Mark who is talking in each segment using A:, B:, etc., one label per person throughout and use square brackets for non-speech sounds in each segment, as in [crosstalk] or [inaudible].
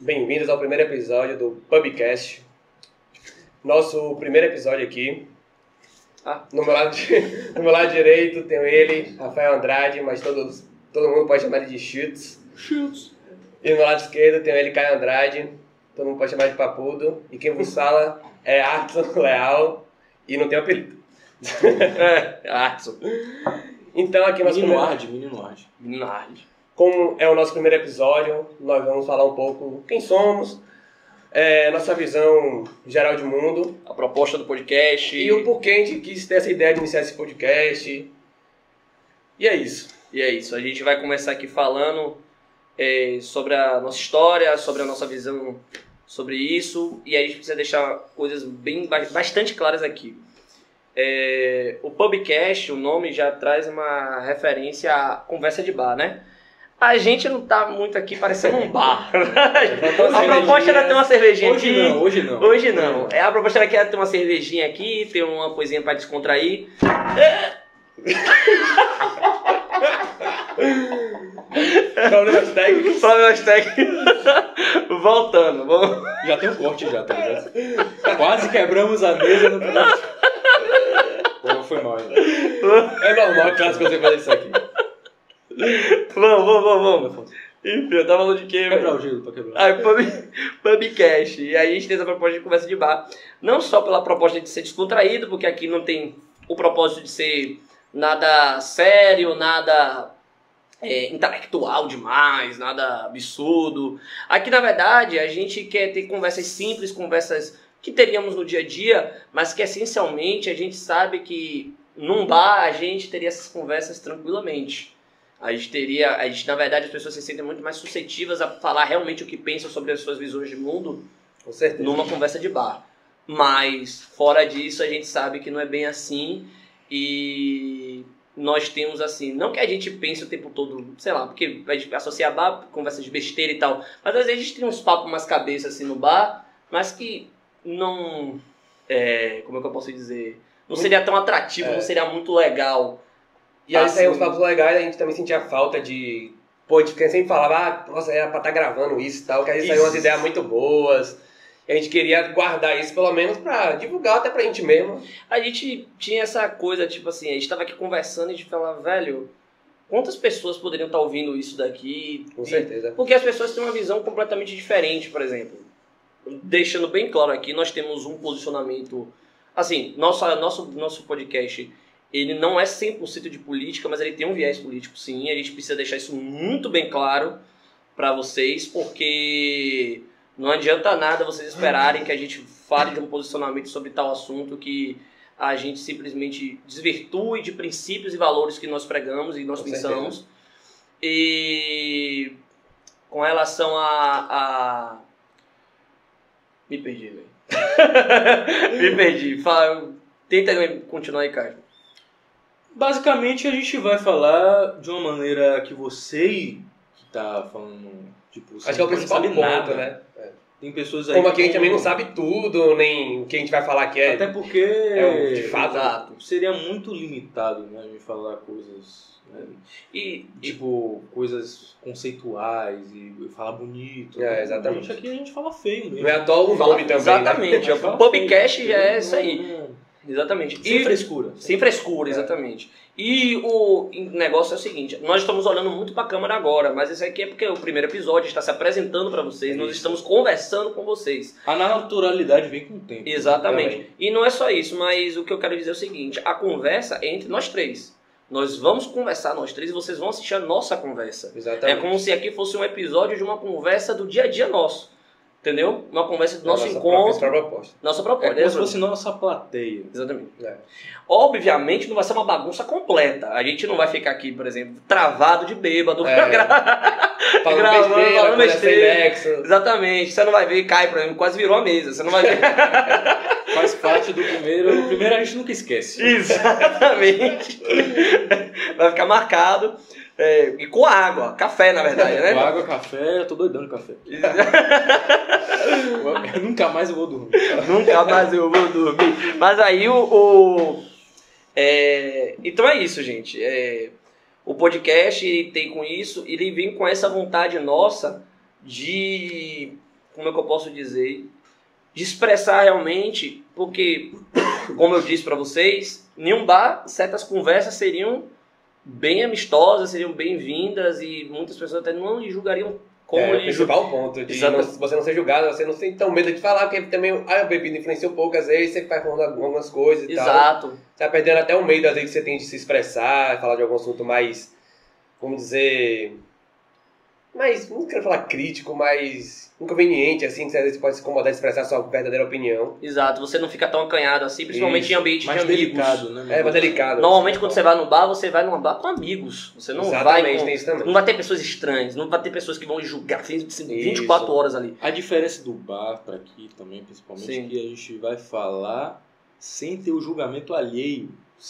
A: Bem-vindos ao primeiro episódio do Pubcast. Nosso primeiro episódio aqui.
B: Ah.
A: No, meu lado, di- [laughs] no meu lado direito tenho ele, Rafael Andrade, mas todos, todo mundo pode chamar ele de Chutes.
B: Chutes.
A: E no meu lado esquerdo tenho ele, Caio Andrade, todo mundo pode chamar de Papudo. E quem vos fala é Arthur [laughs] Leal e não tem apelido.
B: É, Arthur.
A: Então aqui nosso
C: Menino
A: primeiro...
C: Arde, menino Arde.
B: um Menino Hard.
A: Como é o nosso primeiro episódio, nós vamos falar um pouco quem somos, é, nossa visão geral de mundo
B: A proposta do podcast.
A: e o porquê a gente quis ter essa ideia de iniciar esse podcast. E é isso.
B: E é isso. A gente vai começar aqui falando é, sobre a nossa história, sobre a nossa visão sobre isso. E aí a gente precisa deixar coisas bem ba- bastante claras aqui. É, o Pubcast, o nome já traz uma referência à conversa de bar, né? A gente não tá muito aqui parecendo um bar. [laughs] a proposta era ter uma cervejinha
C: é Hoje
B: aqui.
C: não, hoje não.
B: Hoje não. É a proposta era que era ter uma cervejinha aqui, ter uma coisinha pra descontrair.
A: Problemas técnicos.
B: Problemas técnicos. tá [laughs] Voltando, vamos.
C: Já tem um corte já, tá ligado? Quase quebramos a mesa no primeiro. Pô, foi mal
B: [laughs]
C: ainda.
A: É normal, é clássico você fazer isso aqui.
B: Vamos, vamos, vamos, vamos. Enfim, eu tava falando de quê, velho?
C: Quebrar o gelo pra
B: [laughs]
C: quebrar.
B: Aí, pub, pubcast. E aí a gente tem essa proposta de conversa de bar. Não só pela proposta de ser descontraído, porque aqui não tem o propósito de ser nada sério, nada é, intelectual demais, nada absurdo. Aqui, na verdade, a gente quer ter conversas simples, conversas que teríamos no dia a dia, mas que essencialmente a gente sabe que num bar a gente teria essas conversas tranquilamente. A gente teria, a gente, na verdade, as pessoas se sentem muito mais suscetíveis a falar realmente o que pensam sobre as suas visões de mundo
A: Com certeza.
B: numa conversa de bar. Mas, fora disso, a gente sabe que não é bem assim e nós temos assim, não que a gente pense o tempo todo, sei lá, porque a gente associa bar, conversa de besteira e tal, mas às vezes a gente tem uns papos, umas cabeças assim no bar, mas que não, é, como é que eu posso dizer, não seria tão atrativo,
A: É.
B: não seria muito legal.
A: E aí
B: Assim.
A: saíram uns papos legais, a gente também sentia falta de. Pô, a gente sempre falava, ah, nossa, era pra estar gravando isso e tal, que aí saíram
B: Isso.
A: umas ideias muito boas. E a gente queria guardar isso pelo menos pra divulgar até pra gente mesmo.
B: A gente tinha essa coisa, tipo assim, a gente tava aqui conversando e a gente falava, velho, quantas pessoas poderiam estar ouvindo isso daqui?
A: Com
B: E-
A: certeza.
B: Porque as pessoas têm uma visão completamente diferente, por exemplo. Deixando bem claro aqui, nós temos um posicionamento. Assim, nosso, nosso, nosso podcast ele não é 100% de política, mas ele tem um viés político, sim. A gente precisa deixar isso muito bem claro para vocês, porque não adianta nada vocês esperarem que a gente fale de um posicionamento sobre tal assunto que a gente simplesmente desvirtue de princípios e valores que nós pregamos e nós
A: Com
B: pensamos. E com relação a. a... Me perdi, velho. Me perdi. Fala, tenta continuar aí, Caio.
C: Basicamente, a gente vai falar de uma maneira que você que tá falando, tipo, você
A: Acho que é o
C: não
A: principal
C: sabe
A: ponto, né?
C: Tem pessoas aí
A: Como aqui a gente
C: que-
A: também
B: um-
A: não sabe tudo, nem o que a gente vai falar aqui é.
C: Até porque
A: é um de fato.
B: Exato.
C: seria muito limitado, né, a gente falar coisas, né,
B: E, e
C: tipo, coisas conceituais e falar bonito.
A: É, exatamente.
C: A gente aqui a gente fala feio mesmo.
A: Não é à toa o nome também. Né?
B: exatamente.
C: Mas
B: O
C: fala
B: podcast
C: feio,
B: já é
C: não-
B: isso aí.
C: não-
B: Exatamente.
C: Sem
B: E-
C: frescura.
B: Sem frescura,
A: É.
B: exatamente. E o negócio é o seguinte: nós estamos olhando muito para a câmera agora, mas esse aqui é porque é o primeiro episódio está se apresentando para vocês, nós
C: Isso.
B: estamos conversando com vocês.
C: A naturalidade vem com o tempo.
B: Exatamente.
C: Também.
B: E não é só isso, mas o que eu quero dizer é o seguinte: a conversa é entre nós três. Nós vamos conversar nós três e vocês vão assistir a nossa conversa. É
A: Exatamente.
B: como se aqui fosse um episódio de uma conversa do dia a dia nosso. Entendeu? Uma conversa do nosso
A: É Nossa
B: encontro,
A: própria proposta.
B: nossa
C: É
B: proposta.
C: como se fosse nossa plateia.
B: Exatamente.
A: É.
B: Obviamente não vai ser uma bagunça completa. A gente não vai ficar aqui, por exemplo, travado de bêbado. [laughs]
A: É. Falando
B: Gravando,
A: besteira,
B: falando
A: conversa sem
B: besteira.
A: nexo.
B: Exatamente. Você não vai ver, cai, por exemplo, quase virou a mesa. Você não vai
C: [laughs]
B: ver.
C: Faz parte do primeiro. O primeiro a gente nunca esquece.
B: Exatamente. [laughs] Vai ficar marcado. é, e com água, café na verdade,
C: Com
B: né?
C: água, café, eu tô doidando café.
B: [laughs]
C: Eu- eu nunca mais eu vou dormir.
B: Nunca mais eu vou dormir. Mas aí o. o- é, então é isso, gente. É, o podcast ele tem com isso, ele vem com essa vontade nossa de como é que eu posso dizer, de expressar realmente, porque, como eu disse para vocês, em um bar, certas conversas seriam bem amistosas, seriam bem-vindas e muitas pessoas até não lhe julgariam como
A: é,
B: lhe
A: principal ponto de
B: Exato.
A: não- você não ser julgado, você não tem tão medo de falar, porque também ah, a bebida influenciou pouco, às vezes você vai falando algumas coisas e tal.
B: Exato.
A: Você tá perdendo até o medo, às vezes, que você tem de se expressar, falar de algum assunto mais, vamos dizer, mais, não quero falar crítico, mas inconveniente, assim, que você às vezes pode se incomodar de expressar sua verdadeira opinião.
B: Exato, você não fica tão acanhado assim, principalmente
A: Isso,
B: em ambiente
C: Mais
B: de amigos.
C: delicado, né? meu
A: É, mas
C: irmão?
A: delicado.
B: Normalmente quando você vai num bar, você vai num bar com amigos. Você não
A: Exatamente,
B: vai
A: tem isso também.
B: com... Não vai ter pessoas estranhas, não vai ter pessoas que vão lhe julgar assim, 24
A: Isso.
B: horas ali.
C: A diferença do bar pra aqui também, principalmente,
B: Sim.
C: é que a gente vai falar sem ter o julgamento alheio.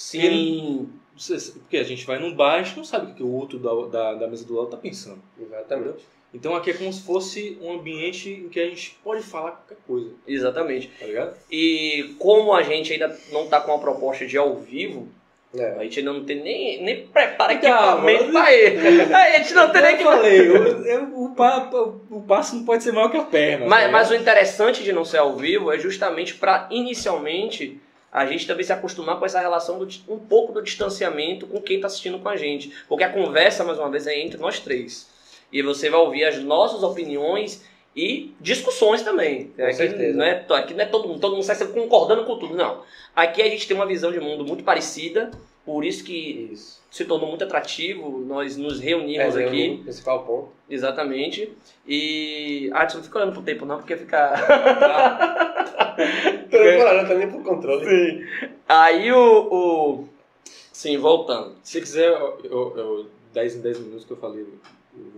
B: Sim,
C: Você- Porque a gente vai num bar, a gente não sabe o que o outro da, da, da mesa do lado tá pensando.
A: Exatamente.
C: Então aqui é como se fosse um ambiente em que a gente pode falar qualquer coisa,
B: exatamente.
C: tá ligado?
B: E como a gente ainda não tá com uma proposta de ao vivo,
A: É.
B: a gente ainda não tem nem, nem prepara
C: Então,
B: equipamento
C: eu-
A: [laughs]
B: pra ele. A gente não tem nem
C: Eu
B: que...
C: falei, eu- eu- o, pa- o passo não pode ser maior que a perna. tá
B: Mas,
C: ligado?
B: mas o interessante de não ser ao vivo é justamente para, inicialmente, a gente também se acostumar com essa relação, do, di- um pouco do distanciamento com quem está assistindo com a gente. Porque a conversa, mais uma vez, é entre nós três. E você vai ouvir as nossas opiniões e discussões também.
A: Com
B: aqui,
A: certeza.
B: Não é, to- aqui não é todo mundo, todo mundo sai sempre concordando com tudo, não. Aqui a gente tem uma visão de mundo muito parecida, por isso que
A: Isso.
B: se tornou muito atrativo nós nos
A: É,
B: reunirmos
A: é
B: aqui.
A: o principal ponto.
B: Exatamente. E. Ah, não fica olhando pro tempo, não, porque fica.
A: Tô demorando, tô nem pro controle.
B: Sim. Aí o. o- Sim, voltando.
C: Se quiser, eu, eu, eu- 10 em 10 minutos que eu falei, eu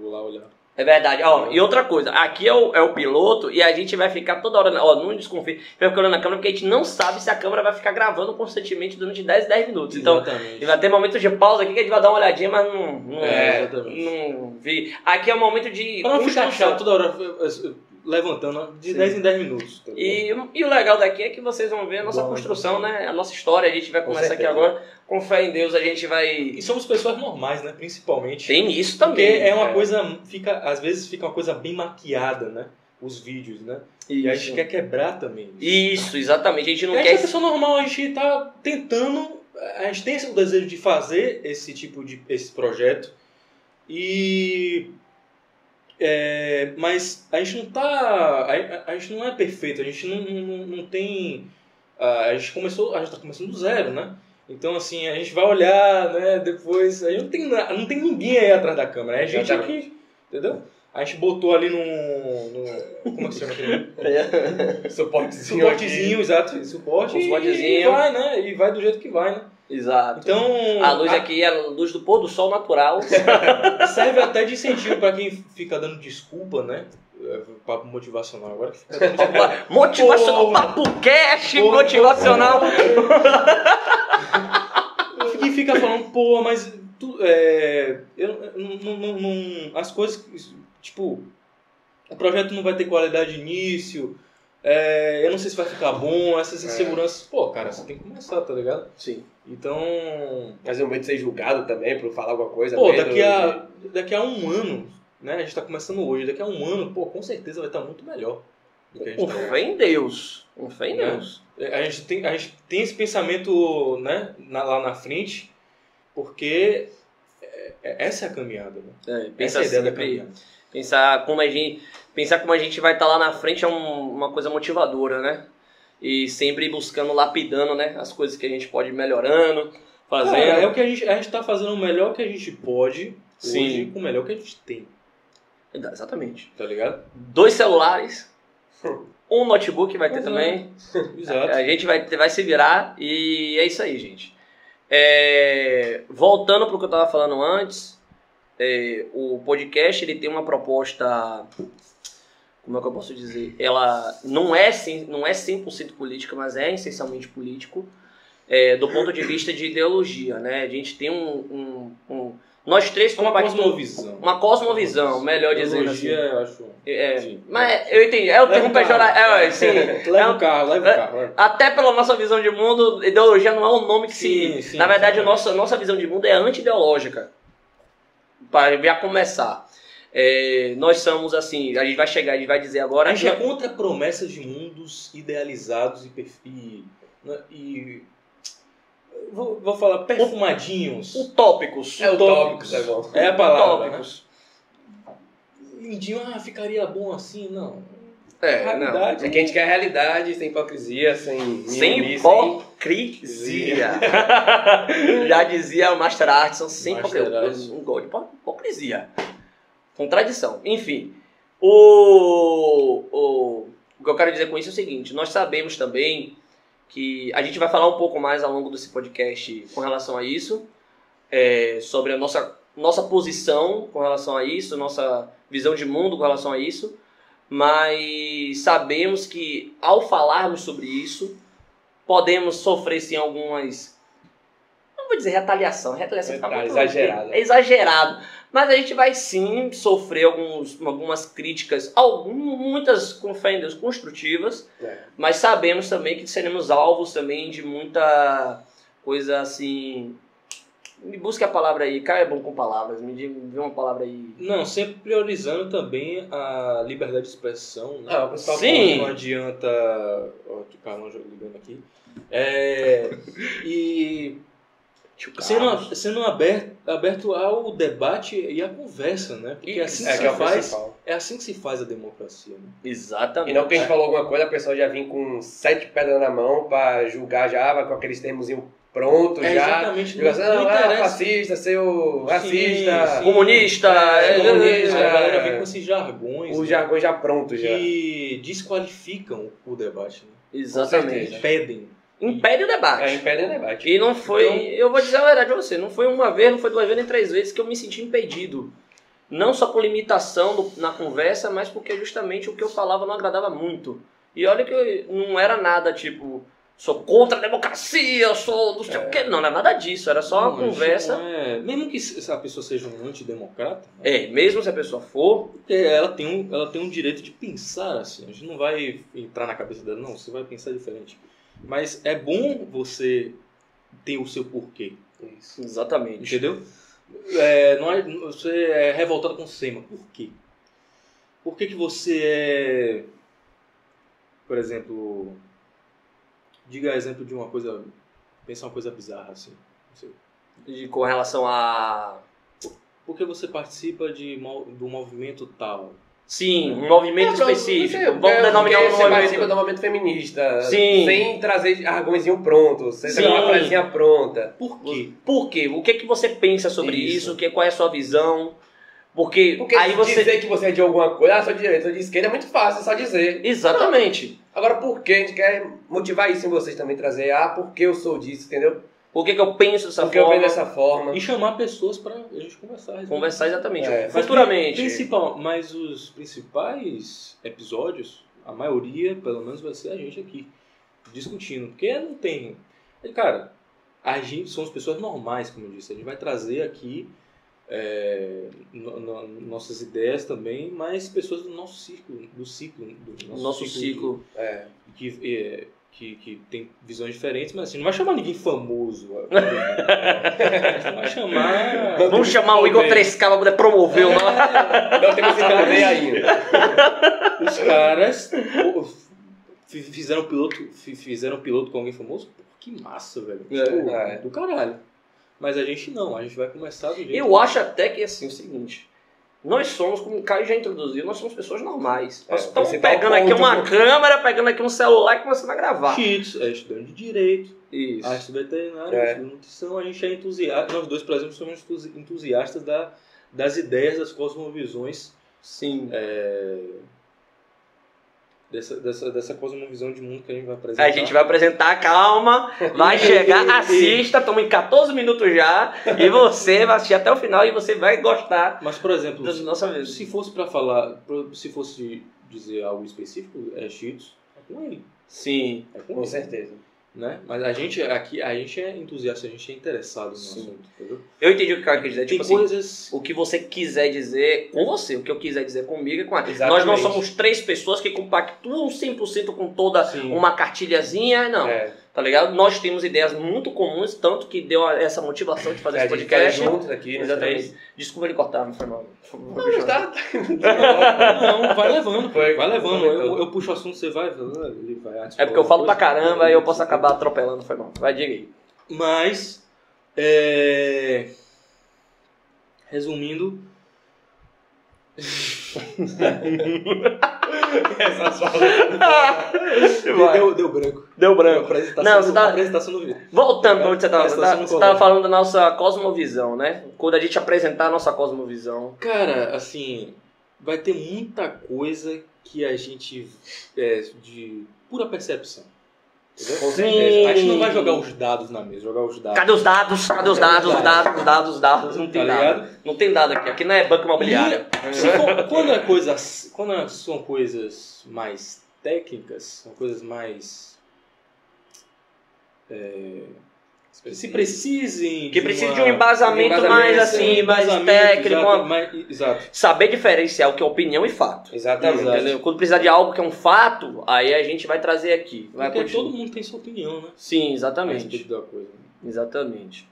C: vou lá olhar.
B: É verdade. Ó, e outra coisa, aqui é o, é o piloto e a gente vai ficar toda hora. na- Ó, não desconfie. Vai ficar olhando na câmera porque a gente não sabe se a câmera vai ficar gravando constantemente durante 10, 10 minutos. Então,
C: Exatamente.
B: E vai ter momentos de pausa aqui que a gente vai dar uma olhadinha, mas não. não
A: É,
C: exatamente.
B: não vi. Aqui é o momento de.
C: Pra não ficar
B: construção.
C: chato toda hora eu- eu- eu- levantando de
A: Sim.
C: 10 em 10 minutos. tá ligado?
B: E, e o legal daqui é que vocês vão ver a nossa
C: Bom,
B: construção, né? A nossa história. A gente vai
A: Com
B: começar aqui
A: certeza.
B: agora. Com fé em Deus, a gente vai.
C: E somos pessoas normais, né? Principalmente.
B: Tem isso
C: Porque
B: também.
C: é uma
A: é.
C: coisa. Fica, às vezes fica uma coisa bem maquiada, né? Os vídeos, né? E a gente quer quebrar também. isso.
B: Isso, exatamente. A gente não
C: a gente é
B: quer.
C: pessoa normal, a gente tá tentando. A gente tem esse desejo de fazer esse tipo de esse projeto. E. é, mas a gente não tá. A, a- a gente não é perfeito, a gente não, não, não tem. A, a gente começou. A gente tá começando do zero, né? Então assim, a gente vai olhar, né? Depois. A gente não tem, na- não tem ninguém aí atrás da câmera. É a gente
A: Exatamente.
C: aqui. Entendeu? A gente botou ali num. num- como é que se chama aquele?
A: Suportezinho.
C: Suportezinho, exato. Suporte.
B: Um
C: e-
B: suportezinho.
C: E vai, né? E vai do jeito que vai, né?
B: [laughs] Exato.
C: Então.
B: a luz aqui é a luz do pôr do sol
C: [laughs]
B: natural.
C: a- Serve até de incentivo pra quem fica dando desculpa, né? É, Papo motivacional agora. que fica dando desculpa.
B: motivacional,
C: Porra.
B: papo cash,
C: Porra.
B: motivacional.
C: E fica falando, pô, mas. Tu, é, eu, eu não, não- não- As coisas. que- Tipo. O projeto não vai ter qualidade de início. é, eu não sei se vai ficar bom. Essas
A: É.
C: inseguranças. Pô, cara, você tem que começar, tá ligado?
B: Sim.
C: Então.
A: Mas o medo de ser um julgado também por falar alguma coisa.
C: Pô,
A: medo
C: daqui
A: de-
C: a, daqui a um ano, né? A gente tá começando hoje, daqui a um ano, pô, com certeza vai estar muito melhor do que a
B: Com
C: gente tá hoje.
B: Um fé em Deus. Com fé em
C: Né?
B: Deus.
C: A gente tem, a gente tem esse pensamento né, na- lá na frente, porque é- é- essa é a caminhada, né?
B: É,
C: Essa é
B: pensa
C: a ideia da
B: sempre-
C: caminhada.
B: Pensar como a gente, pensar como a gente vai estar lá na frente é um- uma coisa motivadora, né? E sempre buscando, lapidando, né? As coisas que a gente pode ir melhorando, fazendo.
C: Cara, é o que a gente, a gente tá fazendo o melhor que a gente pode hoje
B: Sim.
C: com o melhor que a gente tem,
B: Exatamente.
C: tá ligado?
B: Dois celulares, um notebook vai ter
C: Hum. Pois é.
B: também.
C: Exato.
B: A gente vai, ter- vai se virar e é isso aí, gente. É, voltando pro que eu tava falando antes, é, o podcast ele tem uma proposta. Como é que eu posso dizer? Ela não é, cem- não é 100% política, mas é essencialmente político, é, do ponto de vista de ideologia, né? A gente tem um. um- um- nós três
C: É uma
B: compartilhamos
C: cosmovisão.
B: uma cosmovisão, melhor dizendo assim.
C: Ideologia, eu acho.
B: É,
C: Sim.
B: mas eu entendi, é o
C: Leva um
B: termo
C: o carro.
B: pejorativo. É, sim.
C: Leva o carro, leva o carro. leva.
B: Até pela nossa visão de mundo, ideologia não é um nome que
C: Sim,
B: se.
C: sim,
B: Na verdade, a
C: sim.
B: nossa, nossa visão de mundo é anti-ideológica. Para já começar. É, nós somos assim, a gente vai chegar, a gente vai dizer agora.
C: A gente é contra promessas de mundos idealizados e. perf- e, e- vou, vou falar perfumadinhos.
B: utópicos.
A: É utópicos, é bom.
C: É a palavra. né?
B: utópicos.
C: Lindinho, ah, ficaria bom assim? Não.
B: É, não.
C: Realidade.
A: É que a gente quer a realidade, sem hipocrisia, sem
B: Sem
A: mimimi,
B: hipocrisia. [laughs] Já dizia o Master Artson, sem
C: Master
B: hipocrisia.
C: Artson.
B: Um gol de hipo- hipocrisia. Contradição. Enfim, o, o, o que eu quero dizer com isso é o seguinte: nós sabemos também que a gente vai falar um pouco mais ao longo desse podcast com relação a isso, é, sobre a nossa, nossa posição com relação a isso, nossa visão de mundo com relação a isso. Mas sabemos que ao falarmos sobre isso, podemos sofrer sim algumas. Não vou dizer retaliação, retaliação
A: É,
B: fica
A: tá
B: muito-
A: exagerado.
B: É exagerado. Mas a gente vai sim sofrer alguns, algumas críticas, algum, muitas, com fé em Deus, construtivas,
A: É.
B: mas sabemos também que seremos alvos também de muita coisa assim. Me busca a palavra aí, cara é bom com palavras, me diga- me dê uma palavra aí.
C: Não, sempre priorizando também a liberdade de expressão. Né?
A: Ah, o principal
B: Sim.
C: Não adianta. Ó, o Carlão já ligando aqui. É, e sendo, sendo aberto, aberto ao debate e à conversa, né? Porque
B: E-
C: é assim que
A: É,
C: se
A: que é o
C: faz.
A: principal.
C: É assim que se faz a democracia. Né?
A: E
B: Exatamente.
A: não que a gente falou alguma coisa, a pessoa já vem com sete pedras na mão pra julgar já, vai com aqueles termozinhos prontos
C: É
A: já.
C: exatamente.
A: Julga
C: Não, é
A: assim,
C: não,
A: não, ah,
C: interessa.
A: fascista, seu
C: sim.
A: racista,
B: Comunista,
A: É,
B: é,
C: A
A: comunista,
C: galera vem com esses jargões
A: os
C: né?
A: jargões já prontos já.
C: que desqualificam o debate. Né?
B: exatamente.
C: Impedem.
B: Impede o debate.
A: É, impede o debate.
B: E não foi,
C: Então-
B: eu vou dizer a verdade pra você, não foi uma vez, não foi duas vezes, nem três vezes que eu me senti impedido. Não só por limitação do- na conversa, mas porque justamente o que eu falava não agradava muito. E olha que eu não era nada tipo, sou contra a democracia, eu sou do sei o quê. Não, não era nada disso, era só uma
C: Não, isso
B: conversa.
C: não é- Mesmo que se- se a pessoa seja um antidemocrata, né?
B: É, mesmo se a pessoa for,
C: Porque ela tem, um, ela tem um direito de pensar assim. A gente não vai entrar na cabeça dela, não, você vai pensar diferente. Mas é bom você ter o seu porquê,
A: Isso.
B: exatamente.
C: entendeu? É, não é- você é revoltado com o SEMA, por quê? Por que, que você é. Por exemplo. Diga exemplo de uma coisa. Pensar uma coisa bizarra assim. não sei.
B: E com relação a.
C: Por que você participa de, mo- do movimento tal?
B: Sim, um movimento
A: É, Não, não,
B: específico.
A: não sei,
B: Vamos
A: é,
B: denominar
A: porque
B: um
A: Você participa
B: movimento.
A: do movimento feminista.
B: Sim.
A: Sem trazer argõezinho pronto, sem trazer
B: Sim.
A: uma frasinha pronta.
C: Por quê?
B: Por quê? O que, que você pensa sobre isso?
A: Isso.
B: Que, qual é a sua visão? Porque,
A: Porque
B: aí você.
A: dizer que você é de alguma coisa, ah, sou de direita, sou de esquerda, é muito fácil, é só dizer.
B: Exatamente.
A: Agora, por que a gente quer motivar isso em vocês também, trazer, ah, porque eu sou disso, entendeu?
B: Por que, que eu penso dessa
A: porque eu
B: forma?
A: venho dessa forma.
C: E chamar pessoas pra a gente conversar. a respeito.
B: Conversar exatamente.
A: É,
C: Mas
B: Futuramente.
C: Principal, mas os principais episódios, a maioria, pelo menos, vai ser a gente aqui discutindo. Porque não tem. e, Cara, a gente somos pessoas normais, como eu disse. A gente vai trazer aqui é, no- no- nossas ideias também, mas pessoas do nosso círculo, do ciclo, do
B: o
C: nosso,
B: nosso ciclo.
A: É.
C: que, é, que, que tem visões diferentes, mas assim, não vai chamar ninguém famoso.
B: [laughs]
C: ó. não vai chamar. É,
B: Vamos É. chamar o Igor 3K pra poder promover o nosso.
A: Não temos Então,
B: [laughs]
A: esse poder ainda.
C: Os caras pô, fi- fizeram piloto, fi- fizeram piloto com alguém famoso? Pô, que massa, velho.
B: É,
C: Tipo,
A: é.
C: do caralho. Mas a gente não, a gente vai começar do jeito.
B: Eu acho até que assim, é o seguinte. Nós somos, como o Caio já introduziu, nós somos pessoas normais.
A: É,
B: Nós estamos
A: você dá o
B: pegando aqui
A: ponto,
B: uma
A: pô.
B: câmera, pegando aqui um celular e começando a gravar.
C: Cheats, é estudante de direito,
B: Isso.
C: arte veterinária,
A: É.
C: estudo de nutrição, a gente é entusiasta. Nós dois, por exemplo, somos entusi- entusiastas da, das ideias, das cosmovisões
B: Sim. é.
C: dessa, dessa, dessa cosmovisão de mundo que a gente vai apresentar.
B: A gente vai apresentar, calma, vai chegar,
A: [laughs]
B: assista, estamos em 14 minutos já, e você vai assistir até o final e você vai gostar
C: Mas, por exemplo,
B: da nossa vez.
C: se fosse pra falar, pro- se fosse dizer algo específico, é cheats, é com ele.
B: Sim,
C: É com
A: Com
C: ele,
A: certeza.
C: Né? Mas a gente aqui, a gente é entusiasta, a gente é interessado no
B: Sim.
C: assunto, entendeu?
B: eu entendi o que o cara quer dizer,
C: Tem
B: tipo assim,
C: coisas...
B: o que você quiser dizer com você, o que eu quiser dizer comigo e com a... Nós
A: Exatamente.
B: não somos três pessoas que compactuam 100% com toda
C: Sim.
B: uma cartilhazinha, não.
A: É.
B: Tá ligado? Nós temos ideias muito comuns, tanto que deu essa motivação de fazer
A: É, a
B: esse
A: gente né? tá
B: podcast.
A: juntos aqui, nós três.
B: Exatamente. Desculpa ele cortar, não foi mal. Foi mal.
A: Não, mas tá.
B: [laughs]
A: tá-
C: Não, vai levando, pô.
A: Foi-
C: Vai levando.
A: foi-
C: Eu, eu puxo o assunto, você vai. Ele vai
B: Então. É porque eu falo pra caramba aí eu posso acabar atropelando, foi mal. Vai, diga
C: [laughs]
B: aí.
C: Mas, é... resumindo,
A: Essas falas.
C: deu, deu branco.
B: Deu
C: Deu
B: branco.
C: apresentação,
B: Não, você tá-
C: apresentação do vídeo.
B: Voltando pra onde você tava,
C: Presta
B: você tava,
C: atenção no
B: você tava
C: colégio.
B: falando da nossa cosmovisão, né? Quando a gente apresentar a nossa cosmovisão.
C: Cara, assim, vai ter muita coisa que a gente é de pura percepção.
A: Com
B: Sim.
A: certeza.
C: A gente não vai jogar os dados na mesa, jogar os dados.
B: Cadê os dados? Cadê os dados? Os dados, os dados, os dados. Não tem
C: Tá
B: nada. Não tem dado aqui. Aqui não é banco imobiliário.
C: Se for- quando, a coisa, quando a- são coisas mais técnicas, são coisas mais. é, se precisem.
B: Que precisa de um
C: uma-
B: embasamento,
A: embasamento,
B: mais
A: sim,
B: assim,
C: um
B: mais
C: embasamento,
B: técnico.
C: Exato.
B: uma-
C: mais- exato.
B: Saber diferenciar o que é opinião e fato.
A: Exatamente.
C: Exato.
B: Entendeu? Quando precisar de algo que é um fato, aí a gente vai trazer aqui. Vai
C: Porque
B: continuar.
C: todo mundo tem sua opinião, né?
B: Sim,
C: A
B: exatamente.
C: respeito da coisa.
B: Exatamente.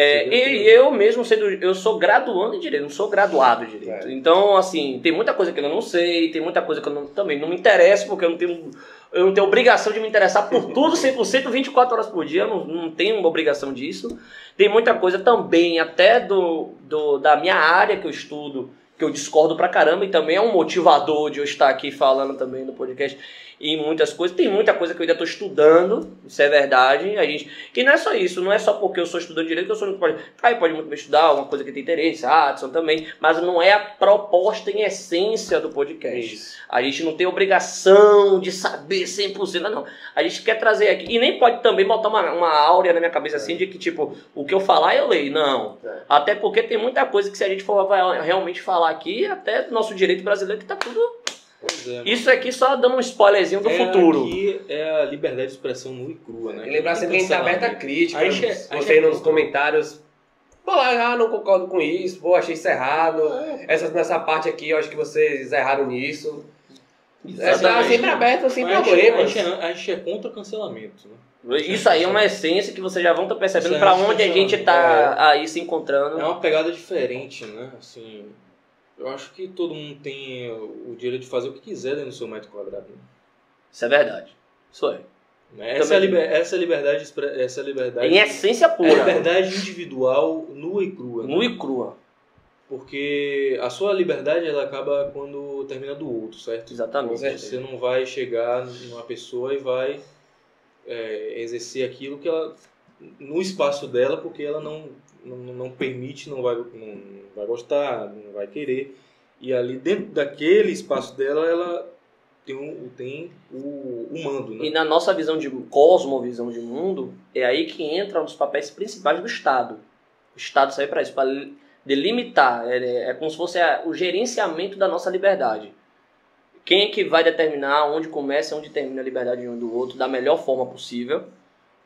B: É,
C: Sim,
B: e eu mesmo sendo, eu sou graduando em direito, não sou graduado em direito.
A: É.
B: Então, assim, tem muita coisa que eu não sei, tem muita coisa que eu não- também não me interesso, porque eu não tenho, eu não tenho obrigação de me interessar por tudo 100%, 24 horas por dia, eu não, não tenho uma obrigação disso. Tem muita coisa também, até do, do- da minha área que eu estudo, que eu discordo pra caramba, e também é um motivador de eu estar aqui falando também no podcast. E muitas coisas, tem muita coisa que eu ainda estou estudando, isso é verdade. A gente e não é só isso, não é só porque eu sou estudante de direito que eu sou muito pode. Caio pode muito bem estudar, alguma coisa que tem interesse, a Adson também, mas não é a proposta em essência do podcast.
A: Isso.
B: A gente não tem obrigação de saber 100%, não. A gente quer trazer aqui. E nem pode também botar uma, uma áurea na minha cabeça assim de que, tipo, o que eu falar eu leio. Não.
A: É.
B: Até porque tem muita coisa que se a gente for vai realmente falar aqui, até do nosso direito brasileiro que tá tudo.
C: Pois é.
B: Isso aqui só dando um spoilerzinho do
C: É,
B: futuro.
C: Aqui é a liberdade de expressão nua e crua, né?
A: E lembrar sempre
B: Então,
A: que a gente tá aberto a crítica.
C: Aí
B: é-
C: che-
A: Se
C: aí
A: você
C: che-
A: ir nos comentários, falar, ah, não concordo com isso, pô, achei isso errado.
B: É.
A: Essa, nessa parte aqui, eu acho que vocês erraram nisso. É, tá
B: Exatamente.
A: sempre aberto, sem
C: Mas A
A: problemas.
C: gente, é- a gente é contra cancelamento, né?
B: Isso aí é uma essência que vocês já vão estar percebendo
C: Isso
B: pra
C: é uma
B: onde a gente
C: sensação,
B: tá aí se
C: É
B: encontrando.
C: uma pegada diferente, né? Assim, eu acho que todo mundo tem o direito de fazer o que quiser dentro do seu metro quadrado.
B: Isso é verdade. Isso é.
C: Né? Essa, é a liber- essa é a liberdade, de expre- essa é a liberdade,
B: Em essência
C: é a
B: pura.
C: liberdade individual nua e crua. né?
B: Nua e crua.
C: Porque a sua liberdade ela acaba quando termina do outro, certo?
A: Com
B: Exatamente.
A: certeza.
C: Você não vai chegar numa pessoa e vai é, exercer aquilo que ela no espaço dela, porque ela não não, não permite, não vai não vai gostar, não vai querer. E ali dentro daquele espaço dela, ela tem um, tem o, o mando,
B: E
C: né?
B: na nossa visão de cosmovisão de mundo, é aí que entra um dos papéis principais do Estado. O Estado serve para isso, para delimitar. É, é como se fosse a- o gerenciamento da nossa liberdade. Quem é que vai determinar onde começa e onde termina a liberdade de um do outro da melhor forma possível?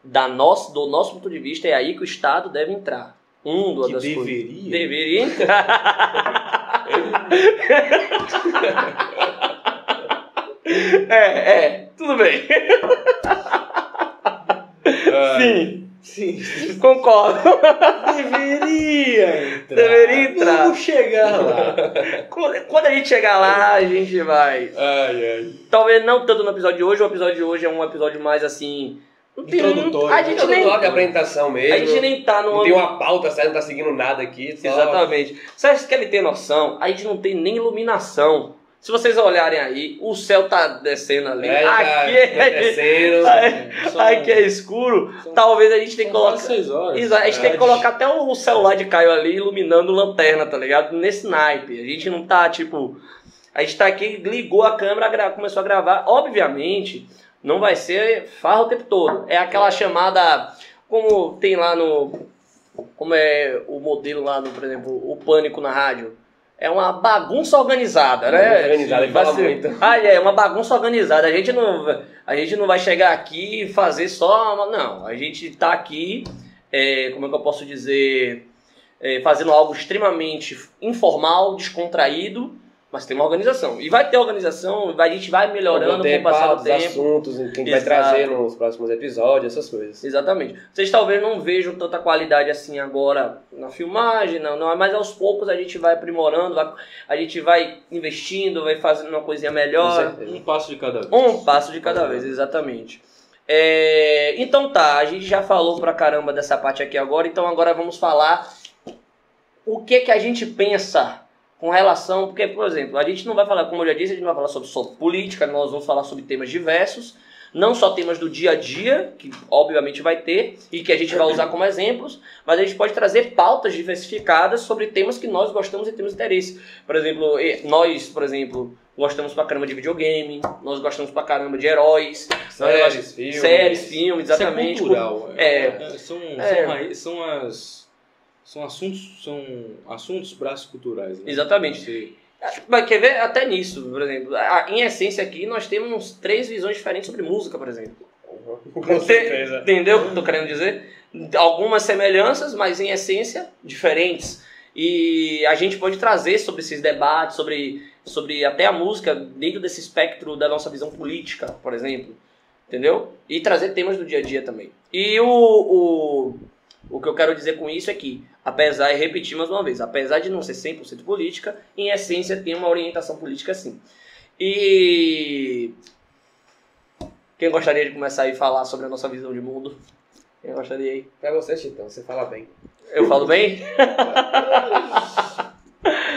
B: Da nossa, do nosso ponto de vista, é aí que o Estado deve entrar. Um do
C: Que
B: das coisas.
C: deveria.
B: Deveria entrar. [laughs] é, é, tudo bem. Sim,
C: Sim.
B: concordo.
C: deveria entrar.
B: Deveria entrar.
C: Vamos chegar
B: [laughs]
C: lá.
B: Quando quando a gente chegar lá, a gente vai.
A: Ai, ai.
B: Talvez não tanto no episódio de hoje, o episódio de hoje é um episódio mais assim. Não tem-
C: Introdutório.
B: A gente
A: Eu não
B: nem,
A: gosto de apresentação mesmo.
B: a gente nem tá no.
A: Não tem uma pauta, sério, não tá seguindo nada aqui. Só...
B: Exatamente. Vocês querem ter noção? A gente não tem nem iluminação. Se vocês olharem aí, o céu tá descendo ali.
A: É, tá
B: aqui, é,
A: acontecendo.
C: São-
B: [laughs] aqui é escuro.
C: são-
B: Talvez a gente tenha que
C: são quase
B: colocar.
C: um seis horas.
B: Isso, a gente tem que
A: É,
C: Verdade.
B: colocar até o celular de Caio ali iluminando lanterna, tá ligado? Nesse naipe. A gente não tá, tipo. A gente tá aqui, ligou a câmera, gra- começou a gravar. Obviamente, não vai ser farra o tempo todo. É aquela chamada. Como tem lá no. Como é o modelo lá, no, por exemplo, o pânico na rádio. É uma bagunça organizada, né?
A: Organizada, que
B: Vai
A: fala
B: ser-
A: muito.
B: [laughs] Ah, é, uma bagunça organizada. A gente não, a gente não vai chegar aqui e fazer só. uma- Não, a gente tá aqui, é, como é que eu posso dizer? É, fazendo algo extremamente informal, descontraído, Mas tem uma organização. E vai ter organização, vai- a gente vai melhorando com o passar do
A: pautas,
B: tempo.
A: ah, assuntos que a gente vai
B: Exato.
A: trazer nos próximos episódios, essas coisas.
B: Exatamente. Vocês talvez não vejam tanta qualidade assim agora na filmagem, não, não, mas aos poucos a gente vai aprimorando, vai- a gente vai investindo, vai fazendo uma coisinha
A: Com
B: melhor.
A: certeza.
C: Um passo de cada vez.
B: Um passo de cada vez, exatamente. É, então tá, a gente já falou pra caramba dessa parte aqui agora, então agora vamos falar o que que a gente pensa com relação, porque, por exemplo, a gente não vai falar, como eu já disse, a gente não vai falar sobre, sobre política, nós vamos falar sobre temas diversos, não só temas do dia a dia, que obviamente vai ter, e que a gente vai usar como exemplos, mas a gente pode trazer pautas diversificadas sobre temas que nós gostamos e temos interesse. Por exemplo, e- nós, por exemplo, gostamos pra caramba de videogame, nós gostamos pra caramba de heróis,
A: Séries, filmes.
B: É, séries, filmes, exatamente.
C: Isso é cultural.
B: é.
C: São,
B: É.
C: São, raiz- são as... São assuntos, são assuntos braços culturais, né?
B: Exatamente. Ah,
C: Você-
B: Mas quer ver até nisso, por exemplo. a- Em essência aqui nós temos três visões diferentes sobre música, por exemplo.
A: Com certeza.
B: Entendeu o que eu tô querendo dizer? Algumas semelhanças, mas em essência diferentes. E a gente pode trazer sobre esses debates, sobre, sobre até a música dentro desse espectro da nossa visão política, por exemplo. Entendeu? E trazer temas do dia a dia também. E o, o, o que eu quero dizer com isso é que, apesar, e repetir mais uma vez, apesar de não ser 100% política, em essência tem uma orientação política sim. E quem gostaria de começar aí a falar sobre a nossa visão de mundo? Quem gostaria aí?
A: Pra você, Chitão, você fala bem.
B: Eu falo bem?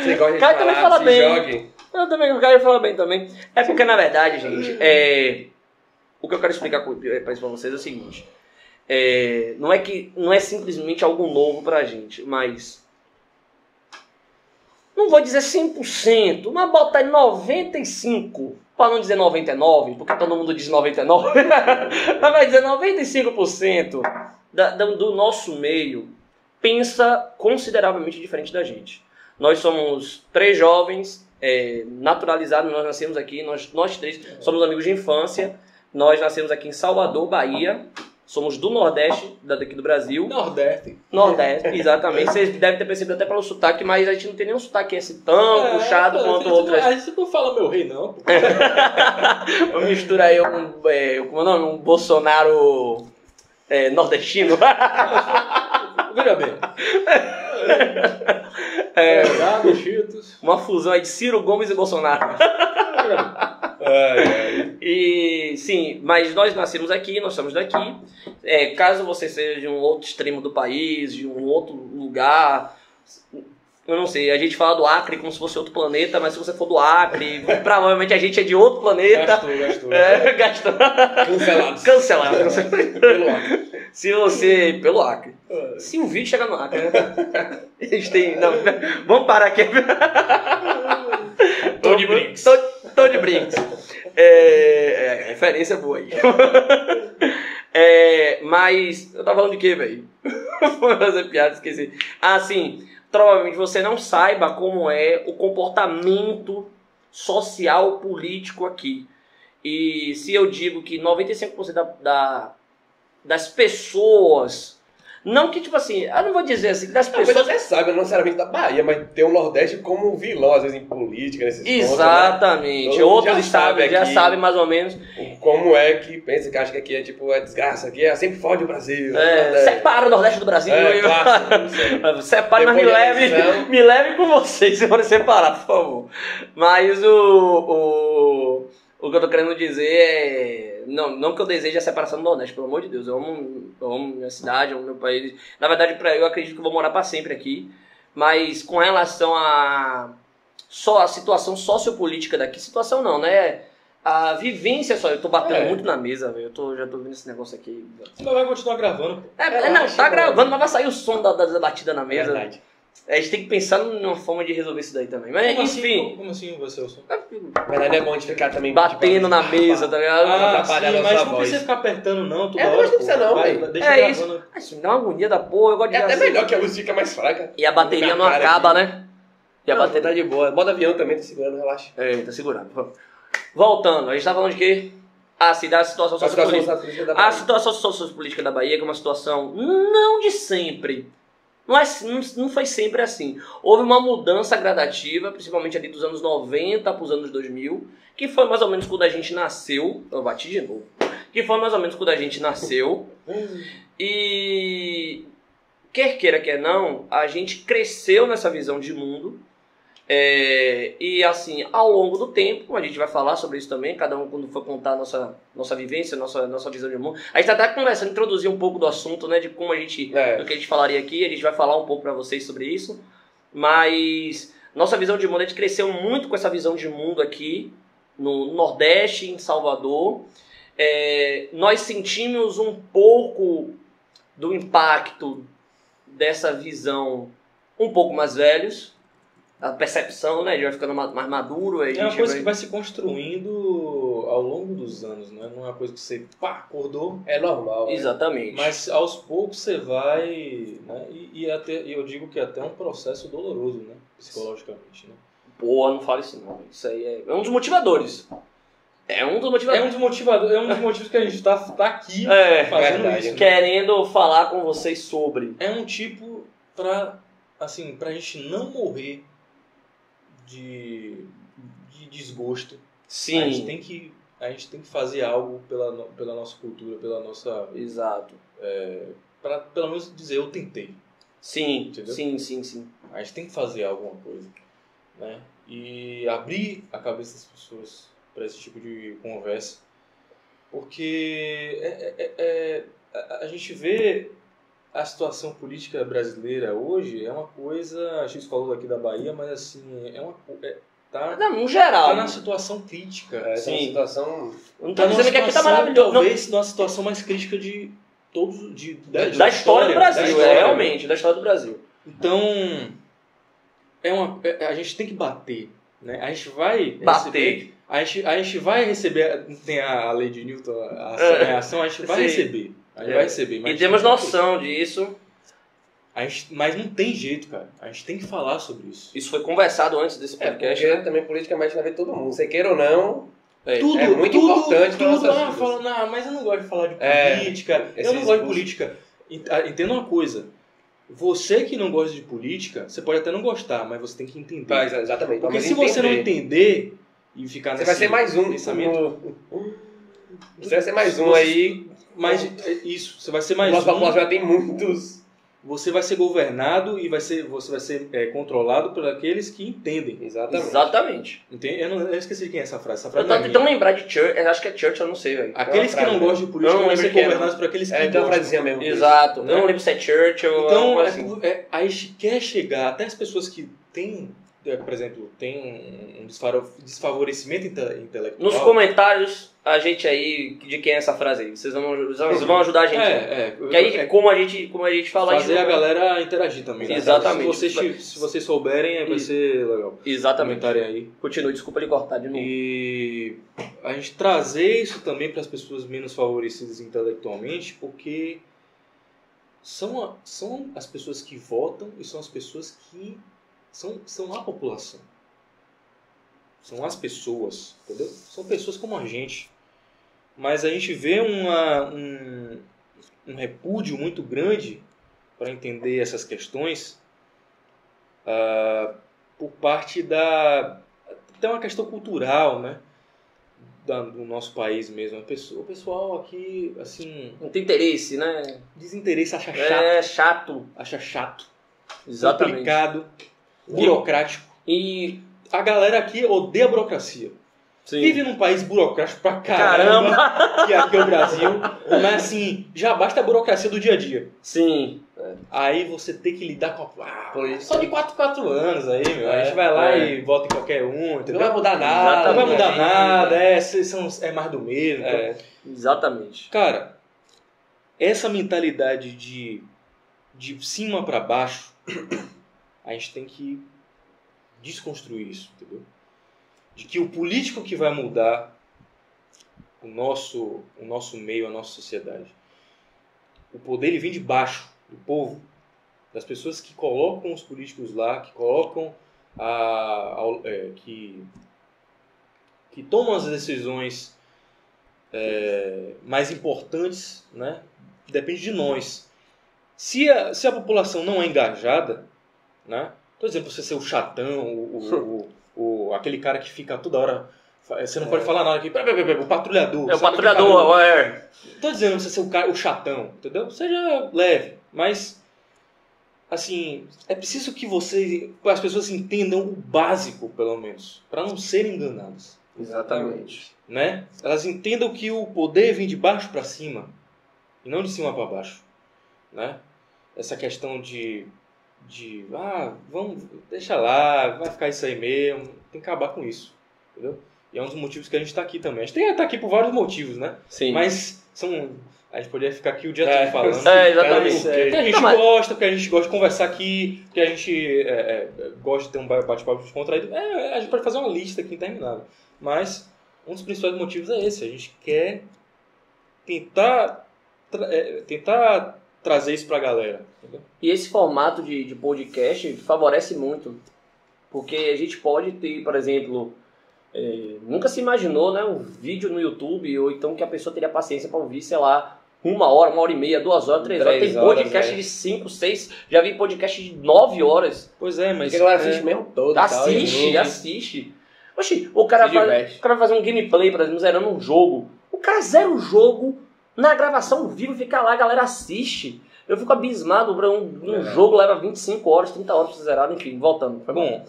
A: Você gosta de
B: Cara, também
A: falar,
B: fala
A: se
B: bem.
A: jogue.
B: Eu também, o cara fala bem também. É porque, na verdade, gente, é... o que eu quero explicar com- eh, pra isso pra vocês é o seguinte. É, Não é que não é simplesmente algo novo pra gente, mas... Não vou dizer 100%, mas bota aí 95%. Pra não dizer 99%, porque todo mundo diz 99%. [laughs] mas vai dizer 95% da- da- do nosso meio pensa consideravelmente diferente da gente. Nós somos três jovens, é, naturalizados, nós nascemos aqui, nós, nós três somos amigos de infância, nós nascemos aqui em Salvador, Bahia, somos do Nordeste, da- daqui do Brasil.
C: Nordeste.
B: Nordeste, exatamente. Vocês devem ter percebido até pelo sotaque, mas a gente não tem nenhum sotaque esse tão puxado quanto outras
C: É, então, assim, A gente não é. fala meu rei, não. pô.
B: Mistura aí um, é, como é o nome? Um Bolsonaro é, nordestino. [laughs]
C: Veja bem. [laughs] É, Gado, Cheetos.
B: Uma fusão aí de Ciro Gomes e Bolsonaro.
C: Veja bem. É,
A: Ai, ai.
B: E sim, mas nós nascemos aqui, nós somos daqui. É, caso você seja de um outro extremo do país, de um outro lugar. Eu não sei, a gente fala do Acre como se fosse outro planeta, mas se você for do Acre, [laughs] provavelmente a gente é de outro planeta.
C: Gastou, gastou.
B: É, gastou.
A: Cancelados.
B: Cancelado. cancelado.
A: Pelo ar.
B: Se você. pelo Acre. Se o vídeo chegar no Acre, né? Eles têm. Não, [laughs] vamos parar aqui.
C: Tô de Brinks.
B: Tô, tô de Brinks. É, é, referência boa aí. [laughs] É, mas. Eu tava falando de quê, velho? [laughs] Vou fazer piada, esqueci. Ah, sim. Provavelmente você não saiba como é o comportamento social político aqui. E se eu digo que 95% da, da- das pessoas. Não que, tipo assim, eu não vou dizer assim, das
A: Mas
B: pessoas.
A: você sabe, não necessariamente da Bahia, mas tem o Nordeste como um vilão, às vezes, em política, nesses pontos, né?
B: Exatamente.
A: Todo mundo
B: Outros
A: né? já
B: estados
A: sabe
B: já
A: aqui.
B: sabem mais ou menos.
A: né? Como é que pensa que acha que aqui é tipo, é desgraça, aqui é sempre fode o Brasil.
B: É, separa o Nordeste do Brasil.
A: É,
B: eu-
A: clássico, isso aí.
B: Separe, é mas me
A: Depois da
B: leve,
A: eleição.
B: me leve com vocês se forem separar, por favor. Mas o, o, o que eu tô querendo dizer é. Não, não que eu deseje a separação do Nordeste, pelo amor de Deus. Eu amo, eu amo minha cidade, eu amo meu país. Na verdade, pra, eu acredito que eu vou morar pra sempre aqui. Mas com relação a. Só a situação sociopolítica daqui, situação não, né? A vivência só. Eu tô batendo
A: É.
B: muito na mesa, velho. Eu tô, já tô vendo esse negócio aqui.
C: Você não vai continuar gravando, pô.
B: É,
A: Relaxa,
B: não, tá
A: mano.
B: gravando, mas vai sair o som da, da, da batida [laughs] na
A: É
B: mesa.
A: verdade.
B: A gente tem que pensar numa forma de resolver isso daí também. Mas,
C: Como
B: enfim.
C: assim, como assim vai ser o som?
A: Na verdade, é bom a gente ficar também... tipo,
B: Batendo na mesa, tá ligado?
C: Ah,
A: atrapalhar
C: sim,
A: a
C: mas
A: sua
C: não
A: voz.
C: precisa ficar apertando não toda
A: É,
C: hora.
A: mas não
C: pô.
A: precisa não,
C: Vai-
A: velho.
C: Deixa
B: É
C: gravando.
B: Ah, Isso me dá uma agonia da porra, eu gosto de
A: É até
B: assim.
A: melhor que a luz fica mais fraca.
B: E a bateria não
A: Cara,
B: acaba, né? E a
A: Não,
B: bateria.
A: tá de boa. Bota avião também, tá segurando, relaxa.
B: É, tá segurando. Voltando, a gente tá falando de quê? Ah, sim, da situação
A: A situação
B: sociopolítica.
A: sociopolítica da
B: A
A: Bahia.
B: situação sociopolítica da Bahia que é uma situação não de sempre, Não, é, não, não foi sempre assim. Houve uma mudança gradativa, principalmente ali dos anos 90 para os anos 2000, que foi mais ou menos quando a gente nasceu. Eu bati de novo. Que foi mais ou menos quando a gente nasceu. E quer queira, quer não, a gente cresceu nessa visão de mundo. É, e assim, ao longo do tempo, a gente vai falar sobre isso também, cada um quando for contar a nossa, nossa vivência, nossa, nossa visão de mundo. A gente tá até conversando, introduzir um pouco do assunto, né? De como a gente.
A: É.
B: do que a gente falaria aqui, a gente vai falar um pouco para vocês sobre isso. Mas nossa visão de mundo, a gente cresceu muito com essa visão de mundo aqui no Nordeste, em Salvador. É, nós sentimos um pouco do impacto dessa visão um pouco mais velhos. A percepção, né? A gente vai ficando ma- mais maduro. aí
C: É uma coisa que vai se construindo ao longo dos anos, né? Não é uma coisa que você pá, acordou,
A: É normal. né?
B: Exatamente.
C: mas aos poucos você vai, né? E, e até, e eu digo que é até um processo doloroso, né? Psicologicamente, né?
B: Pô, não fala isso não. Isso aí é, é um dos motivadores. É um dos
C: É um
B: motivadores.
C: dos motivadores, é um dos motivos que a gente tá, tá aqui
B: É,
C: fazendo
A: verdade.
C: isso. né.
B: Querendo falar com vocês sobre.
C: É um tipo pra, assim, pra gente não morrer de, de desgosto. A gente
B: Sim.
C: Ah, tem que, a gente tem que fazer algo pela, no- pela nossa cultura, pela nossa,
B: Exato.
C: pra, pelo menos dizer eu tentei.
B: Sim,
C: Entendeu?
B: sim, sim, sim.
C: A gente tem que fazer alguma coisa, né? E abrir a cabeça das pessoas para esse tipo de conversa, porque é- é- é- é- a- a gente vê a situação política brasileira hoje é uma coisa, a gente falou aqui da Bahia, mas assim é uma co- é, tá,
B: Não, no geral.
C: tá na situação crítica.
A: É, tá
B: Sim.
A: uma situação.
B: Eu não tô dizendo que aqui tá
C: situação,
B: maravilhoso. Não,
C: Talvez numa situação mais crítica de todos de,
B: da, da história do Brasil,
C: da
B: é,
C: história.
B: realmente, da história do Brasil.
C: Então, é uma, é- a gente tem que bater, né? A gente vai
B: Bater.
C: receber- a, gente, a gente vai receber, tem a, a lei de Newton, a ação,
B: É.
C: e a ação, a gente vai
B: Sim.
C: receber. A gente
B: É.
C: vai receber. mas a
B: E
C: gente
B: temos
C: tem que-
B: noção disso.
C: A gente, mas não tem jeito, cara. A gente tem que falar sobre isso.
B: Isso foi conversado antes desse
A: É,
B: podcast.
A: porque também política mexe na vida de todo mundo. Você queira ou não,
B: É,
C: tudo,
A: é muito
C: tudo,
A: importante pra
C: tudo.
A: nossas
C: Ah,
A: vidas.
C: falando, ah, mas eu não gosto de falar de
A: É,
C: política. eu
A: esses
C: não gosto
A: discursos.
C: de política. Ent- ah, Entenda uma coisa. Você que não gosta de política, você pode até não gostar, mas você tem que entender.
A: faz, exatamente.
C: Porque
A: mas
C: se você não
A: entender,
C: entender e ficar
A: você vai ser mais um.
C: pensamento.
A: no- [laughs] Você vai ser mais um aí.
C: Mas é
B: um.
C: isso, você vai ser mais
A: Nossa
C: um,
A: população já tem muitos.
C: você vai ser governado e vai ser, você vai ser é, controlado por aqueles que entendem.
A: Exatamente.
B: Exatamente.
C: Entende? Eu, não, eu esqueci de quem é essa frase. Essa
B: Eu
C: frase
B: tô
C: não é
B: tentando
C: minha.
B: lembrar de Church, eu acho que é Church, eu não sei, velho.
C: Aqueles que
A: frase,
C: não
A: né?
C: gostam de política
B: Eu não é
C: vão ser
B: lembro quem era.
C: governados por aqueles que
A: É, então, uma
C: gostam.
A: frasezinha mesmo.
B: Exato. Eu
C: É.
B: não lembro se é Church ou
C: Então,
B: algo
C: é,
B: assim.
C: tudo- é, a gente quer chegar até as pessoas que têm, é, por exemplo, têm um, um desfaro- desfavorecimento inte- intelectual.
B: Nos comentários, a gente aí, de quem é essa frase aí? Vocês vão, vocês vão ajudar a gente.
C: É, é.
B: Que aí,
C: é,
B: como a gente, como a gente fala a gente
C: fazer a
B: não-
C: galera interagir também. né?
B: Exatamente.
C: Se vocês, se vocês souberem, vai
B: E-
C: ser legal.
B: Exatamente.
C: Comentarem aí.
B: Continua, desculpa ele cortar de novo.
C: E a gente trazer isso também para as pessoas menos favorecidas intelectualmente, porque são, a- são as pessoas que votam e são as pessoas que são, são a população. São as pessoas, entendeu? São pessoas como a gente. Mas a gente vê uma, um, um repúdio muito grande para entender essas questões ah, por parte da, até uma questão cultural, né? Da- do nosso país mesmo. A pessoa- o pessoal aqui, assim,
B: Não tem interesse, né?
C: desinteresse, acha chato.
B: É chato.
C: Acha chato.
B: Exatamente.
C: Complicado. Burocrático.
B: E.
C: A galera aqui odeia a burocracia. Vive num país burocrático pra caramba,
B: Caramba!
C: que aqui é o Brasil. Mas assim, já basta a burocracia do dia a dia.
B: Sim.
C: Aí você tem que lidar com a. Ah,
A: Política.
C: só de 4 4 anos aí, meu. a
A: É,
C: gente vai lá
B: é.
C: e vota em qualquer um,
A: Não
C: entendeu?
A: vai mudar nada. né?
C: Não vai
B: Exatamente.
C: mudar nada, é, são, é mais do mesmo. então.
A: É.
B: Exatamente.
C: Cara, essa mentalidade de de cima pra baixo, a gente tem que desconstruir isso, entendeu? De que o político que vai mudar o nosso o nosso meio, a nossa sociedade. O poder ele vem de baixo, do povo, das pessoas que colocam os políticos lá, que colocam a, a- é, que que tomam as decisões é, mais importantes, né? Depende de nós. Se a, se a população não é engajada, né? Tô dizendo pra você ser o chatão, o, o- o- o- aquele cara que fica toda hora. fa- é, Você não pode falar nada aqui. pera, pera, pera, pera, O patrulhador.
B: É o
C: sabe aquele cara-
B: patrulhador, é.
C: Tô dizendo pra você ser o, cara, o chatão, entendeu? Seja leve, mas assim, é preciso que você as pessoas entendam o básico, pelo menos, para não serem enganadas,
B: é. Exatamente.
C: né? Elas entendam que o poder vem de baixo para cima e não de cima para baixo, né? Essa questão de de ah, vamos, deixa lá, vai ficar isso aí mesmo, tem que acabar com isso, entendeu? E é um dos motivos que a gente tá aqui também. A gente tem, tá aqui por vários motivos, né?
A: Sim.
C: Mas são. A gente poderia ficar aqui o dia
A: É,
C: todo falando.
B: É,
A: Mas-
B: exatamente.
C: Porque a gente
B: Não, mas-
C: gosta, porque a gente gosta de conversar aqui, porque a gente é, é, gosta de ter um ba- bate-papo descontraído. É, a gente pode fazer uma lista aqui interminável. Mas um dos principais motivos é esse. A gente quer tentar, tra- é, tentar trazer isso pra galera. entendeu?
B: E esse formato de, de podcast favorece muito, porque a gente pode ter, por exemplo, eh, nunca se imaginou né, um vídeo no YouTube, ou então que a pessoa teria paciência para ouvir, sei lá, uma hora, uma hora e meia, duas horas, três, horas.
A: Três
B: Tem
A: horas,
B: podcast
A: né?
B: de cinco, seis, já vi podcast de nove horas.
C: Pois é, mas.
A: Porque a galera
C: é,
A: assiste mesmo todo.
B: assiste,
A: tal,
B: assiste. Oxi, o cara,
A: Se
B: faz,
A: diverte.
B: o cara vai fazer um gameplay, por exemplo, zerando um jogo. O cara zera o jogo na gravação ao vivo, fica lá, a galera assiste. Eu fico abismado, pra um, um
A: É.
B: jogo leva 25 horas, 30 horas pra zerar, enfim, voltando. Foi
C: Tá
B: bom.
C: Bom,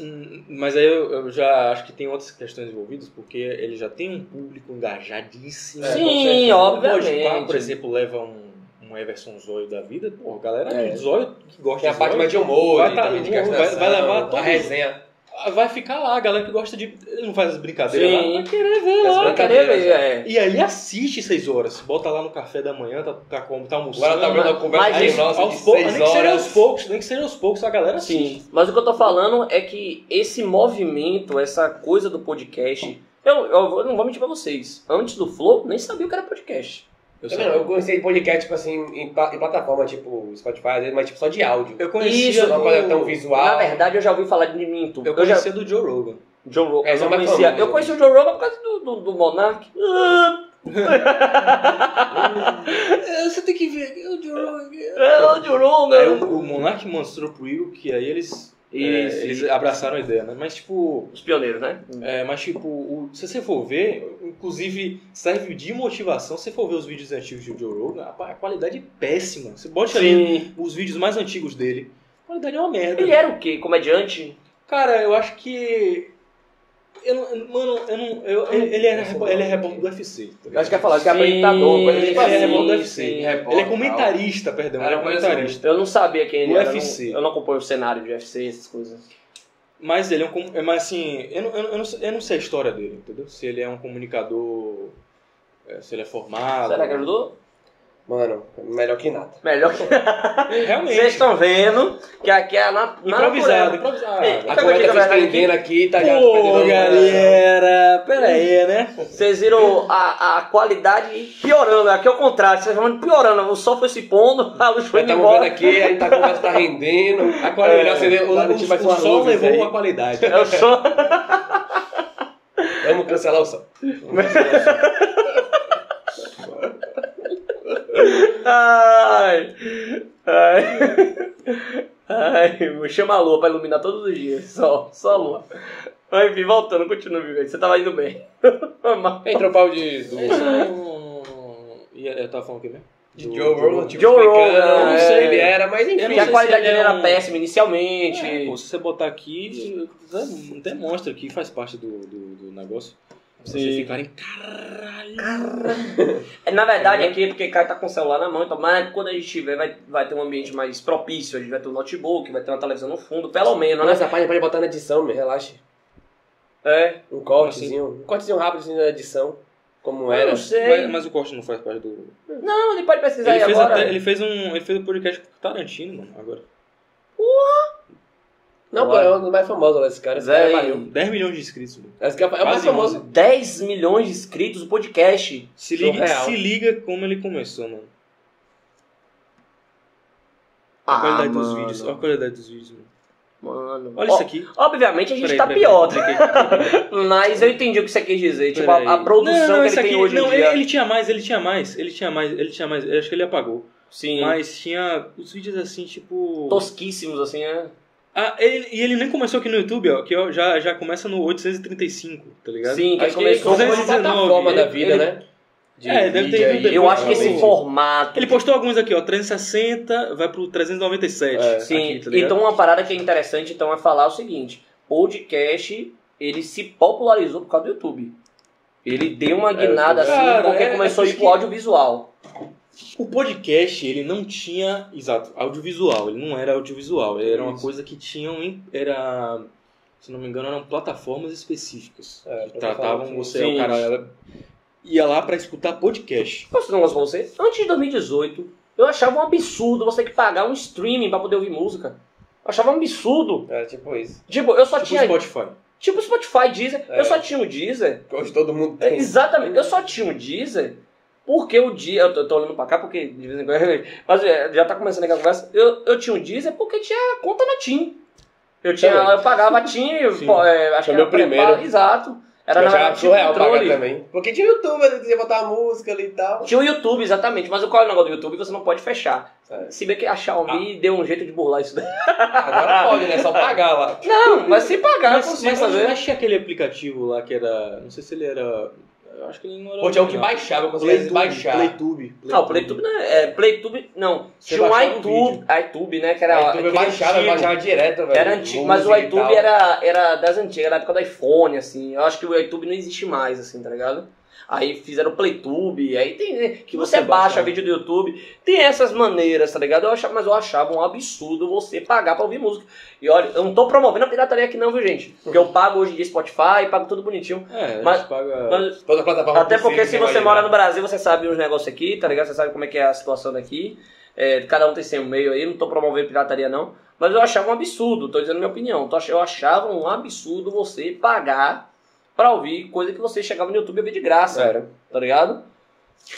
C: hum, mas aí eu, eu já acho que tem outras questões envolvidas, porque ele já tem um público engajadíssimo.
A: É,
B: Sim,
C: O
B: obviamente.
C: Podpah, por exemplo, leva um, um Everson Zóio da vida, pô, a galera
A: É.
C: de Zóio que gosta
A: Tem a
C: de
A: parte
C: Zóio,
A: mais de humor,
C: Vai
A: de-
C: tá-
A: também de
C: vai-
A: gastação,
C: vai levar todos.
A: a resenha.
C: Ah, vai ficar lá, a galera que gosta de. Não faz as brincadeiras
B: Sim.
C: lá, vai querer ver
A: As
C: lá.
B: Pra
A: brinca-
B: querer ver, é.
C: E aí assiste seis horas, bota lá no café da manhã, tá, tá, como- tá almoçando.
A: Agora tá abrindo uma conversa
B: Mas
A: aí,
B: isso,
A: nossa de
C: aos poucos, nem
A: seis
C: que seja aos
A: horas.
C: poucos, nem que seja aos poucos, a galera assiste.
B: Sim, mas o que eu tô falando é que esse movimento, essa coisa do podcast. Eu, eu- eu não vou mentir pra vocês. Antes do Flow, nem sabia o que era podcast.
C: É Eu,
A: Eu,
C: sei.
A: não, eu conheci podcast, tipo assim, em, pla- em plataforma, tipo Spotify, mas tipo só de áudio.
C: eu
B: Isso,
C: conhecia
A: não é uma
C: do-
A: coisa tão visual.
B: Na verdade, eu já ouvi falar de Minto.
C: eu
B: Eu já,
C: conhecia do Joe Rogan.
B: Joe Rogan.
A: É,
B: eu,
A: só
B: não
A: mais
B: conhecia.
A: famoso.
B: eu conheci o Joe Rogan por causa do, do, do Monark. Ah,
C: É, Você tem que ver. O Joe Rogan.
B: é o Joe Rogan.
C: É, o, o Monark mostrou pro Igor que aí eles, é,
B: Isso,
C: eles
B: isso.
C: abraçaram a ideia, né? Mas tipo,
B: Os pioneiros, né?
C: é, mas tipo, o- se você for ver, inclusive serve de motivação, se você for ver os vídeos antigos do Joe Rogan, a, a qualidade é péssima. Você bote ali
B: Sim.
C: os vídeos mais antigos dele, a qualidade é uma merda.
B: Ele era o quê? Comediante?
C: Cara, eu acho que eu não, mano, eu não, eu- ele, ele é, repor- ele é repórter do UFC. tá ligado?
A: Eu acho que ia falar, acho que é
B: Sim,
A: apresentador, coisa tipo
C: ele é
A: assim.
C: repórter do
B: sim,
C: UFC.
B: sim,
A: repórter,
C: Ele é comentarista, perdão, ele
A: Era
C: é
A: uma coisa
C: comentarista.
B: Ah, assim. Eu não sabia quem ele
C: O
B: era. eu não-
C: UFC.
B: Eu não acompanho o cenário de UFC, essas coisas.
C: Mas ele é um. com- é, Mas assim, eu não, eu, não, eu não sei- eu não sei a história dele, entendeu? Se ele é um comunicador. é, Se ele é formado.
B: Será que ajudou?
A: Mano, melhor que nada.
B: Melhor que.
C: Realmente.
B: [laughs] Vocês estão vendo que aqui é na. na
C: improvisado, Ah,
B: natureza.
C: improvisado.
B: Ei,
A: A
B: Sabe
A: coisa
B: onde
A: tá
B: que
A: se
B: vai
A: estendendo aqui, tá ligado?
C: Pô,
A: Perdedor,
C: galera, pera aí, né?
B: Vocês viram a, a qualidade piorando. Aqui é o contrário. Vocês vão piorando. O sol foi se pondo, [laughs] a luz foi
A: Nós estamos vendo
B: indo embora.
A: aqui, aí tá, a conversa tá rendendo. É,
C: A qualidade.
A: Melhor acender
C: o,
A: lá no time, vai
C: o,
A: ser uma
C: sol
A: luz
C: levou
A: aí.
C: a [laughs] qualidade.
B: É o sol.
A: Vamos cancelar o som.
B: Ai, ai, ai, chama a lua pra iluminar todos os dias, só, só a lua. Mas, enfim, voltando, continua, viu, você tava indo bem. [laughs] Mas-
A: Entrou o pau de... Do,
C: Isso, não- não- não- E eu tava falando o que mesmo?
A: de
C: Do-
A: Joe
C: do-
A: Rogan, tipo,
B: Joe
A: explicando,
B: Rogan,
A: não sei
B: é.
A: ele era, mas enfim.
C: Eu não
B: E
C: sei
B: a
C: se
B: qualidade
C: ele
B: dele
C: é
B: era
C: um-
B: péssima inicialmente.
C: É, pô, se você botar aqui, demonstra que faz parte do, do, do negócio. Pra vocês
B: Sim.
C: ficarem. Caralho!
B: Na verdade, aqui é porque o cara tá com o celular na mão, então, mas quando a gente tiver, vai, vai ter um ambiente mais propício, a gente vai ter um notebook, vai ter uma televisão no fundo, pelo menos, né?
A: Essa página pode botar na edição, meu, relaxa.
B: É,
A: Um cortezinho, um cortezinho rápido assim, na edição, como
B: eu
A: era.
B: não sei.
C: Mas, mas o corte não faz parte do.
B: Não, ele pode pesquisar
C: Ele
B: aí
C: fez,
B: agora.
C: até- ele fez um. Ele fez um podcast com o Tarantino, mano. Agora.
A: Não, pô,
B: Bora.
A: é um dos mais famosos lá, esse cara. Esse
B: Zé
A: cara é
B: aí.
A: barril.
C: 10 milhões de inscritos, mano.
A: Esse cara é o mais
C: Quase
A: famoso.
B: 10 milhões de inscritos no podcast.
C: Se liga,
A: Surreal.
C: se liga como ele começou, mano. A
B: Ah,
C: qualidade dos
B: mano.
C: vídeos. Olha a qualidade dos vídeos, mano.
B: Mano.
C: Olha
B: Ó,
C: isso aqui.
B: Obviamente a gente
C: Peraí,
B: tá
C: peraí,
B: pior, tá?
C: peraí, peraí, peraí.
B: mas eu entendi o que você quis dizer. Tipo,
C: Peraí.
B: a, a produção
C: Não, não,
B: que
C: isso
B: ele tem
C: aqui-
B: hoje
C: não,
B: em dia.
C: Ele, ele tinha mais, ele tinha mais, ele tinha mais, ele tinha mais. Eu acho que ele apagou.
B: Sim.
C: Mas tinha os vídeos assim, tipo.
B: Tosquíssimos, assim, né?
C: Ah, ele- e ele nem começou aqui no YouTube, ó, que ó, já, já começa no 835, tá ligado?
B: Sim, que
A: Acho que é
B: começou.
A: começou com uma
C: 219,
A: plataforma da
C: ele-
A: vida,
C: ele-
A: né?
C: É, deve ter ido
A: aí.
C: depois,
B: Eu acho que esse
A: Realmente.
B: formato.
C: Ele postou alguns aqui, ó, 360, vai pro 397.
A: É.
B: Sim,
C: aqui, tá ligado?
B: então uma parada que é interessante então é falar o seguinte: podcast ele se popularizou por causa do YouTube. Ele deu
C: É,
B: uma guinada assim,
C: Cara,
B: porque
C: é-
B: começou a ir
C: acho
B: pro
C: que-
B: audiovisual.
C: O podcast, ele não tinha, exato, audiovisual, ele não era audiovisual, ele era uma
A: Isso.
C: coisa que tinham, em- era, se não me engano, eram plataformas específicas.
A: É,
C: que tratavam
A: plataformas,
C: você,
B: sim.
C: o cara ela- ia lá pra escutar podcast.
B: Posso dizer um negócio pra você? Antes de 2018, eu achava um absurdo você ter que pagar um streaming pra poder ouvir música. Eu achava um absurdo.
A: É, tipo isso.
B: Tipo, eu só
C: Tipo
B: tinha.
C: Spotify.
B: Tipo Spotify, Deezer.
A: É.
B: Eu só tinha o Deezer
A: Que Hoje todo mundo
B: É,
A: tem.
B: Exatamente. Eu só tinha o Deezer porque o dia. Eu tô, eu tô olhando pra cá porque de vez em quando. Mas é, já tá começando aqui a conversa. Eu, eu tinha o Deezer porque tinha conta na TIM. Eu, tinha,
A: Também.
B: eu pagava a TIM, eu,
C: Sim.
B: pô, é, acho
A: Foi
B: que
A: meu
B: era
A: primeiro.
B: pré- Exato. Era
A: Eu
B: na
A: achava
B: verdade, tinha
A: surreal pagar
B: controle.
A: também. Porque tinha YouTube, ele dizia botar música ali e tal.
B: Tinha o YouTube, exatamente. Mas qual é o negócio do YouTube? Você não pode fechar.
A: É.
B: Se bem que a Xiaomi deu um jeito de burlar isso daí.
A: Agora [laughs] pode, né? Só pagar lá.
B: Não, [laughs] mas né? se pagar, eu
C: Mas,
B: consigo
C: mas,
B: fazer.
C: mas tinha aquele aplicativo lá que era, não sei se ele era, eu acho que ele não era...
A: Ou tinha um que
C: original.
A: baixava, eu conseguia
C: PlayTube,
A: baixar.
C: PlayTube.
B: Não, o PlayTube não é. é, PlayTube, não.
C: Você
B: tinha um
C: baixava o
B: iTube, iTube, né? Que era.
A: O
B: aquele
A: YouTube baixava,
B: antigo.
A: baixava direto, é velho.
B: Era antigo, mas o
A: Música e tal.
B: iTube era, era das antigas, era da época do iPhone, assim. Eu acho que o iTube não existe mais, assim, tá ligado? Aí fizeram o PlayTube, aí tem. né, Que você,
C: Você
B: baixa,
C: baixa.
B: vídeo do YouTube. Tem essas maneiras, tá ligado? Eu achava, mas eu achava um absurdo você pagar pra ouvir música. E olha, eu não tô promovendo a pirataria aqui, não, viu, gente? Porque eu pago hoje em dia Spotify, pago tudo bonitinho.
C: É,
B: Mas-
C: mas, paga...
B: Mas
A: Toda plataforma
B: até porque se
A: possível,
B: você
A: né?
B: mora no Brasil, você sabe os negócios aqui, tá ligado? Você sabe como é que é a situação daqui. É, cada um tem seu meio aí, não tô promovendo pirataria não. Mas eu achava um absurdo, tô dizendo minha opinião. Tô ach- Eu achava um absurdo você pagar pra ouvir coisa que você chegava no YouTube e ouvir de graça,
A: Era.
B: tá ligado?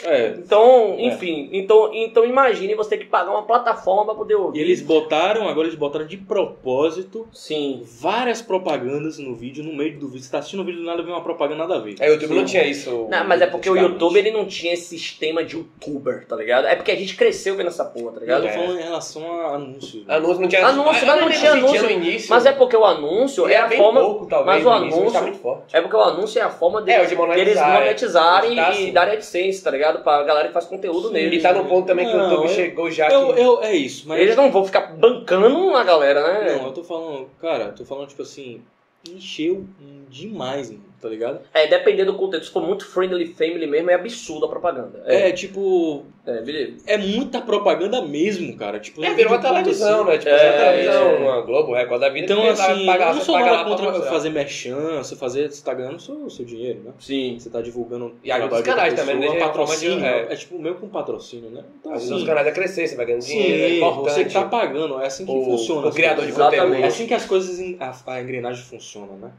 C: É,
B: Então, enfim, então, então imagine você ter que pagar uma plataforma pra poder ouvir.
C: e eles botaram, agora eles botaram de propósito
B: Sim.
C: várias propagandas no vídeo, no meio do vídeo. Você tá assistindo o vídeo do nada, vem uma propaganda nada a ver.
A: É, o YouTube não
C: Sim.
A: tinha isso.
B: Não, mas é porque o
A: antigamente.
B: YouTube ele não tinha esse sistema de youtuber, tá ligado? É porque a gente cresceu vendo essa porra, tá
C: Eu
B: ligado?
C: tô
A: É.
C: falando em relação a anúncios. né?
A: Anúncio não tinha
B: Anúncio,
A: Ah,
B: mas não
A: ele existia
B: tinha anúncio.
A: No início.
B: Mas é porque o anúncio
A: Ele
B: é
A: era
B: a
A: bem
B: forma.
A: pouco, talvez,
B: mas o
A: no início,
B: anúncio-
A: tá muito forte.
B: É porque o anúncio é a forma
A: É,
B: deles,
A: de
B: deles
A: monetizar. é. Tá,
B: monetizarem e
C: assim.
A: sim.
B: darem AdSense, tá ligado? Pra galera que faz conteúdo
A: E
B: neles.
A: tá no ponto também que o
C: Não,
A: YouTube
C: eu-
A: chegou já
C: Eu,
A: que...
C: eu, é isso, assim, mas.
B: Eles não vão ficar bancando a galera, né?
C: Não, eu tô falando, cara, eu tô falando tipo assim, encheu demais, mano, tá ligado?
B: É, dependendo do conteúdo. Se for muito friendly family mesmo, é absurdo a propaganda. É,
C: É, tipo,
B: é, beleza.
C: é muita propaganda mesmo, cara. Tipo,
A: É,
C: um
A: virou uma
C: vídeo curto
A: televisão,
C: assim.
A: né? Tipo,
B: É,
A: uma televisão,
B: é.
A: uma Globo, Record da vida.
C: Então,
A: que tentava
C: assim,
A: pagar-
C: eu não sou
A: pagar
C: nada
A: lá pra
C: contra
A: mostrar.
C: fazer merchan, você fazer, você tá ganhando o seu, o seu dinheiro, né?
B: Sim.
C: Você tá divulgando
A: E ajuda
C: trabalho
A: os
C: de outra
A: canais também,
C: pessoa, é um
A: né? De
C: patrocínio.
A: forma de-
C: é. tipo meio com patrocínio, né? Então,
A: Ajuda os
C: assim,
A: canais a crescer, você vai ganhando
C: sim,
A: dinheiro, é importante.
C: você que tá pagando, é assim que
A: O-
C: funciona.
A: o
C: as
A: criador de
C: coisas.
B: conteúdo.
C: É assim que as coisas, em- a, a engrenagem funciona, né?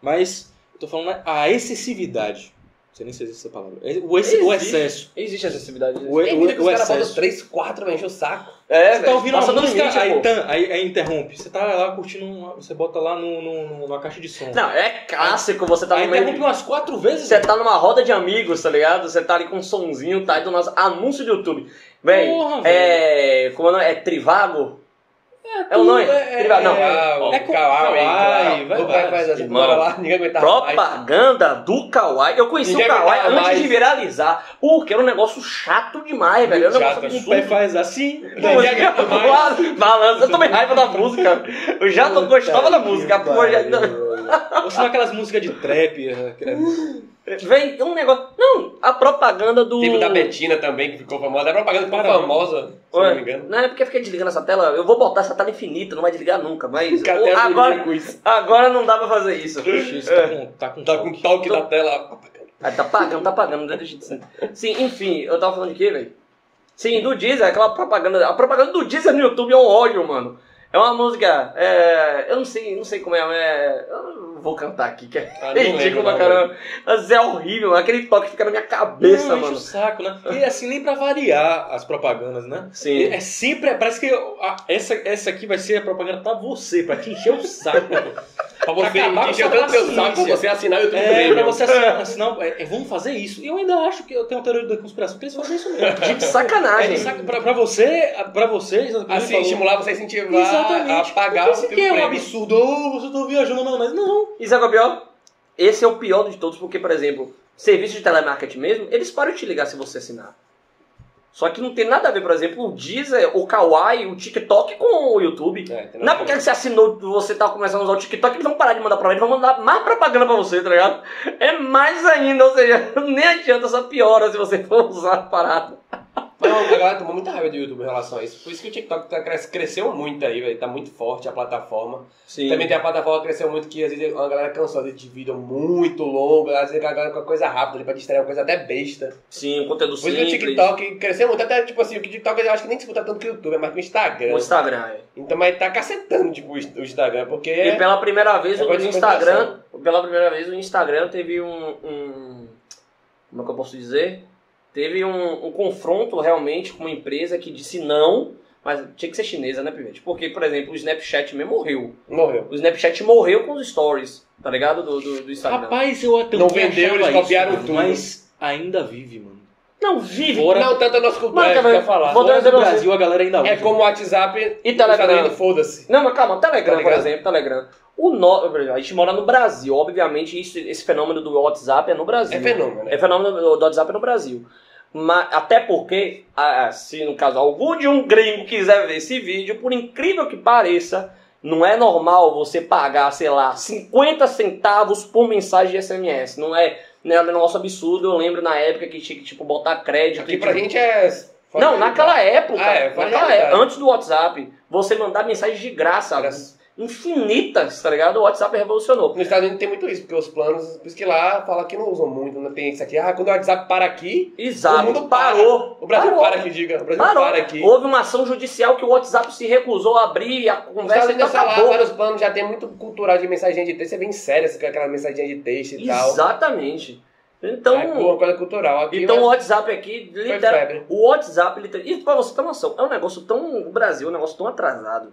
C: Mas, eu tô falando né, a excessividade. Não sei nem se existe essa palavra. É- O, ex- o
B: Existe.
C: excesso.
B: Existe acessibilidade.
C: O,
A: Tem vida que
C: o,
A: os
C: o
A: caras botam
C: excesso.
A: 3, 4, vai encher o saco.
B: É,
C: Você tá
B: velho,
C: ouvindo uma
B: passa do
C: música,
B: limite,
C: aí, tá-
B: pô.
C: tan, aí, aí interrompe. Você tá lá curtindo, uma- você bota lá no, no, no- na caixa de som.
B: Não, é clássico, você tá
C: aí
B: no meio
C: interrompe umas quatro vezes.
B: Você tá numa roda de amigos, tá ligado? Você tá ali com um sonzinho, tá aí do nosso anúncio do YouTube. Véi,
C: Porra,
B: é. Como é o nome? É Trivago? É, o nome?
C: é-
B: Trivago, não.
C: é-
A: o
C: é com-
A: Kawaii,
C: Kawaii, vai
A: O cara
C: vários.
A: faz assim,
B: Irmão,
A: bora lá, ninguém aguentava mais.
B: Propaganda do Kawaii. Eu conheci
A: Ninguém
B: o Kawaii
A: aguentava
B: antes
A: mais.
B: de viralizar. Porque era um negócio chato demais, velho. Era
A: Muito
B: um negócio
A: chato,
C: O pé
B: absurdo.
C: faz assim.
A: Não,
B: Pô,
A: já aguenta mais.
B: claro, Balança, eu tomei raiva da música. Eu já não gostava Ah, da música. Pô, já,
C: Ou senão aquelas músicas de trap.
B: [laughs]
C: é, que é-
B: Vem um negócio. Não, a propaganda do.
A: Teve o Tipo da Betina também, que ficou famosa. A propaganda ficou
C: Caramba.
A: famosa, se
B: Ué,
A: não me engano.
B: Não é porque fica desligando essa tela. Eu vou botar essa tela infinita, não vai desligar nunca, mas.
A: Fica até
B: Ô,
A: dormir
B: agora,
A: com isso.
B: agora não dá pra fazer isso.
C: X, tá com, tá com
A: Tá com
C: toque.
A: toque da tela.
B: Ah, tá pagando, tá pagando, não deixa de ser. Sim, enfim, eu tava falando de quê, velho? Sim, do Deezer, aquela propaganda. A propaganda do Deezer no YouTube é um ódio, mano. É uma música. é, eu não sei, não sei como é, é. Eu não vou cantar aqui, que é
A: Ah, não lembro,
B: ridículo pra
A: não,
B: caramba. Mas é horrível, mano. aquele toque fica na minha cabeça,
C: Não, enche o
B: mano.
C: saco, né? E assim, nem pra variar as propagandas, né?
B: Sim.
C: É sempre, parece que a- essa, essa aqui vai ser a propaganda pra você, pra te encher o saco.
A: Pra você
C: acabar com
A: encher
C: essa
A: tanto seu
C: paciência.
A: saco, você assinar o YouTube
C: É, pra
A: Premium.
C: você assinar, assinar é, é, vamos fazer isso. E eu ainda acho que eu tenho uma teoria da conspiração, que eles fazem isso mesmo.
B: De sacanagem.
C: É, saca- pra, pra você, pra vocês, né,
A: Assim,
C: falou-
A: estimular você a incentivar
C: Exatamente.
A: a pagar
C: Porque
A: o
C: isso
A: YouTube
C: aqui é um
A: Premium.
C: absurdo. Ou vocês estão viajando na maionese. Não.
B: E sabe qual é o pior? Esse é o pior de todos, porque, por exemplo, serviço de telemarketing mesmo, eles param de te ligar se você assinar. Só que não tem nada a ver, por exemplo, o Deezer, o Kawaii, o TikTok com o YouTube.
A: É, tem
B: Não é
A: nada
B: porque você assinou, você tá começando a usar o TikTok, eles vão parar de mandar pra lá, eles vão mandar mais propaganda pra você, tá ligado? É mais ainda, ou seja, [laughs] nem adianta, só piora se você for usar a parada.
A: Mas a galera tomou muita raiva do YouTube em relação a isso. Por isso que o TikTok tá cres- cresceu muito aí, velho. Tá muito forte a plataforma.
B: Sim.
A: Também tem a plataforma que cresceu muito que às vezes a galera cansou de vídeo muito longo. Às vezes a galera com coisa rápida ali pra distrair uma coisa até besta.
B: Sim, o conteúdo
A: Por isso que é o
B: simples.
A: TikTok cresceu muito. Até tipo assim, o TikTok eu acho que nem disputa tanto que o YouTube, é mais que o Instagram.
B: O Instagram, é.
A: Então, mas tá cacetando tipo, o Instagram, porque.
B: E pela primeira vez
A: É
B: o
A: coisa de
B: Instagram, pela primeira vez o Instagram teve um, um- como é que eu posso dizer? Teve um, um confronto realmente com uma empresa que disse não, mas tinha que ser chinesa, né, Pivete? Porque, por exemplo, o Snapchat mesmo morreu.
A: Morreu.
B: O Snapchat morreu com os stories, tá ligado? Do, do, do Instagram.
C: Rapaz, eu até
A: Não
C: também
A: vendeu,
C: achava
A: eles
C: isso,
A: copiaram
C: mano,
A: tudo.
C: Mas ainda vive, mano.
B: não vive.
C: Fora-
A: Não tanto a nossa cultura,
B: Mas,
A: é,
B: cara,
A: quer falar.
B: vou-
C: Fora
B: dar-
C: do
B: dar-
C: Brasil, a galera ainda usa.
A: É como o WhatsApp
B: E Telegram.
A: o Instagram, Foda-se.
B: Não, mas calma, Telegram,
A: Tá
B: por
A: ligado?
B: exemplo, Telegram. O no... A gente mora no Brasil, obviamente isso- esse fenômeno do WhatsApp é no Brasil.
A: É fenômeno, né?
B: É fenômeno do do WhatsApp no Brasil. Mas, até porque, ah, se no caso algum de um gringo quiser ver esse vídeo, por incrível que pareça, não é normal você pagar, sei lá, 50 centavos por mensagem de SMS. Não é, não é um negócio absurdo. Eu lembro na época que tinha que tipo, botar crédito.
A: Aqui
B: e,
A: pra
B: tipo,
A: gente é.
B: Não, naquela época,
A: Ah, é, foi
B: naquela
A: realidade.
B: época, antes do WhatsApp, você mandar mensagem de graça,
A: Era-
B: infinitas, tá ligado? O WhatsApp revolucionou.
A: Nos Estados Unidos tem muito isso, porque os planos, por isso que lá fala que não usam muito, não tem isso aqui. Ah, quando o WhatsApp para aqui,
B: Exato.
A: O mundo
B: parou.
A: o Brasil
B: Parou. né?
A: para aqui, diga. O Brasil
B: Parou.
A: para aqui.
B: Houve uma ação judicial que o WhatsApp se recusou a abrir, a
A: Nos Estados
B: conversa então
A: Unidos, sei lá,
B: acabou.
A: vários planos já tem muito cultural de mensagem de texto, você vem sério, você quer aquela mensagem de texto e tal.
B: Exatamente.
A: É uma
B: Então,
A: coisa cultural. Aqui
B: então o
A: mas
B: WhatsApp aqui
A: foi
B: lidera.
A: febre.
B: O WhatsApp, literal, e pra você ter uma noção, é um negócio tão. O Brasil é um negócio tão atrasado.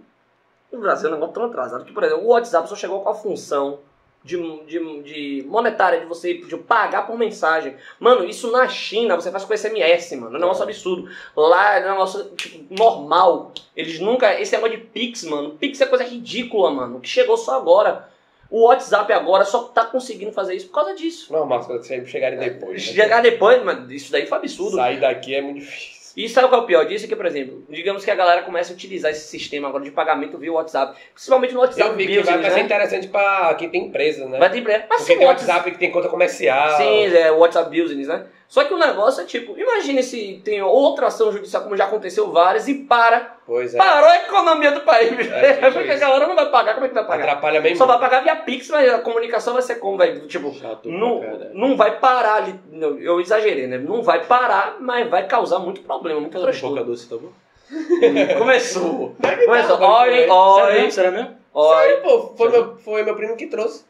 B: O Brasil é um negócio tão atrasado que, por exemplo, o WhatsApp só chegou com a função de, de, de monetária, de você de pagar por mensagem. Mano, isso na China você faz com SMS, mano. É um negócio absurdo. Lá é um negócio tipo, normal. Eles nunca. Esse negócio de Pix, mano. Pix é coisa ridícula, mano. Que chegou só agora. O WhatsApp agora só tá conseguindo fazer isso por causa disso.
A: Não, Márcio, sempre chegarem depois. né?
B: Chegar depois, mano, isso daí foi absurdo.
A: Sair daqui é muito difícil.
B: E sabe qual é o pior disso? É que, por exemplo, digamos que a galera começa a utilizar esse sistema agora de pagamento via WhatsApp. Principalmente no WhatsApp
A: Eu vi que vai vai
B: Business,
A: ser
B: né?
A: interessante pra quem tem empresa, né?
B: Vai ter breve. Mas
A: Porque
B: sim,
A: tem
B: o WhatsApp.
A: WhatsApp que tem conta comercial.
B: Sim, é, o WhatsApp Business, né? Só que o negócio é tipo, imagine se tem outra ação judicial, como já aconteceu várias, e para.
A: Pois é.
B: Parou a economia do país. bicho.
A: É, tipo
B: Porque a
A: isso.
B: galera não vai pagar, como é que vai pagar?
A: Atrapalha mesmo.
B: Só vai pagar via Pix, mas a comunicação vai ser como? Vai, tipo,
C: Chato
B: não,
C: pra caralho.
B: não vai parar ali. não, Eu exagerei, né? Não vai parar, mas vai causar muito problema, muito
C: Aquela boca
B: transtorno.
C: doce, tá bom?
B: Começou.
A: Mas,
B: Começou. Olhem,
C: Será
B: olhem.
C: mesmo? Será mesmo?
B: Olha,
A: Pô, foi meu, foi meu primo que trouxe.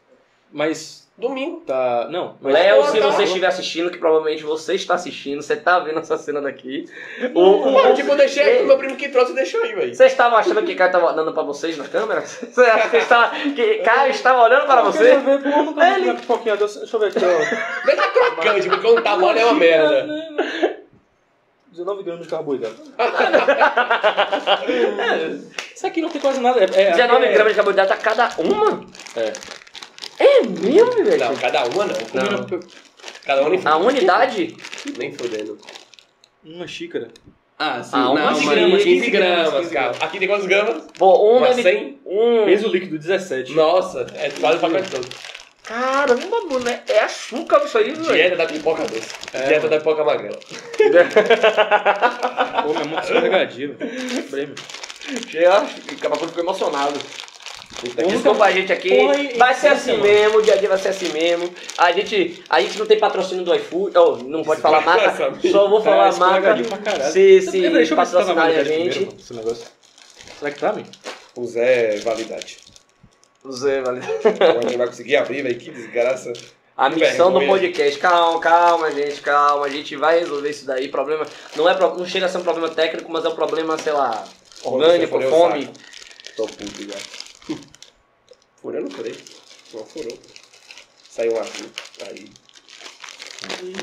C: Mas
A: Domingo.
C: tá... Não. mas-
B: Léo, se
A: Porra,
B: você
A: tá.
B: estiver assistindo, que provavelmente você está assistindo, você está vendo essa cena daqui. O,
A: Mano,
B: o-
A: tipo, eu deixei aqui, meu primo que trouxe e deixou aí, velho.
B: Você estava achando que Caio estava dando para vocês na câmera? [laughs] Você acha que, estava, que Caio estava olhando para
C: Eu
B: você? É,
C: queria ver, pô, eu nunca vi
B: Ele-
C: uma pipoquinha doce. Deixa eu ver aqui,
B: [laughs]
C: ó.
A: Deixa crocante, porque quando tá mole é uma merda.
C: 19 gramas de
B: [laughs]
C: carboidrato. É, Isso aqui não tem quase nada. É, é,
B: 19
C: é-
B: gramas de carboidrato a cada uma?
C: É.
B: É mesmo, velho?
A: Não, cada uma não.
B: Não.
A: Cada uma nem,
B: A unidade?
A: nem fodendo.
C: Uma xícara.
A: Ah, sim.
B: Ah, uma
A: 15
B: xícara,
A: gramas, 15
C: 15 gramas,
A: gramas, cara. Aqui tem quantos gramas?
B: Pô, uma...
A: Umas
B: ele-
A: 100?
B: Um...
C: Peso líquido 17.
A: Nossa, é quase o pacote todo.
B: Caramba, mano, é- é açúcar isso aí, velho.
A: Dieta da pipoca doce.
C: É,
A: Dieta da pipoca magrela.
C: Pô, minha mão tá escorregadia, velho. Prêmio.
B: é, Acabou que ficou emocionado.
A: é Um
B: Desculpa a gente aqui.
C: Porra, e-
B: vai
C: e
B: ser
C: essa
B: assim
C: semana?
B: mesmo, o dia a dia vai ser assim mesmo. A gente, a gente não tem patrocínio do iFood, oh, não pode falar marca,
A: Desgraça,
B: só vou falar
C: é,
B: marca.
C: escorregadio pra caralho.
B: Se, se
C: Peraí, deixa eu ver se tá na
B: patrocinarem a
C: validade
B: gente.
C: primeiro, mano, esse negócio. Será que tá, amigo?
A: O Zé validade.
B: Zé, valeu.
A: Então a gente vai conseguir abrir, velho. Que desgraça.
B: A
A: Que
B: missão do
A: vergonha.
B: podcast. Calma, calma, gente, calma. A gente vai resolver isso daí. Problema. Não, é, pro- não chega a ser um problema técnico, mas é um problema, sei lá,
A: Porra, você
B: orgânico,
A: furou o
B: fome.
A: saco. Tô puto já. Furei ou não furei? Não, furou. Saiu um aqui. Aí.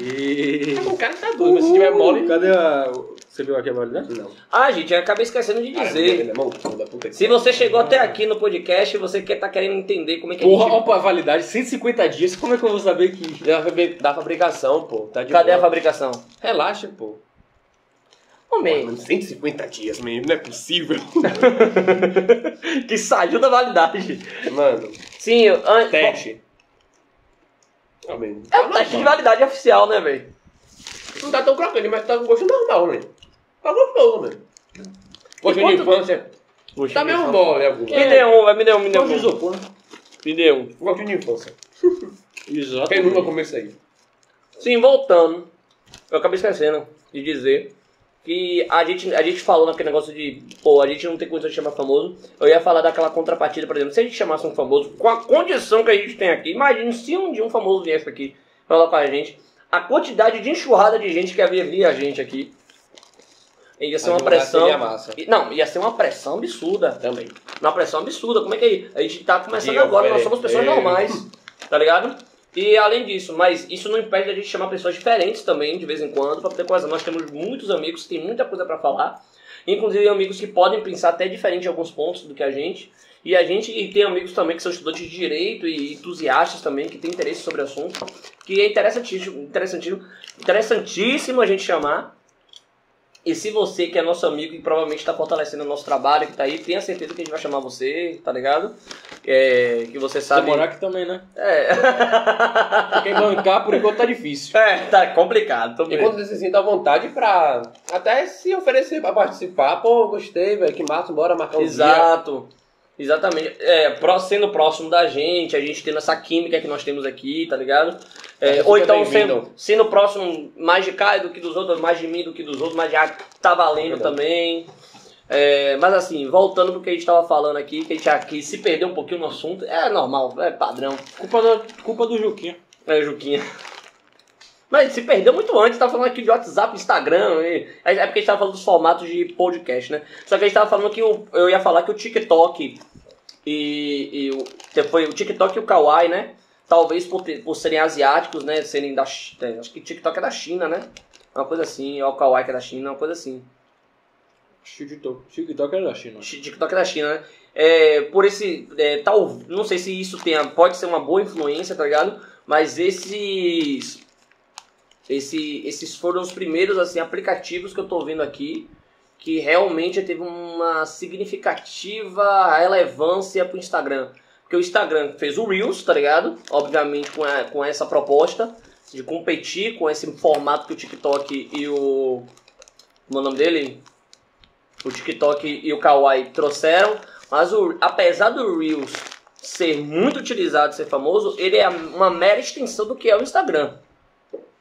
C: E...
B: O cara tá doido.
A: Mas se tiver mole.
C: Cadê a... Você viu aqui a validade?
A: Não.
B: Ah, gente, eu acabei esquecendo de
A: Cara,
B: dizer.
A: minha mão toda, puta que
B: Se você chegou até aqui no podcast e você quer tá querendo entender como é que
C: Porra,
B: a gente...
C: opa, validade, 150 dias, como é que eu vou saber que...
A: Da fabri- Da fabricação, pô. Tá de
B: Cadê a
A: boa.
B: fabricação?
A: Relaxa, pô.
B: Homem,
A: Mano, 150 dias, menino. Não é possível.
B: que saiu da validade.
A: Mano,
B: Sim, eu- an-
A: teste. Ah, menino.
B: É um teste de validade oficial, né, velho?
A: Não tá tão crocante, mas tá com gosto normal, né? Tá gostoso, mano. Gostinho de
B: Enquanto-
A: infância. Tá meio mole alguma.
B: Me dê um, vai, me dê um, me dê
C: Não,
B: um.
C: isopor.
B: Me dê um.
A: Gostinho de infância.
C: Exato.
A: Quem nunca comeu isso aí?
B: Sim, voltando. Eu acabei esquecendo de dizer que a gente, a gente falou naquele negócio de, pô, a gente não tem condição de chamar famoso. Eu ia falar daquela contrapartida, por exemplo, se a gente chamasse um famoso, com a condição que a gente tem aqui, imagine se um dia um famoso viesse aqui falar com a gente, a quantidade de enxurrada de gente que havia via a gente aqui. Ia ser
A: Mas no
B: uma
A: lugar seria
B: pressão.
A: massa.
B: e- Não, ia ser uma pressão absurda.
A: Também.
B: Uma pressão absurda. Como é que é? isso? A gente tá começando
A: Diga,
B: agora, nós
A: peraí.
B: somos pessoas
A: Eu-
B: normais, tá ligado? E além disso, mas isso não impede da gente chamar pessoas diferentes também, de vez em quando, pra poder coisa. Nós temos muitos amigos que tem muita coisa pra falar. Inclusive amigos que podem pensar até diferente em alguns pontos do que a gente. E a gente e tem amigos também que são estudantes de direito e entusiastas também, que têm interesse sobre o assunto. Que é interessantíssimo, interessantíssimo, interessantíssimo a gente chamar. E se você que é nosso amigo e provavelmente está fortalecendo o nosso trabalho, que tá aí, tenha certeza que a gente vai chamar você, tá ligado? É, que você sabe.
C: Demorar aqui também, né?
B: É.
C: [laughs] Quem bancar, por enquanto, tá difícil.
B: é, tá complicado. Tô
A: E
B: vendo.
A: quando você se sinta à vontade pra até se oferecer pra participar, pô, gostei, velho, que massa, bora marcar um dia.
B: Exato. Exatamente. É, pró- sendo próximo da gente, a gente tendo essa química que nós temos aqui, tá ligado?
A: É
B: É, ou
A: super
B: então
A: bem-vindo.
B: sendo, sendo próximo mais de Caio do que dos outros, mais de mim do que dos outros, mais de Iago, tá valendo
A: Verdade.
B: também. É, mas assim, voltando pro que a gente tava falando aqui, que a gente aqui se perdeu um pouquinho no assunto, é normal, é padrão.
C: Culpa, da, culpa do Juquinha.
B: É, Juquinha. Mas se perdeu muito antes, tava falando aqui de WhatsApp, Instagram, e... é porque a gente tava falando dos formatos de podcast, né? Só que a gente tava falando que o- eu ia falar que o TikTok e, e o, que foi o TikTok e o Kawaii, né? Talvez por, ter- por serem asiáticos, né? Serem da Chi- é, acho que TikTok é da China, né? Uma coisa assim, ou o Kawaii que é da China, uma coisa assim.
C: TikTok TikTok era da China.
B: Chi- TikTok é da China, né? É, por esse. é, tal, não sei se isso tenha, pode ser uma boa influência, tá ligado? Mas esses. Esse, esses foram os primeiros assim, aplicativos que eu tô vendo aqui que realmente teve uma significativa relevância pro Instagram. Porque o Instagram fez o Reels, tá ligado? Obviamente com, a- com essa proposta de competir com esse formato que o TikTok e o. Como é o nome dele? o TikTok e o Kawaii trouxeram, mas o- apesar do Reels ser muito utilizado, ser famoso, ele é uma mera extensão do que é o Instagram.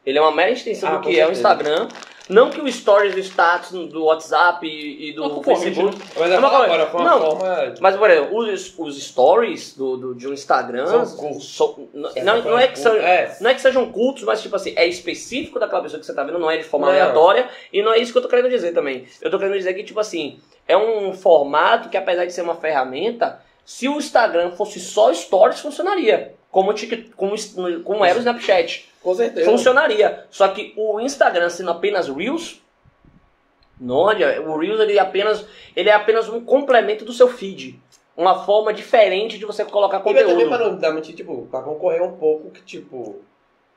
B: Ele é uma mera extensão
A: Ah,
B: do
A: com
B: que é o
A: certeza.
B: Instagram. Não que o Stories, do status, do WhatsApp e, e do
C: Uma concorrente,
B: Facebook,
A: Mas
B: Não, mas
A: agora,
B: calma aí.
A: agora foi uma
B: Não.
A: forma.
B: mas, por exemplo, os, os stories do, do- de um Instagram.
A: São curtos.
B: so- não, não- não é que são,
A: É.
B: não é que sejam cultos, mas tipo assim, é específico daquela pessoa que você tá vendo, não é de forma
A: Não.
B: aleatória, e não é isso que eu tô querendo dizer também. Eu tô querendo dizer que, tipo assim, é um formato que, apesar de ser uma ferramenta, se o Instagram fosse só stories, funcionaria. Como, o Tik- como, o- como era o Snapchat.
A: Com certeza.
B: Funcionaria. Só que o Instagram sendo apenas Reels, não, olha, o Reels ele apenas, ele é apenas um complemento do seu feed. Uma forma diferente de você colocar
A: E vai também
B: conteúdo.
A: pra não dar mentira, tipo, pra concorrer um pouco que, tipo,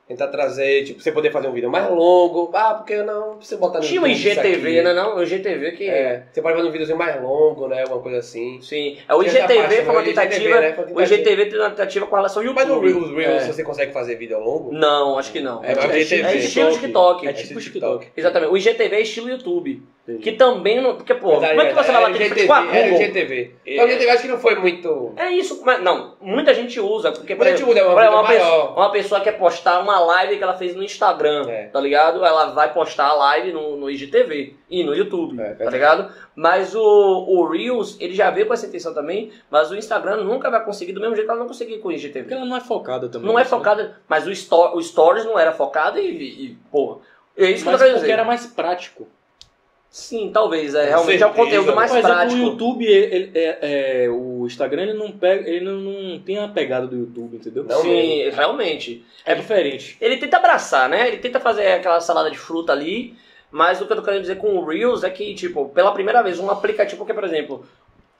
A: tentar trazer, tipo, você poder fazer um vídeo mais longo. Ah, porque eu não preciso botar no
B: Tinha um o
A: YouTube isso
B: IGTV,
A: aqui.
B: né? Não, o IGTV que
A: É, você pode fazer um videozinho mais longo, né? Alguma coisa assim.
B: Sim. É, o
A: Tinha essa
B: IGTV
A: parte,
B: foi uma
A: né? IGTV,
B: tentativa.
A: né? Foi uma
B: O IGTV foi uma tentativa com relação ao
A: Mas no
B: YouTube.
A: Reels, Reels,
C: É.
A: se você consegue fazer vídeo longo,
B: Não, acho que não.
A: É, mas o IGTV.
B: é estilo TikTok.
C: É tipo
A: TikTok.
C: TikTok.
B: Exatamente. O IGTV é estilo YouTube.
C: Entendi.
B: Que também não. Porque, pô,
A: Verdade,
B: como é que É. você vai
A: verdade.
B: bater de
A: Era
B: frente com a
A: IGTV, era
B: Google?
A: IGTV. Mas o IGTV acho que não foi muito.
B: É isso, mas não, muita gente usa, porque por
A: Muita
B: exemplo,
A: gente usa, é uma
B: por exemplo,
A: vida
B: uma, pessoa,
A: maior.
B: uma pessoa quer postar uma live que ela fez no Instagram,
A: É.
B: tá ligado? Ela vai postar a live no, no IGTV e no YouTube,
A: É,
B: tá
A: verdade.
B: ligado? Mas o, o Reels, ele já veio com essa intenção também, mas o Instagram nunca vai conseguir do mesmo jeito que ela não conseguiu com o IGTV.
C: Porque ela não é focada também.
B: Não é
C: né?
B: focada, mas o, sto- o Stories não era focado e, e, porra, é isso que eu
C: Mas
B: tô querendo
C: porque
B: dizer.
C: era mais prático.
B: Sim, talvez. É, realmente é o
A: certeza.
B: conteúdo mais
C: Mas é que o
B: prático.
C: YouTube, ele- é- é, o Instagram, ele não, pega, ele não, não tem a pegada do YouTube, entendeu?
A: Não
B: Sim,
A: mesmo.
B: realmente.
C: É diferente.
B: Ele tenta abraçar, né? Ele tenta fazer aquela salada de fruta ali, mas o que eu tô querendo dizer com o Reels é que, tipo, pela primeira vez, um aplicativo que, por exemplo,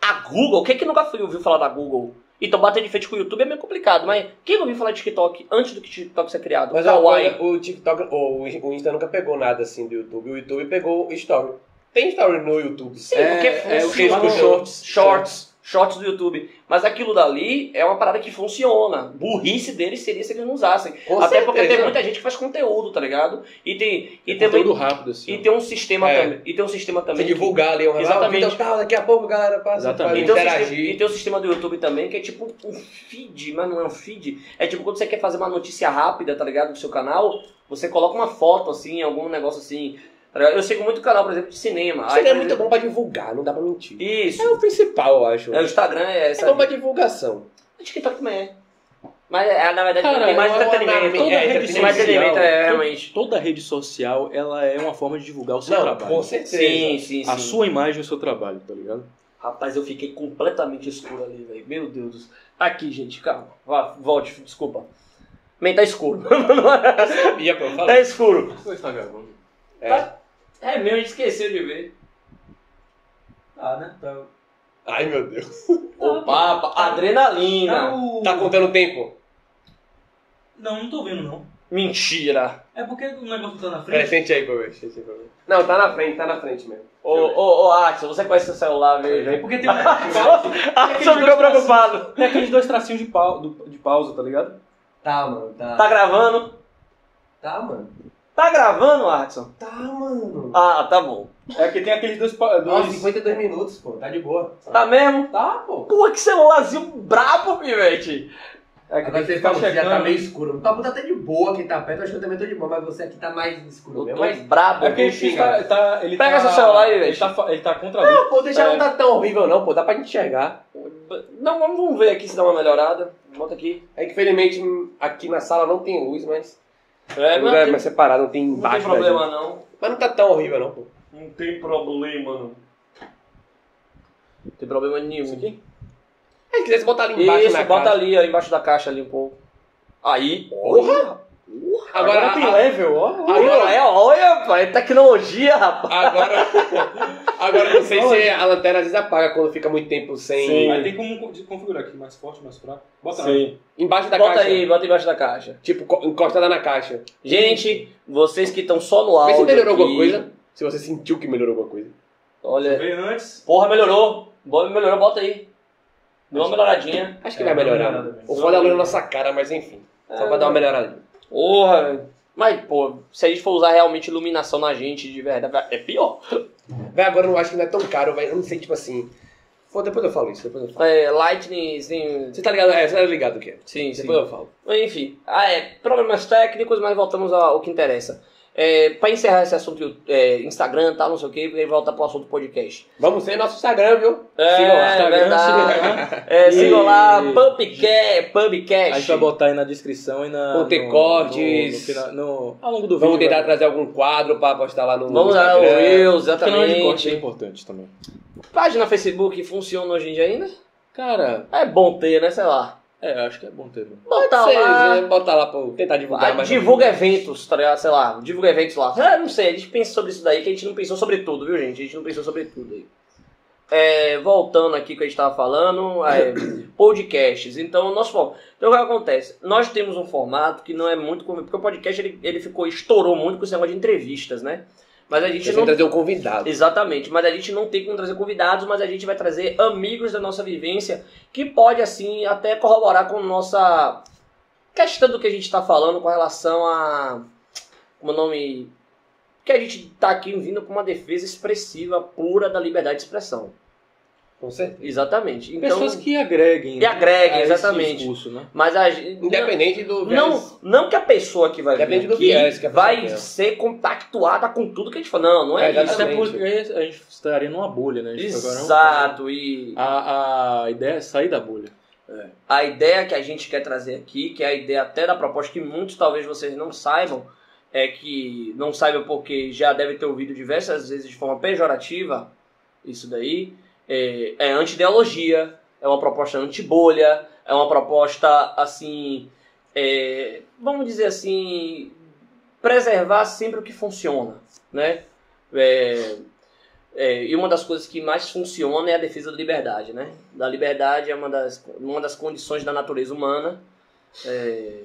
B: a Google, quem é que nunca foi- ouviu falar da Google? Então bater de frente com o YouTube é meio complicado, mas quem não ouviu falar de TikTok antes do que TikTok ser criado?
A: Mas ó,
B: Kawaii.
A: olha, o TikTok, ou o Insta nunca pegou nada assim do YouTube. O YouTube pegou Story. Tem Story no YouTube.
B: Sim,
C: É,
B: porque
C: é o
A: que é. eles
B: funciona.
A: puxam.
C: shorts.
B: Shorts, shorts do YouTube. Mas aquilo dali é uma parada que funciona. Burrice deles seria se eles não usassem.
A: Com
B: Até
A: certeza.
B: porque tem muita gente que faz conteúdo, tá ligado? E tem, e tem,
C: Conteúdo rápido, assim.
B: e tem um sistema
A: É.
B: também. E tem um sistema
A: Você
B: também. que-
A: divulgar ali um relato.
B: Exatamente.
A: Então tá, daqui a pouco a galera passa pra
C: Exatamente.
B: e tem, um
A: interagir.
B: sistema, e tem um sistema do YouTube também que é tipo um feed, mas não é um feed. É tipo quando você quer fazer uma notícia rápida, tá ligado? Do seu canal, você coloca uma foto assim, algum negócio assim. tá ligado? Eu sigo muito canal, por exemplo, de cinema.
A: Isso
B: Aí,
A: aqui é
B: por
A: muito
B: exemplo-
A: bom pra divulgar, não dá pra mentir.
B: Isso.
A: É o principal, eu acho.
B: É, o Instagram é
A: É
B: essa.
A: bom pra divulgação.
B: O TikTok também é. Mas é, na verdade
C: Cara,
B: tem mais
A: é uma-
B: entretenimento.
A: toda
B: É,
A: rede
B: tem mais
A: social,
B: entretenimento, é,
C: toda-
B: realmente.
C: Toda rede social, ela é uma forma de divulgar o seu
A: Não,
C: trabalho.
A: com certeza. [laughs]
B: Sim, sim, sim.
C: A sua imagem e o seu trabalho, tá ligado?
B: Rapaz, eu fiquei completamente escuro ali, velho. Meu Deus do céu. Aqui, gente, calma. Vá, volte, desculpa. Bem, tá escuro. [laughs]
A: E é pra eu falar.
B: tá escuro.
C: está gravando.
A: É.
B: Tá- É meu, a gente esqueceu de ver. Ah, né? Tá.
A: Ai, meu Deus.
B: O papa, adrenalina.
A: Tá contando o tempo?
D: Não, não tô vendo não.
B: Mentira.
D: É porque o negócio tá na
A: Pera,
D: frente.
A: sente aí pra ver. sente aí pra ver. Não, tá na frente, tá na frente mesmo.
B: Ô, ô, ô, Axel, você conhece seu celular, veja aí. [laughs]
D: Porque tem um.
B: Axel ficou preocupado.
C: Tem aqueles dois tracinhos de, pau- do- de pausa, tá ligado?
A: Tá, mano, tá.
B: Tá gravando?
A: Tá, mano.
B: Tá gravando, Artson?
A: Tá, mano.
B: Ah, tá bom.
C: É que tem aqueles dois... pa-
A: Nossa,
C: dois...
A: 52 minutos, pô. Tá de boa.
B: Tá mesmo?
A: Tá, pô.
B: Pô, que celularzinho brabo, pivete.
C: É que
A: Agora
C: tem que
A: você
C: ficar
A: fala que já tá
C: checando.
A: meio escuro. O Tabu tá até de boa quem tá perto, eu acho que eu também tô de boa, mas você aqui tá mais escuro
B: Eu
A: mesmo.
B: tô
A: Mas,
B: brabo.
C: É porque ele
A: Enfim,
C: tá, tá- ele
B: Pega
C: tá,
B: seu celular aí,
C: Ele
B: velho.
C: tá, fa- ele tá contra a luz.
A: pô, deixa não tá tão horrível não, pô. Dá pra enxergar.
B: Não, vamos vamos ver aqui se dá uma melhorada. Bota aqui.
A: É que, felizmente, aqui na sala não tem luz, mas...
B: É,
A: o lugar é mais separado, não tem
B: não tem
A: embaixo da gente.
B: problema, não.
A: Mas não tá tão horrível não, pô.
B: Não tem problema, não. Tem problema nenhum.
C: Isso aqui?
A: É, quiser botar ali embaixo
B: Isso,
A: na
B: bota
A: casa.
B: ali, ó, embaixo da caixa ali um pouco. Aí.
A: Porra! Agora,
C: Agora tem level, ó.
B: Agora é, olha, pai, tecnologia, rapaz.
A: Agora, [laughs] agora não sei se a lanterna às vezes apaga quando fica muito tempo sem.
B: Sim.
C: Aí tem como co- de- configurar aqui, mais forte, mais fraco. Bota lá.
A: Embaixo da
B: Bota
A: caixa.
B: aí, bota embaixo da caixa.
A: Tipo, co- encostada na caixa.
B: Gente, vocês que estão só no
A: Vê
B: áudio.
A: se melhorou
B: aqui,
A: alguma coisa. Se você sentiu que melhorou alguma coisa.
B: Olha.
C: Vê antes.
B: Porra, melhorou. Bo- Melhorou, bota aí. Deu uma melhoradinha.
A: Acho que
C: É,
A: vai
C: deu uma
A: melhorar.
C: melhorada mesmo.
A: O foda é a luz na nossa cara, mas enfim.
B: É.
A: Só pra dar uma melhorada.
B: Porra, velho. Mas, pô, se a gente for usar realmente iluminação na gente de verdade, vai- é pior.
A: Véi, agora eu não acho que não é tão caro, véi. Eu não sei, tipo assim. Pô, depois eu falo isso, depois eu falo.
B: É, lightning, sim.
A: Você tá ligado? É, você tá ligado o que é.
B: Sim, sim.
A: Depois eu falo.
B: Enfim, ah, é, problemas técnicos, mas voltamos ao que interessa. É, pra encerrar esse assunto é, Instagram e tal, não sei o que, e voltar pro assunto podcast.
A: Vamos ter nosso Instagram, viu?
B: É,
A: Sigam lá.
C: Instagram,
B: verdade. É,
C: [laughs] E-
B: sigam lá, Pubcast.
C: A gente vai
B: Pubcast.
C: botar aí na descrição e na.
A: Vão ter
C: no-
A: cortes.
C: no final- no- ao longo do vídeo.
A: Vamos tentar
C: vai-
A: trazer algum quadro pra postar lá no.
B: Vamos lá, o
A: Instagram.
B: Reels,
C: Canal de corte é
B: exatamente.
C: importante também.
B: Página Facebook funciona hoje em dia ainda?
C: Cara,
B: É bom ter, né? Sei lá.
C: é, eu acho que é bom ter. mano.
B: Botar
A: Vocês,
B: tá lá.
A: né, botar lá pra eu tentar divulgar
B: ah,
A: mais.
B: divulga eventos, tá ligado? Sei lá, divulga eventos lá. Ah, não sei, a gente pensa sobre isso daí, que a gente não pensou sobre tudo, viu, gente? A gente não pensou sobre tudo aí. É, voltando aqui que a gente tava falando, é, podcasts. Então, o nosso formato. Então, o que acontece? Nós temos um formato que não é muito comum, porque o podcast ele, ele ficou, estourou muito com esse negócio de entrevistas, né? Mas a gente
A: Você
B: não
A: tem que trazer um convidado.
B: Exatamente, mas a gente não tem como trazer convidados, mas a gente vai trazer amigos da nossa vivência que pode assim até corroborar com nossa questão do que a gente está falando com relação a como é o nome que a gente está aqui vindo com uma defesa expressiva pura da liberdade de expressão.
A: Com certeza.
B: Exatamente. Então,
C: Pessoas que agreguem.
B: que agreguem,
A: é,
C: a esse
B: exatamente.
C: discurso, né?
B: Mas a gente
A: Independente do. viés.
B: não, não que a pessoa que vai vir
A: Depende do
B: aqui
A: viés que é a pessoa
B: vai
A: tem.
B: ser [laughs] compactuada com tudo que a gente fala. Não, não é,
A: É,
B: isso.
A: exatamente.
C: Até porque a gente estaria numa bolha, né? A gente agora é um-
B: Exato, e
C: A, a ideia é sair da bolha.
B: a ideia que a gente quer trazer aqui, que é a ideia até da proposta que muitos talvez vocês não saibam, é, que não saibam porque já devem ter ouvido diversas vezes de forma pejorativa isso daí, é, é anti-ideologia, é uma proposta anti-bolha, é uma proposta, assim, é, vamos dizer assim, preservar sempre o que funciona, né? É, é, e uma das coisas que mais funciona é a defesa da liberdade, né? Da liberdade é uma das, uma das condições da natureza humana. É,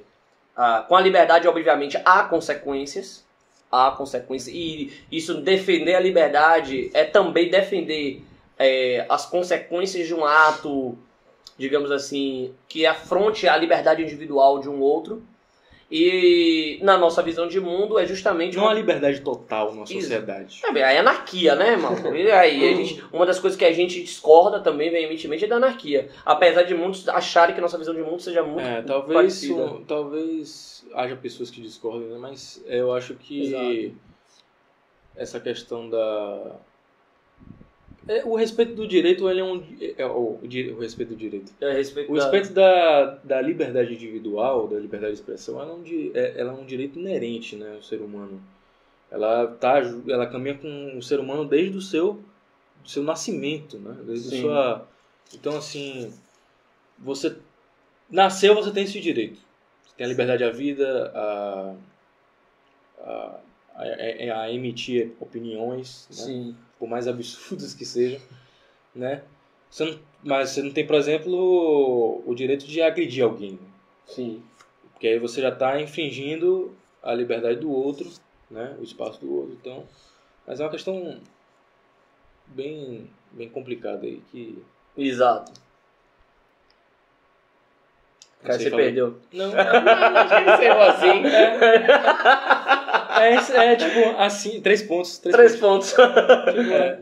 B: a- com a liberdade, obviamente, há consequências. Há consequências. E isso, defender a liberdade, é também defender é, as consequências de um ato, digamos assim, que afronte a liberdade individual de um outro. E na nossa visão de mundo, é justamente
C: Não
B: uma
C: há liberdade total na
B: Isso.
C: sociedade.
B: é, bem, aí é anarquia, né,
C: [laughs]
B: irmão? E aí, a gente- uma das coisas que a gente discorda também veementemente é da anarquia. Apesar de muitos acharem que nossa visão de mundo seja muito
C: É, talvez,
B: parecida.
C: um- talvez haja pessoas que discordem, né? mas eu acho que
B: Exato.
C: essa questão da. é, o respeito do direito, ele é um. é, o, o di- o respeito do direito.
B: É, a respeito
C: O
B: da-
C: respeito da, da liberdade individual, da liberdade de expressão, ela é, um, di- é- ela é um direito inerente né, ao ser humano. Ela, tá, ju- ela caminha com o ser humano desde o seu, do seu nascimento, né? Desde a
B: Sim.
C: sua. Então, assim, você nasceu, você tem esse direito. Você tem a liberdade à vida, a, a, é, a, a emitir opiniões. né?
B: Sim.
C: por mais absurdos que sejam, né? Você não- mas você não tem, por exemplo, o direito de agredir alguém, né?
B: Sim.
C: porque aí você já está infringindo a liberdade do outro, né? O espaço do outro, então. Mas é uma questão bem, bem complicada aí que.
B: Exato.
C: não
B: Cara,
C: sei
B: você
C: falar.
B: perdeu. [laughs]
C: Não.
A: Encerrou assim.
C: É, é, tipo assim, três pontos, três,
B: Três pontos. [laughs]
C: pontos. Tipo, é.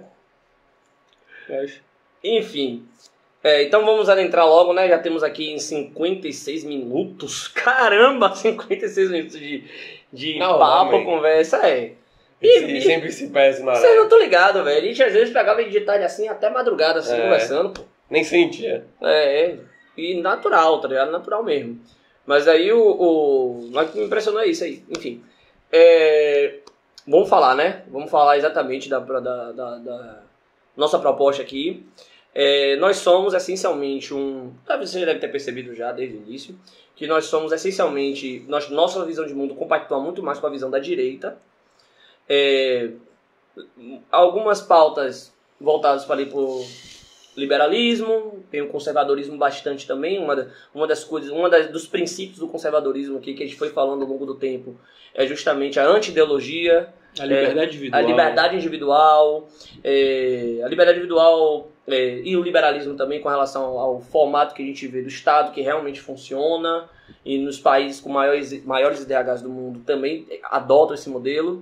C: Eu acho.
B: Enfim. É, então vamos adentrar logo, né? Já temos aqui em 56 minutos. Caramba, [laughs] 56 minutos de, de
A: Não,
B: papo,
A: homem.
B: conversa, é.
A: E sempre se perde na
B: Vocês não estão ligados, velho. A gente às vezes pegava de tarde assim, até madrugada, assim,
A: É.
B: conversando, pô.
A: Nem sentia.
B: É, é. E natural, tá ligado? Natural mesmo. Mas aí o. o... Mas o que me impressionou é isso aí. Enfim. É, Vamos falar, né? Vamos falar exatamente da, da- da- da nossa proposta aqui. É, nós somos essencialmente um. Talvez você já deve ter percebido já desde o início. Que nós somos essencialmente. Nós, nossa visão de mundo compactua muito mais com a visão da direita. É, algumas pautas voltadas para ali pro liberalismo, tem o conservadorismo bastante também, uma, da- uma das coisas, uma das, dos princípios do conservadorismo aqui que a gente foi falando ao longo do tempo é justamente a anti-ideologia,
C: É, A liberdade individual. né?
B: a liberdade individual, é, a liberdade individual é, e o liberalismo também com relação ao, ao formato que a gente vê do Estado, que realmente funciona, e nos países com maiores, maiores IDHs do mundo também adotam esse modelo.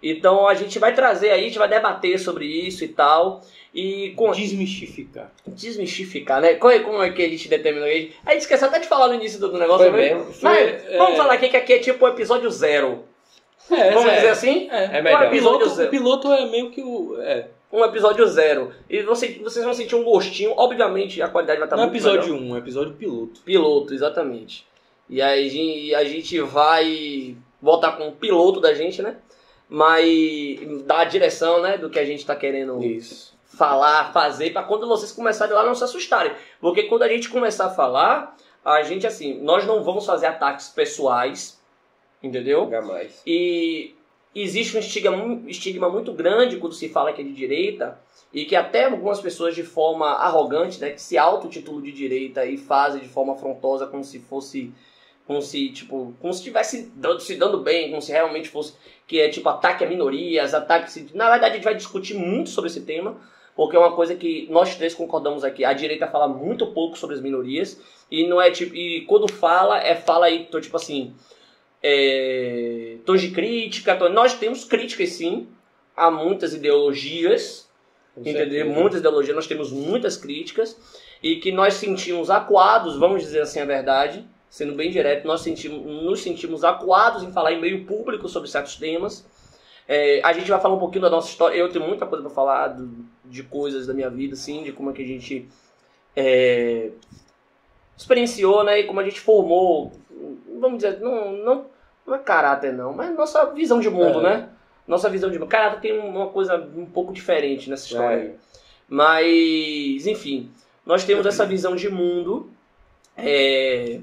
B: Então a gente vai trazer aí, a gente vai debater sobre isso e tal. E com,
C: é Desmistificar.
B: desmistificar, né? Como é, como é que a gente determinou isso? A gente esqueceu até de falar no início do, do
A: Foi
B: negócio. né?
A: mesmo.
B: Mas
C: Foi,
B: vamos
C: é.
B: falar aqui que aqui é tipo o episódio zero.
C: É,
B: vamos
C: é,
B: dizer assim?
A: É
B: Qual é
A: melhor.
B: a visão?
C: piloto,
B: zero.
C: o piloto é meio que o. É,
B: um episódio zero. E você- vocês vão sentir um gostinho, obviamente a qualidade vai estar
C: não é
B: muito melhor.
C: episódio 1, um, é episódio piloto.
B: Piloto, exatamente. E aí a gen- a gente vai voltar com o piloto da gente, né? Mas dar a direção, né, do que a gente tá querendo
C: Isso.
B: falar, fazer, pra quando vocês começarem lá não se assustarem. Porque quando a gente começar a falar, a gente assim, nós não vamos fazer ataques pessoais, entendeu?
A: Nunca mais.
B: E existe um estigma, estigma muito grande quando se fala que é de direita e que até algumas pessoas de forma arrogante, né, que se autotitulam de direita e fazem de forma afrontosa como se fosse como se tipo, como se estivesse dando- se dando bem, como se realmente fosse que é tipo ataque a minorias, ataque na verdade a gente vai discutir muito sobre esse tema. Porque é uma coisa que nós três concordamos aqui. A direita fala muito pouco sobre as minorias. E não é tipo. E quando fala, é fala aí, tô tipo assim é, tons de crítica. tons- Nós temos críticas, sim, a muitas ideologias,
A: Com
B: entendeu?
A: certeza.
B: Muitas ideologias, nós temos muitas críticas e que nós sentimos acuados, vamos dizer assim a verdade, sendo bem direto, nós sentimos, nos sentimos acuados em falar em meio público sobre certos temas. É, a gente vai falar um pouquinho da nossa história. Eu tenho muita coisa para falar do- de coisas da minha vida, assim, de como é que a gente é, experienciou, né, e como a gente formou, vamos dizer, não, não Não é caráter, não, mas nossa visão de mundo,
C: É.
B: né? Nossa visão de mundo. Caráter tem uma coisa um pouco diferente nessa história.
A: É.
B: Mas, enfim, nós temos essa visão de mundo. é,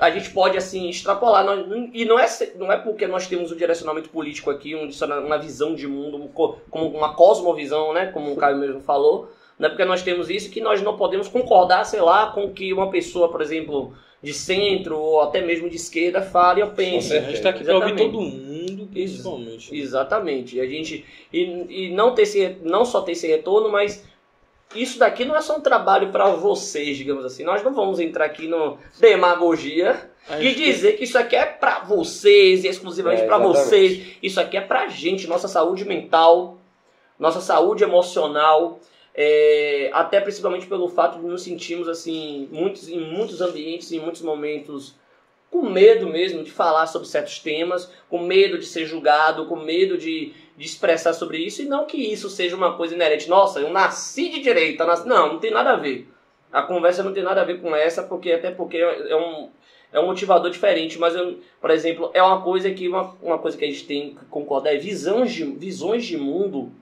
B: a gente pode, assim, extrapolar. nós- e não é, se- não é porque nós temos um direcionamento político aqui, um direciona- uma visão de mundo, um co- como uma cosmovisão, né? Como o Caio mesmo falou. Não é porque nós temos isso que nós não podemos concordar, sei lá, com o que uma pessoa, por exemplo, de centro ou até mesmo de esquerda fale ou pense.
C: A gente tá aqui pra ouvir
B: Exatamente.
C: todo mundo, principalmente.
B: Exatamente. E a gente e, e não ter esse, re- não só ter esse retorno, mas isso daqui não é só um trabalho para vocês, digamos assim. Nós não vamos entrar aqui no demagogia
C: A
B: e
C: gente-
B: dizer que isso aqui é para vocês, e exclusivamente
A: É,
B: para
A: exatamente.
B: vocês. Isso aqui é pra gente, nossa saúde mental, nossa saúde emocional. é, até principalmente pelo fato de nos sentirmos assim muitos, em muitos ambientes em muitos momentos com medo mesmo de falar sobre certos temas, com medo de ser julgado, com medo de, de expressar sobre isso, e não que isso seja uma coisa inerente. Nossa, eu nasci de direita. eu nasci- Não, não tem nada a ver. A conversa não tem nada a ver com essa, porque até porque é um, é um motivador diferente, mas, eu- por exemplo, é uma coisa que uma, uma coisa que a gente tem que concordar é visões de, visões de mundo,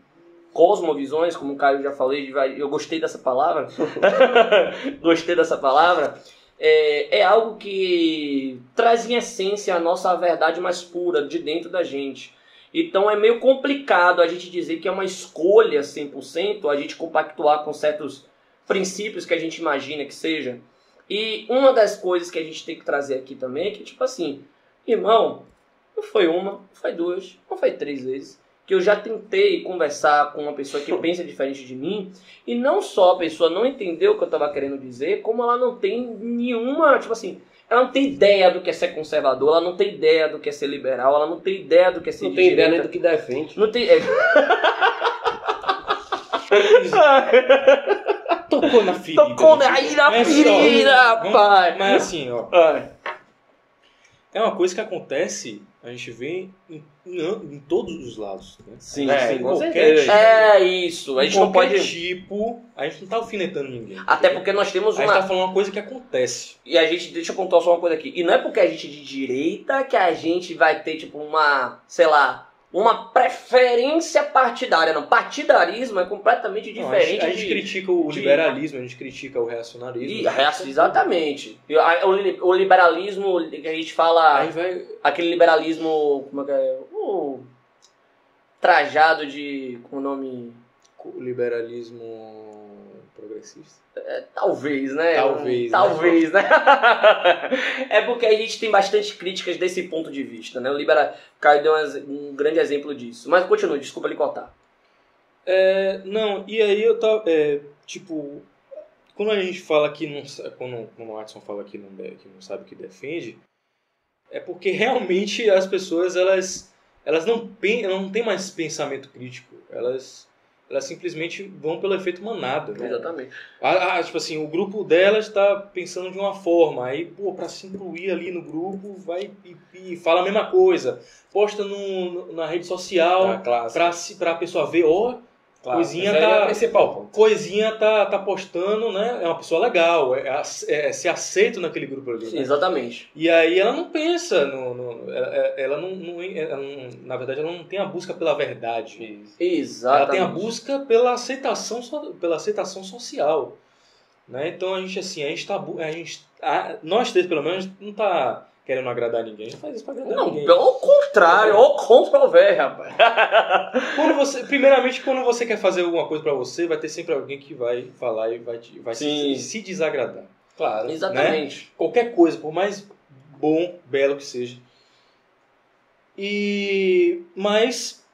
B: cosmovisões, como o Caio já falei, de vari- eu gostei dessa palavra, [laughs] gostei dessa palavra, é, é algo que traz em essência a nossa verdade mais pura de dentro da gente. Então é meio complicado a gente dizer que é uma escolha 100%, a gente compactuar com certos princípios que a gente imagina que seja. E uma das coisas que a gente tem que trazer aqui também é que, tipo assim, irmão, não foi uma, não foi duas, não foi três vezes que eu já tentei conversar com uma pessoa que pensa diferente de mim e não só a pessoa não entendeu o que eu tava querendo dizer, como ela não tem nenhuma, tipo assim, ela não tem ideia do que é ser conservador, ela não tem ideia do que é ser liberal, ela não tem ideia do que é ser
A: Não
B: de
A: tem ideia nem
B: direita.
A: do que defende.
B: Não tem. é.
C: Tocou na ferida.
B: Tocou
C: gente.
B: na aí na
C: É só-
B: ferida, rapaz!
C: Mas assim, ó.
B: Ai.
C: É uma coisa que acontece, a gente vê em, em- em todos os lados. Né?
A: Sim,
C: É,
A: sim, com
C: qualquer
A: certeza.
C: tipo.
B: É isso, a gente não
C: Qualquer
B: pode.
C: tipo, a gente não tá alfinetando ninguém.
B: Até porque nós temos
C: A gente tá
B: uma.
C: falando uma coisa que acontece.
B: E a gente, deixa eu contar só uma coisa aqui. E não é porque a gente é de direita que a gente vai ter, tipo, uma, sei lá, uma preferência partidária. Não, partidarismo é completamente
C: Não, Então, a gente-
B: diferente
C: a gente,
B: de-
C: critica o
B: de-
C: liberalismo, a gente critica o reacionarismo.
B: de reação- exatamente. E a- O li- o liberalismo que a gente fala.
C: Aí vai.
B: aquele liberalismo. Como é que é? O trajado de. Como o nome.
C: o Liberalismo progressista.
B: Talvez, né?
C: Talvez, né?
B: Talvez, né? [laughs] é porque a gente tem bastante críticas desse ponto de vista, né? O Libera Caio deu um ex- um grande exemplo disso. Mas continue, desculpa lhe cortar.
C: É, não, e aí eu tava. é, tipo, quando a gente fala que não sa- Quando, quando o Watson fala que não, de- que não sabe o que defende, é porque realmente as pessoas elas, elas não, pen, elas não têm mais pensamento crítico. Elas, elas simplesmente vão pelo efeito manada. né?
B: Exatamente.
C: Ah, ah, tipo assim, o grupo delas tá pensando de uma forma, aí, pô, pra se incluir ali no grupo, vai e, e fala a mesma coisa. Posta no, no- na rede social
A: classe.
C: pra, se, pra pessoa ver, ó, coisinha
A: Esse aí
C: tá-
A: é o principal, pô.
C: coisinha tá, tá postando, né? É uma pessoa legal, é, é- é ser aceito naquele grupo ali. né?
B: Exatamente.
C: E aí ela não pensa, no, no- ela, ela não, não- é, ela não- Na verdade, ela não tem a busca pela verdade. Ela
B: Exatamente.
C: tem a busca pela aceitação, so- pela aceitação social. Né? Então a gente, assim, a gente tá. bu- A gente, a- nós três, pelo menos, não tá querendo agradar ninguém. A gente faz isso pra agradar
B: Não,
C: ninguém.
B: pelo
C: Né?
B: contrário, ou contra o velho, rapaz.
C: Quando você, primeiramente, quando você quer fazer alguma coisa pra você, vai ter sempre alguém que vai falar e vai, te, vai
B: Sim.
C: se, se desagradar. Né? Claro.
B: Exatamente.
C: Qualquer coisa, por mais bom, belo que seja. E mas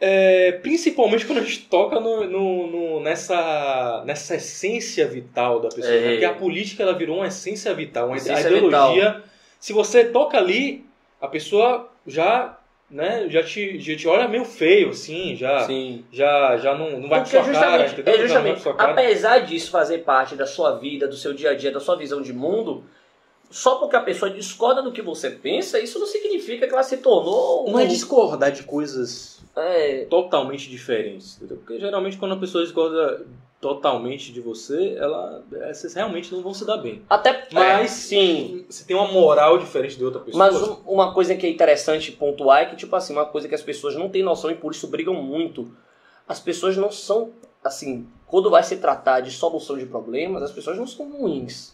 C: é, principalmente quando a gente toca no, no- no- nessa, nessa essência vital da pessoa,
B: É.
C: né? porque a política ela virou uma essência vital, uma
B: Essência
C: ideologia. Se você toca ali, a pessoa já, né, já te, já te olha meio feio, assim, já
B: Sim.
C: já, já não, não vai pra
B: Porque
C: sua cara,
B: justamente,
C: entendeu?
B: é
C: Já não vai pra
B: justamente
C: sua cara.
B: apesar disso fazer parte da sua vida, do seu dia a dia, da sua visão de mundo, só porque a pessoa discorda do que você pensa, isso não significa que ela se tornou
C: Não é
B: um-
C: discordar de coisas
B: É,
C: totalmente diferentes. entendeu? Porque geralmente quando a pessoa discorda totalmente de você, ela, eh, vocês realmente não vão se dar bem.
B: até
C: Mas
B: É, sim.
C: Você tem uma moral diferente de outra pessoa.
B: Mas um- uma coisa que é interessante pontuar é que, tipo assim, uma coisa que as pessoas não têm noção e por isso brigam muito. As pessoas não são, assim, quando vai se tratar de solução de problemas, as pessoas não são ruins.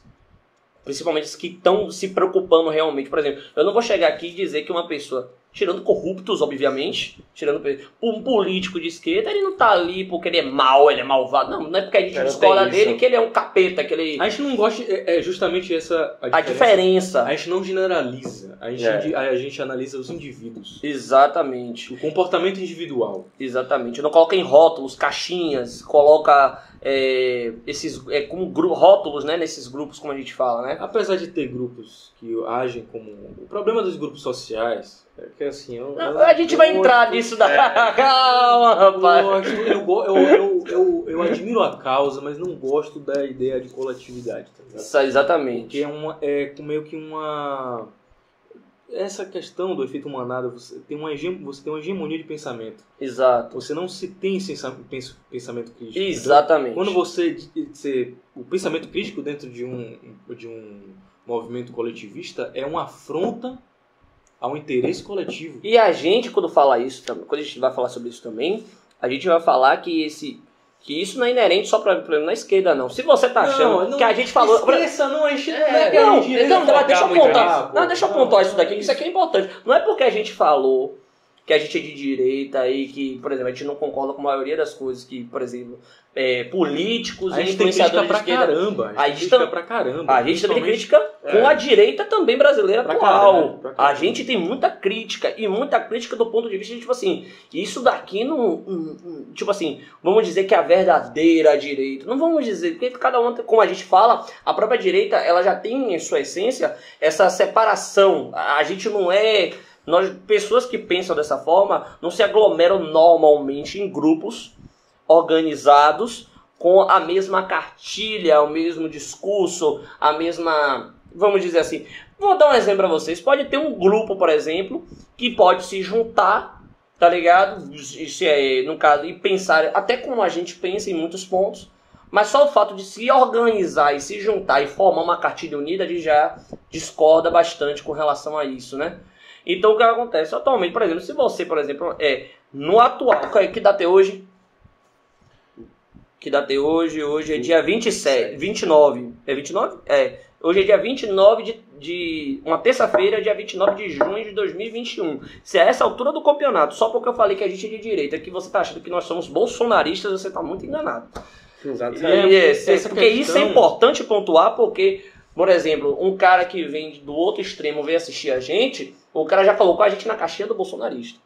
B: Principalmente as que estão se preocupando realmente. Por exemplo, eu não vou chegar aqui e dizer que uma pessoa, tirando corruptos, obviamente, tirando pe- um político de esquerda, ele não tá ali porque ele é mau, ele é malvado. Não, não é porque a gente
A: É, não
B: discorda
A: tem isso.
B: dele que ele é um capeta, que ele.
C: A gente não gosta, é, é justamente essa a diferença.
B: A diferença.
C: A gente não generaliza, a gente,
A: É.
C: indi- a gente analisa os indivíduos.
B: Exatamente.
C: O comportamento individual.
B: Exatamente. Não coloca em rótulos, caixinhas, coloca é, esses é, como gru- rótulos, né? Nesses grupos, como a gente fala, né?
C: Apesar de ter grupos que agem como. O problema dos grupos sociais é que assim. eu-
B: Não, a gente vai
C: eu-
B: entrar nisso da.
C: é.
B: [laughs] Calma, rapaz.
C: Eu, acho- eu, go- eu, eu, eu, eu admiro a causa, mas não gosto da ideia de coletividade, tá ligado?
B: Isso, exatamente.
C: Porque é, uma, é com meio que uma. Essa questão do efeito manada, você tem uma, hege- você tem uma hegemonia de pensamento.
B: Exato.
C: Você não se tem sensa- pens- pensamento crítico.
B: Exatamente.
C: Quando você, você- O pensamento crítico dentro de um, de um movimento coletivista é uma afronta ao interesse coletivo.
B: E a gente, quando fala isso também, quando a gente vai falar sobre isso também, a gente vai falar que esse. Que isso não é inerente só pra, pra na esquerda, não. Se você tá achando
C: Não, não
B: que a gente falou.
C: Esqueça, não, a gente
B: É,
C: é,
B: não,
C: a gente
B: não,
C: vai
B: deixa eu
C: jogar muito né?
B: apontar.
C: papo.
B: Não, deixa eu
C: Não,
B: apontar
C: não
B: isso daqui, que isso aqui é importante. Não é porque a gente falou que a gente é de direita e que, por exemplo, a gente não concorda com a maioria das coisas que, por exemplo, é, políticos
C: A
B: e
C: gente tem crítica
B: influenciadores de
C: pra
B: esquerda.
C: caramba.
B: A
C: A
B: gente
C: gente tem crítica
B: tam-
C: pra caramba.
B: A gente também tem
C: principalmente-
A: É.
B: crítica com a direita também brasileira
C: Pra
B: atual. né?
C: caralho, né? pra caralho.
B: a gente tem muita crítica e muita crítica do ponto de vista de tipo assim, isso daqui não, hum, hum, tipo assim, vamos dizer que é a verdadeira direita. Não vamos dizer porque cada um, tem- como a gente fala, a própria direita ela já tem em sua essência essa separação. A a gente não é nós, pessoas que pensam dessa forma não se aglomeram normalmente em grupos organizados com a mesma cartilha, o mesmo discurso, a mesma. Vamos dizer assim. Vou dar um exemplo pra vocês. Pode ter um grupo, por exemplo, que pode se juntar, tá ligado? E Se, é, no caso, e pensar, até como a gente pensa em muitos pontos, mas só o fato de se organizar e se juntar e formar uma cartilha unida, a gente já discorda bastante com relação a isso, né? Então o que acontece? Atualmente, por exemplo, se você, por exemplo, é no atual, que- que data é hoje? que dá até hoje. Hoje é dia 27, 29. É 29? É. Hoje é dia 29 de. de uma terça-feira, dia 29 de junho de 2021. Se a essa altura do campeonato, só porque eu falei que a gente é de direita, que você tá achando que nós somos bolsonaristas, você tá muito enganado.
A: Exato.
C: E é-
B: E é, se-
C: essa
B: porque isso é
C: questão-
B: importante pontuar, porque, por exemplo, um cara que vem do outro extremo vem assistir a gente, o cara já colocou a gente na caixinha do bolsonarista.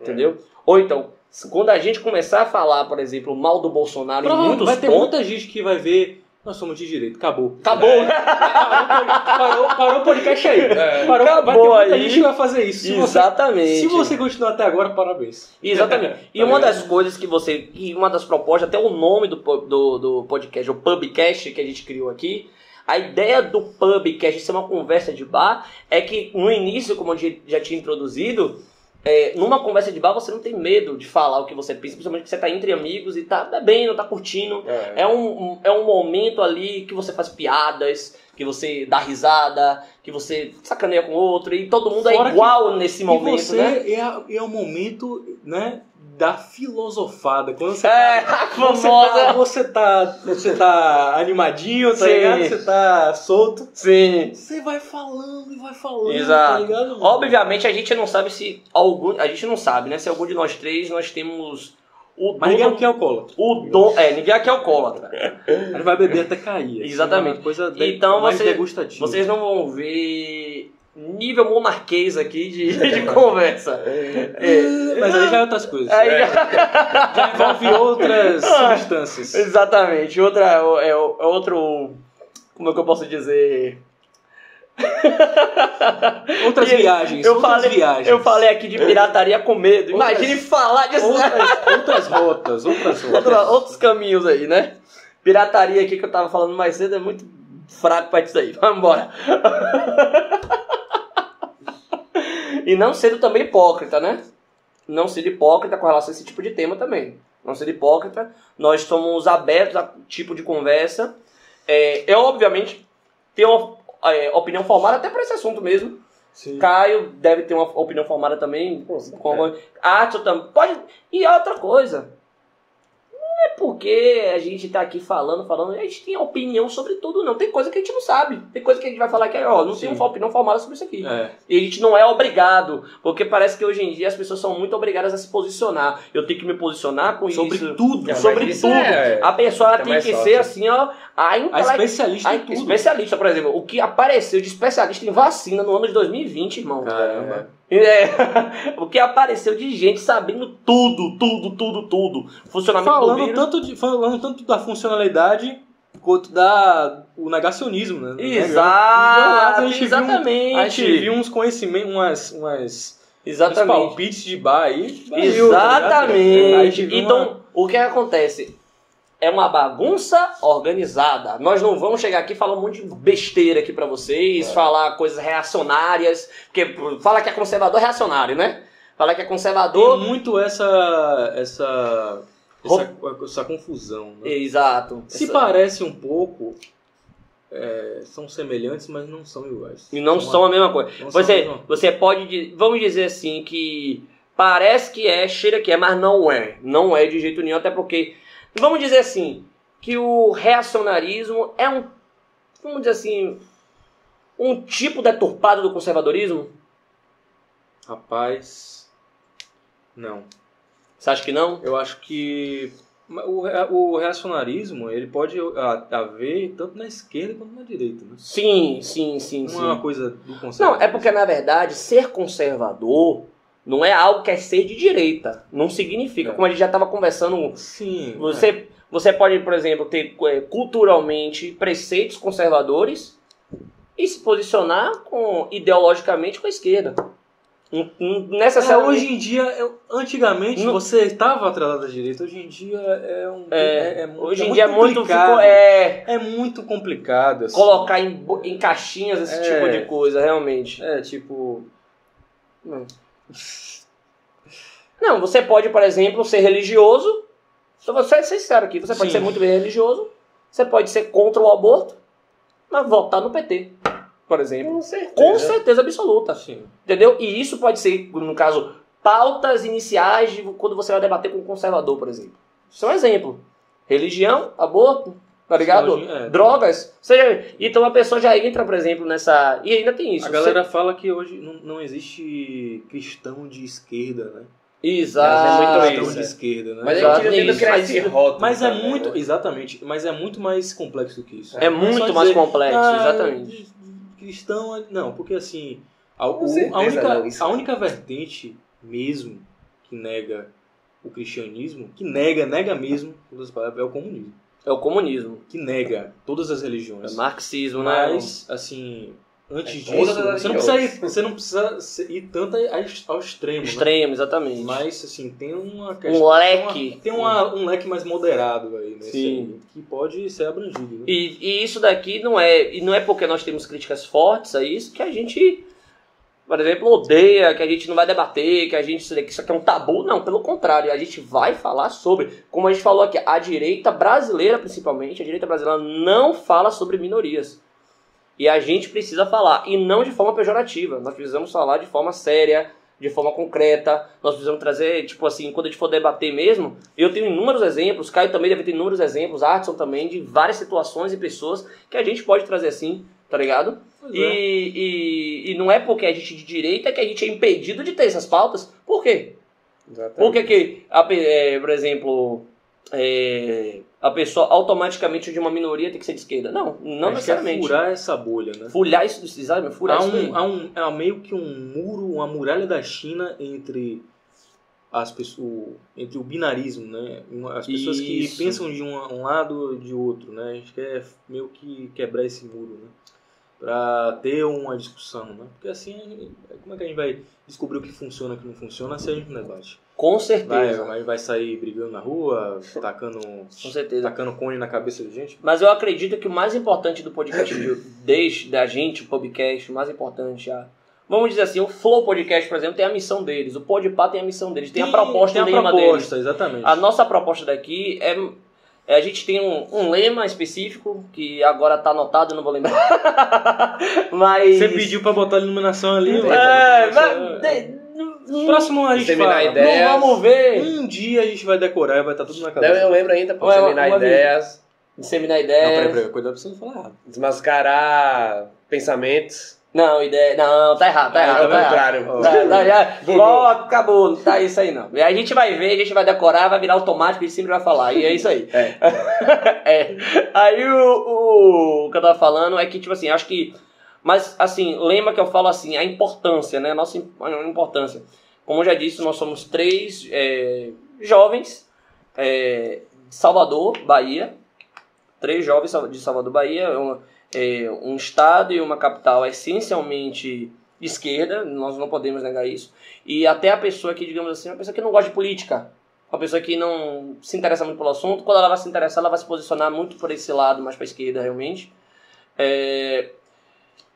C: É.
B: Entendeu? Ou então, se- quando a gente começar a falar, por exemplo, mal do Bolsonaro em
C: Provavelmente
B: muitos
C: vai ter um-
B: pontos.
C: muita gente que vai ver. Nós somos de direito, acabou.
B: Acabou, né?
C: Parou, parou o podcast aí.
A: É.
C: Parou, vai ter
B: [laughs] Acabou
C: muita
B: aí.
C: gente que vai fazer [laughs] isso. Se você,
B: Exatamente.
C: se você continuar até agora, parabéns.
B: Exatamente. E
C: Tá
B: uma
C: ligado?
B: das coisas que você. E uma das propostas, até o nome do, po- do, do podcast, o Pubcast que a gente criou aqui. A ideia do Pubcast ser uma conversa de bar é que no início, como a gente já tinha introduzido, é, numa conversa de bar você não tem medo de falar o que você pensa, principalmente que você tá entre amigos e tá, tá bem, não tá curtindo.
A: É.
B: É um, um- é um momento ali que você faz piadas, que você dá risada, que você sacaneia com o outro, e todo mundo
C: Fora
B: é
C: que-
B: igual nesse
C: e
B: momento,
C: você
B: né?
C: é, a- é o momento, né, da filosofada. Quando você
B: É, a
C: [laughs]
B: [laughs]
C: Você
B: famosa.
C: tá, você, tá, você tá animadinho, tá
B: Sim.
C: ligado? Você tá solto.
B: Sim.
C: Você vai falando e vai falando,
B: Exato.
C: tá ligado? mano?
B: Obviamente a gente não sabe se algum. A gente não sabe, né? Se algum de nós três nós temos o
C: Mas ninguém
B: dom.
C: aqui é alcoólatra.
B: O dom. É, ninguém aqui é alcoólatra.
C: A gente vai beber até cair. assim,
B: Exatamente.
C: uma coisa de-
B: Então
C: mais
B: você-
C: degustativa.
B: Vocês não vão ver nível monarquês aqui de, [laughs] de conversa. É,
C: Mas aí já é outras coisas.
B: aí já- Ah.
C: Já envolve outras substâncias.
B: Exatamente. Outra, é, é outro. Como é que eu posso dizer?
C: Outras
B: E-
C: viagens.
B: Eu
C: outras
B: falei,
C: viagens.
B: eu falei aqui de pirataria com medo.
C: Outras-
B: Imagine falar disso.
C: Outras, outras rotas, outras rotas.
B: Outra- outros caminhos aí, né? Pirataria aqui que eu tava falando mais cedo é muito fraco pra isso aí. [laughs] Vamos embora. E não sendo também hipócrita, né? não ser hipócrita com relação a esse tipo de tema também. Não ser hipócrita. Nós somos abertos a tipo de conversa. É, eu, obviamente, tenho uma é, opinião formada até para esse assunto mesmo.
C: Sim.
B: Caio deve ter uma opinião formada também.
A: É,
B: Com alguma-
C: É.
B: Arthur também. Ah, Pode... E é outra coisa. Não é porque a gente tá aqui falando, falando. A gente tem opinião sobre tudo, não. Tem coisa que a gente não sabe. Tem coisa que a gente vai falar que, é, ó, não tem
C: Sim.
B: uma opinião formada sobre isso aqui.
C: É.
B: E a gente não é obrigado, porque parece que hoje em dia as pessoas são muito obrigadas a se posicionar. Eu tenho que me posicionar com
C: Sobre
B: isso.
C: tudo.
A: É, mas
B: sobre
A: isso
B: tudo.
A: é-
B: A pessoa ela
A: é
B: tem
A: mais
B: que
A: fácil.
B: ser assim, ó, a
C: A
B: intele-
C: especialista
B: a
C: em tudo.
B: especialista, por exemplo, o que apareceu de especialista em vacina no ano de 2020, irmão.
C: Caramba.
B: É, [laughs] o que apareceu de gente sabendo tudo, tudo, tudo, tudo. Funcionamento do
C: Falando
B: vírus.
C: tanto, de- falando tanto da funcionalidade quanto da o negacionismo, né?
B: Exato,
C: A gente viu um-
B: exatamente.
C: A gente viu uns conhecimentos, umas, umas uns
B: exatamente.
C: palpites de bar aí. Valeu, tá ligado? A gente
B: Exatamente.
C: viu né? uma-
B: Então, o que acontece? É uma bagunça organizada. Nós não vamos chegar aqui e falar um monte de besteira aqui pra
C: É.
B: vocês, falar coisas reacionárias, porque pô, fala que é conservador é reacionário, né? Falar que é
C: tem
B: conservador.
C: muito essa essa essa, essa confusão. Né?
B: Exato.
C: Se
B: Essa-
C: parece um pouco, é, são semelhantes, mas não são iguais.
B: E não são a é. mesma coisa.
C: não são a
B: Você,
C: mesma-
B: você pode, di- vamos dizer assim, que parece que é, cheira que é, mas não é. Não é de jeito nenhum, até porque, vamos dizer assim, que o reacionarismo é um, vamos dizer assim, um tipo deturpado do conservadorismo?
C: Rapaz, não.
B: Você acha que não?
C: Eu acho que o, rea- o reacionarismo ele pode a- haver tanto na esquerda quanto na direita, né?
B: Sim, sim, sim,
C: Não
B: sim.
C: é uma coisa do conceito.
B: Não, é porque na verdade ser conservador não é algo que é ser de direita. Não significa.
C: Não.
B: Como a gente já estava conversando
C: Sim. é.
B: Você, você pode, por exemplo, ter é, culturalmente preceitos conservadores e se posicionar com, ideologicamente com a esquerda. Não- não
C: É,
B: Necessariamente.
C: hoje em dia, eu- antigamente
B: Não-
C: você estava atrás da direita, hoje em dia é um.
B: É,
C: muito-
B: hoje em dia é muito.
C: complicado.
B: ficou- é,
C: É muito complicado. assim.
B: colocar em, bo- em caixinhas esse
C: É.
B: tipo de coisa, realmente.
C: É, tipo.
B: Não, você pode, por exemplo, ser religioso. Então, vou ser sincero aqui. Você pode
C: Sim.
B: ser muito bem religioso. Você pode ser contra o aborto, mas votar no PT, por
C: Hum.
B: exemplo.
A: Com certeza.
B: Com
C: né?
B: certeza absoluta.
C: Assim,
B: Entendeu? E isso pode ser, no caso, pautas iniciais de quando você vai debater com um conservador, por exemplo. Isso é um exemplo. Religião, aborto, tá ligado?
C: hoje- é.
B: Drogas. Seja... Então a pessoa já entra, por exemplo, nessa. E ainda tem isso.
C: A galera fala que hoje não, não existe cristão de esquerda, né?
B: Você- Exato.
A: Mas é muito
C: cristão
A: isso,
C: de
A: é.
C: esquerda, né?
A: Mas
B: Exato,
A: a gente
B: é
A: tenta
B: isso.
A: criar esse rótulo.
C: Mas é
A: também, né?
C: muito, exatamente, mas é muito mais complexo do que isso.
B: É muito
C: Só
B: mais
C: dizer,
B: complexo,
C: ah,
B: exatamente.
C: Cristão, não, porque assim, a,
A: Com
C: o- a
A: certeza não,
C: única,
A: isso. é.
C: a única vertente mesmo que nega o cristianismo, que nega, nega mesmo, em outras palavras, é o comunismo,
B: É o comunismo.
C: que nega todas as
B: É
C: religiões.
B: marxismo, né?
C: Mas, assim, antes
A: É todas
C: disso,
A: as
C: você não, precisa
A: religiões.
C: ir, você não precisa se- ir tanto a- ao extremo, né?
B: Extremo, exatamente.
C: Mas, assim, tem uma questão...
B: Um leque.
C: Tem uma- um leque mais moderado aí, né?
B: Sim.
C: Que pode ser abrangido. Né?
B: E, e isso daqui não é. E não é porque nós temos críticas fortes a isso que a gente, por exemplo, odeia, que a gente não vai debater, que a gente que isso aqui é um tabu. Não, pelo contrário, a gente vai falar sobre. Como a gente falou aqui, a direita brasileira, principalmente, a direita brasileira não fala sobre minorias. E a gente precisa falar, e não de forma pejorativa. Nós precisamos falar de forma séria, de forma concreta. Nós precisamos trazer, tipo assim, quando a gente for debater mesmo, eu tenho inúmeros exemplos, Caio também deve ter inúmeros exemplos, Artson também, de várias situações e pessoas que a gente pode trazer assim, tá ligado?
C: Pois
B: E,
C: é.
B: e, e não é porque a gente é de direita que a gente é impedido de ter essas pautas. Por quê?
C: É.
B: Por que, que a pe- é, por exemplo, é, a pessoa automaticamente de uma minoria tem que ser de esquerda? Não, não
C: Acho que É
B: necessariamente.
C: furar essa bolha, né?
B: Fulhar isso, sabe? Furar
C: Há,
B: isso.
C: um,
B: daí.
C: há, um, há meio que um muro, uma muralha da China entre as pessoas, entre o binarismo, né? Uma- As pessoas
B: Isso.
C: que pensam de um, um lado de outro, né? A gente quer meio que quebrar esse muro, né? Pra ter uma discussão, né? Porque assim, como é que a gente vai descobrir o que funciona e o que não funciona se a gente não debate?
B: Com
C: Vai,
B: certeza.
C: vai, vai sair brigando na rua, tacando,
B: Com certeza.
C: tacando cone na cabeça de gente?
B: Mas eu acredito que o mais importante do podcast de- desde da gente, o podcast, o mais importante, a, Vamos dizer assim, o Flow Podcast, por exemplo, tem a missão deles, o Podpah tem a missão deles, tem a
C: E
B: proposta
C: tem
B: e o
C: a
B: lema deles.
C: proposta, exatamente.
B: A nossa proposta daqui é. é a gente tem um, um lema específico, que agora tá anotado, eu não vou lembrar.
C: [laughs]
B: Mas.
C: Você pediu pra botar a iluminação ali, velho.
B: É, mas. de-
C: No um Próximo ano a gente
A: Disseminar
C: fala.
A: ideia. ideias.
B: Não vamos ver.
C: Um dia a gente vai decorar e vai estar tudo na
A: Não,
C: cabeça.
B: é.
A: eu lembro ainda, pô,
B: Ué,
A: disseminar
B: uma vez.
A: ideias,
B: Disseminar
C: Não, peraí,
B: ideias.
C: peraí, cuidado pra você não falar errado.
A: desmascarar pensamentos.
B: Não, ideia. Não, tá errado, tá
A: Ah,
B: errado.
A: ao
B: Tá errado.
A: contrário.
C: Ó.
B: Tá, tá, já.
A: Bugou.
B: Ó, acabou, não tá isso aí não. E aí a gente vai ver, a gente vai decorar, vai virar automático e sempre vai falar. E é isso aí.
A: É.
B: [laughs] É. Aí o, o, o que eu tava falando é que, tipo assim, acho que. Mas, assim, lembra que eu falo assim, a importância, né? A nossa im- a importância. Como eu já disse, nós somos três é, jovens é, de Salvador, Bahia. Três jovens sal- de Salvador, Bahia. Um, é, um estado e uma capital essencialmente de esquerda, nós não podemos negar isso. E até a pessoa que, digamos assim, uma pessoa que não gosta de política, uma pessoa que não se interessa muito pelo assunto, quando ela vai se interessar, ela vai se posicionar muito por esse lado, mais para esquerda, realmente. É,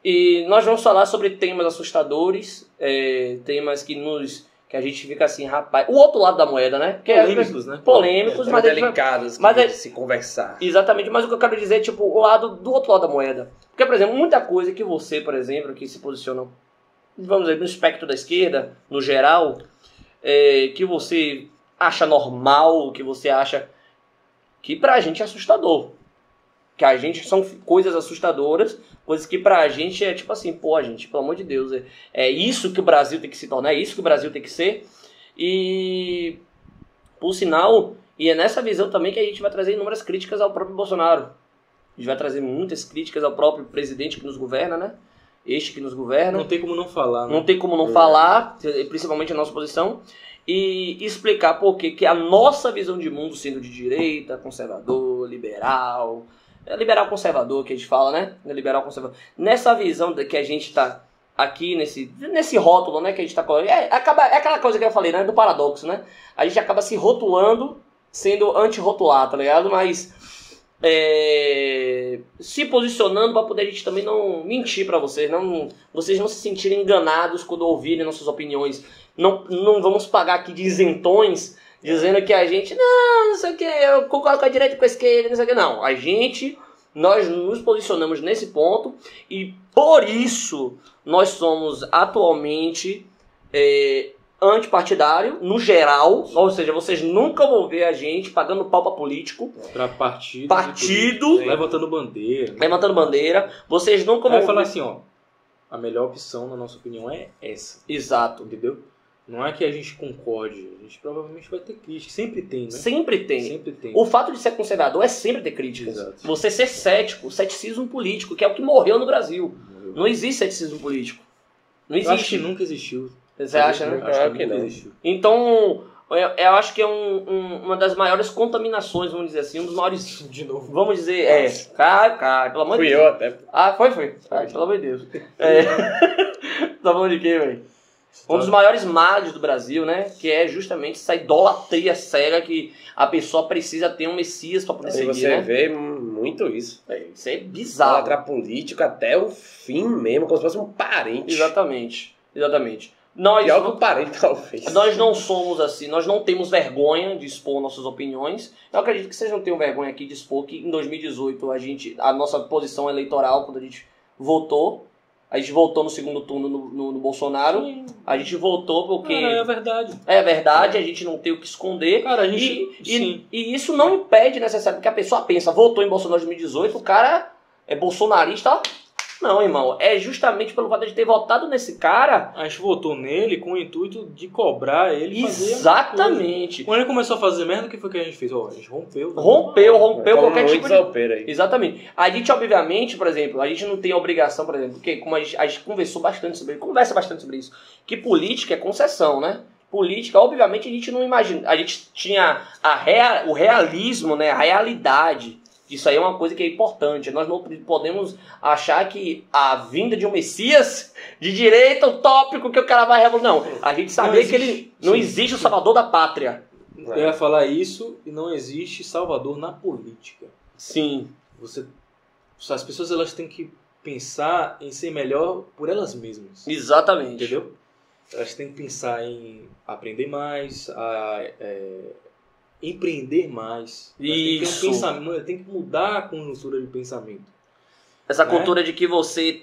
B: E nós vamos falar sobre temas assustadores, é, temas que nos que a gente fica assim, rapaz, o outro lado da moeda, né? Porque às vezes-
C: Polêmicos, né?
B: polêmicos, mas a gente vai-
A: delicados,
B: mas
A: É, mas
B: é-
A: se conversar.
B: Exatamente, mas o que eu quero dizer é tipo o lado do outro lado da moeda. Porque, por exemplo, muita coisa que você, por exemplo, que se posiciona, vamos dizer, no espectro da esquerda, no geral, é, que você acha normal, que você acha que pra gente é assustador. Que a gente são coisas assustadoras, coisas que pra gente é tipo assim, pô, gente, pelo amor de Deus, é, é isso que o Brasil tem que se tornar, é isso que o Brasil tem que ser. E por sinal, e é nessa visão também que a gente vai trazer inúmeras críticas ao próprio Bolsonaro. A gente vai trazer muitas críticas ao próprio presidente que nos governa, né? Este que nos governa.
C: Não tem como não falar, né?
B: Não tem como não
C: É.
B: falar, principalmente a nossa posição, e explicar por que que a nossa visão de mundo, sendo de direita, conservador, liberal, é liberal conservador que a gente fala, né? É Liberal conservador. Nessa visão da- que a gente tá aqui, nesse, nesse rótulo, né, que a gente tá colocando, é, acaba, é aquela coisa que eu falei, né, do paradoxo, né? A gente acaba se rotulando, sendo anti-rotular, tá ligado? Mas... é, se posicionando para poder a gente também não mentir para vocês, não vocês não se sentirem enganados quando ouvirem nossas opiniões. Não, não vamos pagar aqui de isentões dizendo que a gente, não, não sei o que, eu concordo com a direita e com a esquerda, não sei o que. Não, a gente, nós nos posicionamos nesse ponto e por isso nós somos atualmente é, antipartidário, no geral. Ou seja, vocês nunca vão ver a gente pagando pau pra político,
C: Pra partido.
B: Partido.
C: Sim. Levantando bandeira.
B: levantando bandeira. Vocês nunca vão
C: Vai falar assim, ó. A melhor opção, na nossa opinião, é essa.
B: Exato.
C: Entendeu? Não é que a gente concorde. A gente provavelmente vai ter crítica. Sempre tem, né?
B: Sempre tem.
C: Sempre tem.
B: O fato de ser conservador é sempre ter críticas.
C: Exato.
B: Você ser cético, ceticismo político, que é o que morreu no Brasil. Não existe ceticismo político. Não
C: Eu acho que
B: existe.
C: nunca existiu.
B: Você acha, né?
C: Eu acho
A: Claro
C: que
A: que
C: nunca
A: não.
C: existiu.
B: Então, eu, eu acho que é um- um- uma das maiores contaminações, vamos dizer assim, um dos maiores.
C: De novo.
B: Vamos dizer, é. Cara, cara, pelo amor de
A: Fui
B: Deus.
A: eu até.
B: Ah, foi, foi. Ah, pelo amor de Deus. É. [laughs] tá falando de quê, velho? Um dos maiores males do Brasil, né? Que é justamente essa idolatria cega que a pessoa precisa ter um Messias pra poder
A: E
B: seguir,
A: você
B: né?
A: vê muito isso.
B: Isso é bizarro.
A: Idolatrar político até o fim mesmo, como se fosse um parente.
B: Exatamente. Exatamente. Nós,
A: Pior que um parente, talvez.
B: nós não somos assim, nós não temos vergonha de expor nossas opiniões. Eu acredito que vocês não tenham vergonha aqui de expor que em 2018 a gente, a nossa posição eleitoral, quando a gente votou, a gente votou no segundo turno no, no- no Bolsonaro, a gente votou porque
C: Cara, é verdade.
B: é verdade, a gente não tem o que esconder.
C: Cara, a
B: E,
C: gente.
B: e-
C: sim.
B: e isso não impede necessariamente que a pessoa pensa, votou em Bolsonaro em 2018, o cara é bolsonarista. ó. Não, irmão. É justamente pelo fato de ter votado nesse cara.
C: A gente votou nele com o intuito de cobrar ele. fazer-
B: Exatamente.
C: Quando ele começou a fazer merda, o que foi que a gente fez? Ó, a gente rompeu. né?
B: Rompeu, rompeu
A: Como
B: qualquer tipo
A: muitos
B: de.
A: alpeiros aí.
B: Exatamente. A gente, obviamente, por exemplo, a gente não tem a obrigação, por exemplo, porque como a gente, a gente conversou bastante sobre conversa bastante sobre isso, que política é concessão, né? Política, obviamente, a gente não imagina. A gente tinha a rea- o realismo, né? A realidade. Isso aí é uma coisa que é importante. Nós não podemos achar que a vinda de um Messias de direita, o tópico que o cara vai revolucionar. Não, a gente sabia que
C: existe.
B: ele não
C: Sim.
B: existe o salvador da pátria.
C: Eu ia falar isso e não existe Salvador na política.
B: Sim.
C: Você, as pessoas elas têm que pensar em ser melhor por elas mesmas.
B: Exatamente.
C: Entendeu? Elas têm que pensar em aprender mais, a, é, empreender mais. Elas têm que ter um
B: Isso.
C: pensamento- Tem que mudar a conjuntura de pensamento.
B: Essa
C: né?
B: cultura de que você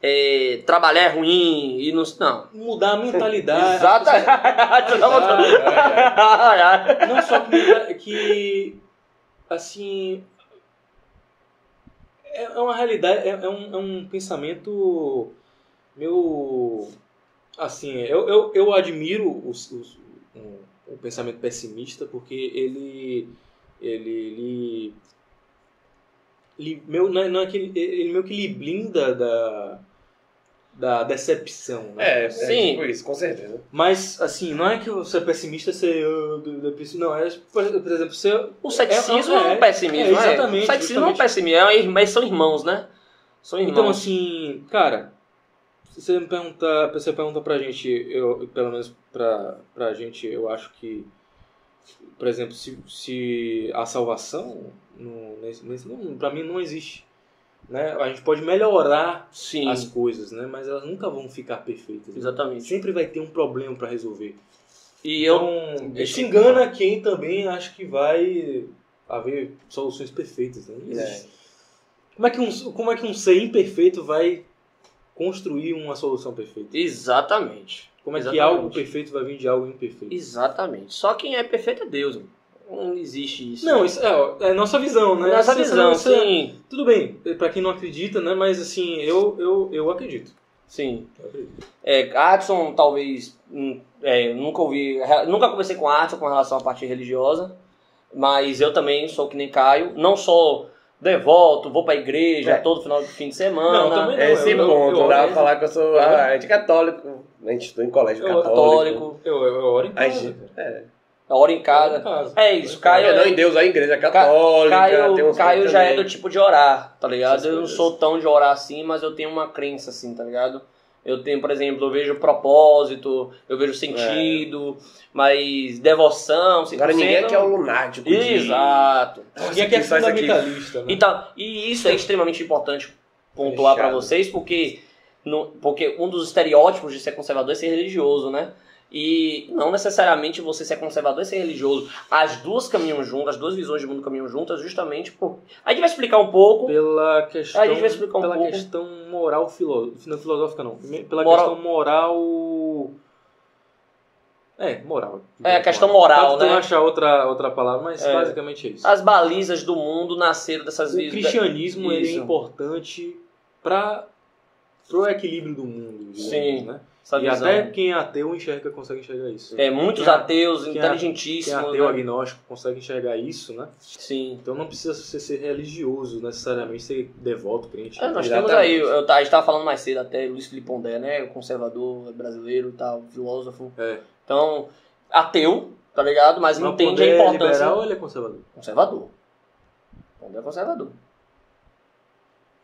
B: é, trabalhar é ruim e não. Não.
C: Mudar a mentalidade. [laughs]
B: Exatamente.
C: Não só que, que, assim, é é uma realidade, é, é um, é um pensamento meu, assim, eu, eu, eu admiro os- os- o- o pensamento pessimista porque ele, ele, ele, ele meu, não é, não é que ele, ele meio que lhe blinda da, da decepção, né?
A: É, é
B: Sim.
A: tipo isso, com certeza.
C: Mas, assim, não é que você é pessimista, você é pessimista, não. É, por, por exemplo, você
B: O ceticismo
C: É,
B: é,
C: é,
B: um pessimismo,
C: é,
B: né?
C: exatamente,
B: O ceticismo é um
C: justamente.
B: pessimismo, é uma irmã- são irmãos, né? São irmãos.
C: Então, assim, cara, se você me perguntar, se você pergunta pra gente, eu, pelo menos pra, pra gente, eu acho que, por exemplo, se, se a salvação, não, nesse, nesse- não, pra mim, não existe. Né? A gente pode melhorar
B: Sim,
C: assim, as coisas, né? mas elas nunca vão ficar perfeitas. né?
B: exatamente.
C: Sempre vai ter um problema pra resolver.
B: E eu.
C: Então,
B: deixa
C: se
B: eu-
C: engana quem também acha que vai haver soluções perfeitas. Né? Não existe.
A: É.
C: Como, é que um, como é que um ser imperfeito vai construir uma solução perfeita?
B: Exatamente.
C: Como é que
B: Exatamente.
C: algo perfeito vai vir de algo imperfeito?
B: Exatamente. Só quem é perfeito é Deus, mano. Não existe isso.
C: Não, isso é, ó, é nossa visão, né?
B: Nossa
C: Isso- isso-
B: visão,
C: isso é-
B: sim.
C: Tudo bem, pra quem não acredita, né? Mas assim, eu, eu, eu acredito.
B: Sim.
C: Eu acredito.
B: É, Adson, talvez. hum, é, nunca ouvi. re- Nunca conversei com Adson com relação à parte religiosa. Mas eu também sou que nem Caio. Não sou devoto, vou pra igreja
A: É.
B: todo final de fim de semana.
C: Não, também
A: É
C: não,
A: esse
C: eu- eu-
A: ponto,
C: eu-
A: não dá pra
C: eu-
A: falar que eu sou ah, anticatólico. A gente estuda em colégio
C: Eu-
A: católico.
B: católico,
C: Eu, eu oro em
A: A
C: casa.
A: gente,
C: velho.
A: é,
B: hora em
C: Eu oro em
B: casa.
C: casa.
B: É isso,
A: Caio,
B: Caio.
A: não em Deus, a igreja católica. tem
B: Caio,
A: uns
B: Caio
A: pontos
B: já é
A: também.
B: do tipo de orar, tá ligado?
A: Essas
B: Eu não
A: coisas.
B: sou tão de orar assim, mas eu tenho uma crença assim, tá ligado? Eu tenho, por exemplo, eu vejo propósito, eu vejo sentido, mas devoção, 100%.
A: É. Agora ninguém aqui é um
B: assim, não-
A: lunático. de-
B: Exato.
C: Ninguém aqui é
A: Isso, isso aqui.
C: fundamentalista, né?
B: Então, e isso é extremamente importante pontuar pra
A: Fechado.
B: vocês, porque, no- porque um dos estereótipos de ser conservador é ser religioso, né? E não necessariamente você ser conservador e ser religioso. As duas caminham juntas, as duas visões de mundo caminham juntas, justamente por. A gente vai explicar um pouco.
C: Pela questão,
B: A gente vai explicar um
C: pela
B: pouco.
C: questão moral filo, não filosófica, não. Me- Pela
B: Moral-
C: questão moral. É, moral.
B: É, a questão moral,
C: Tava tentando
B: né?
C: achar outra, outra palavra, mas
B: É.
C: basicamente é isso.
B: As balizas do mundo nasceram dessas
C: O
B: visões.
C: cristianismo ele é
B: Isso.
C: importante para o equilíbrio do mundo. digamos,
B: Sim,
C: Né?
B: Essa
C: E
B: visão.
C: até quem é ateu enxerga, consegue enxergar isso.
B: É, muitos
C: Quem é-
B: ateus
C: quem é- Quem é
B: inteligentíssimos.
C: ateu
B: né?
C: agnóstico consegue enxergar isso, né?
B: Sim.
C: Então não precisa você ser religioso, necessariamente ser devoto, crente.
B: É, nós
A: Exatamente.
B: temos aí, eu, tá- a gente tava falando mais cedo até, Luiz Felipe Pondé, né? o Conservador brasileiro e tal, filósofo.
C: É.
B: Então, ateu, tá ligado? Mas
C: Mas
B: entende
C: Pondé
B: a
C: é
B: importância.
C: liberal ou ele é conservador?
B: Conservador. Pondé é conservador.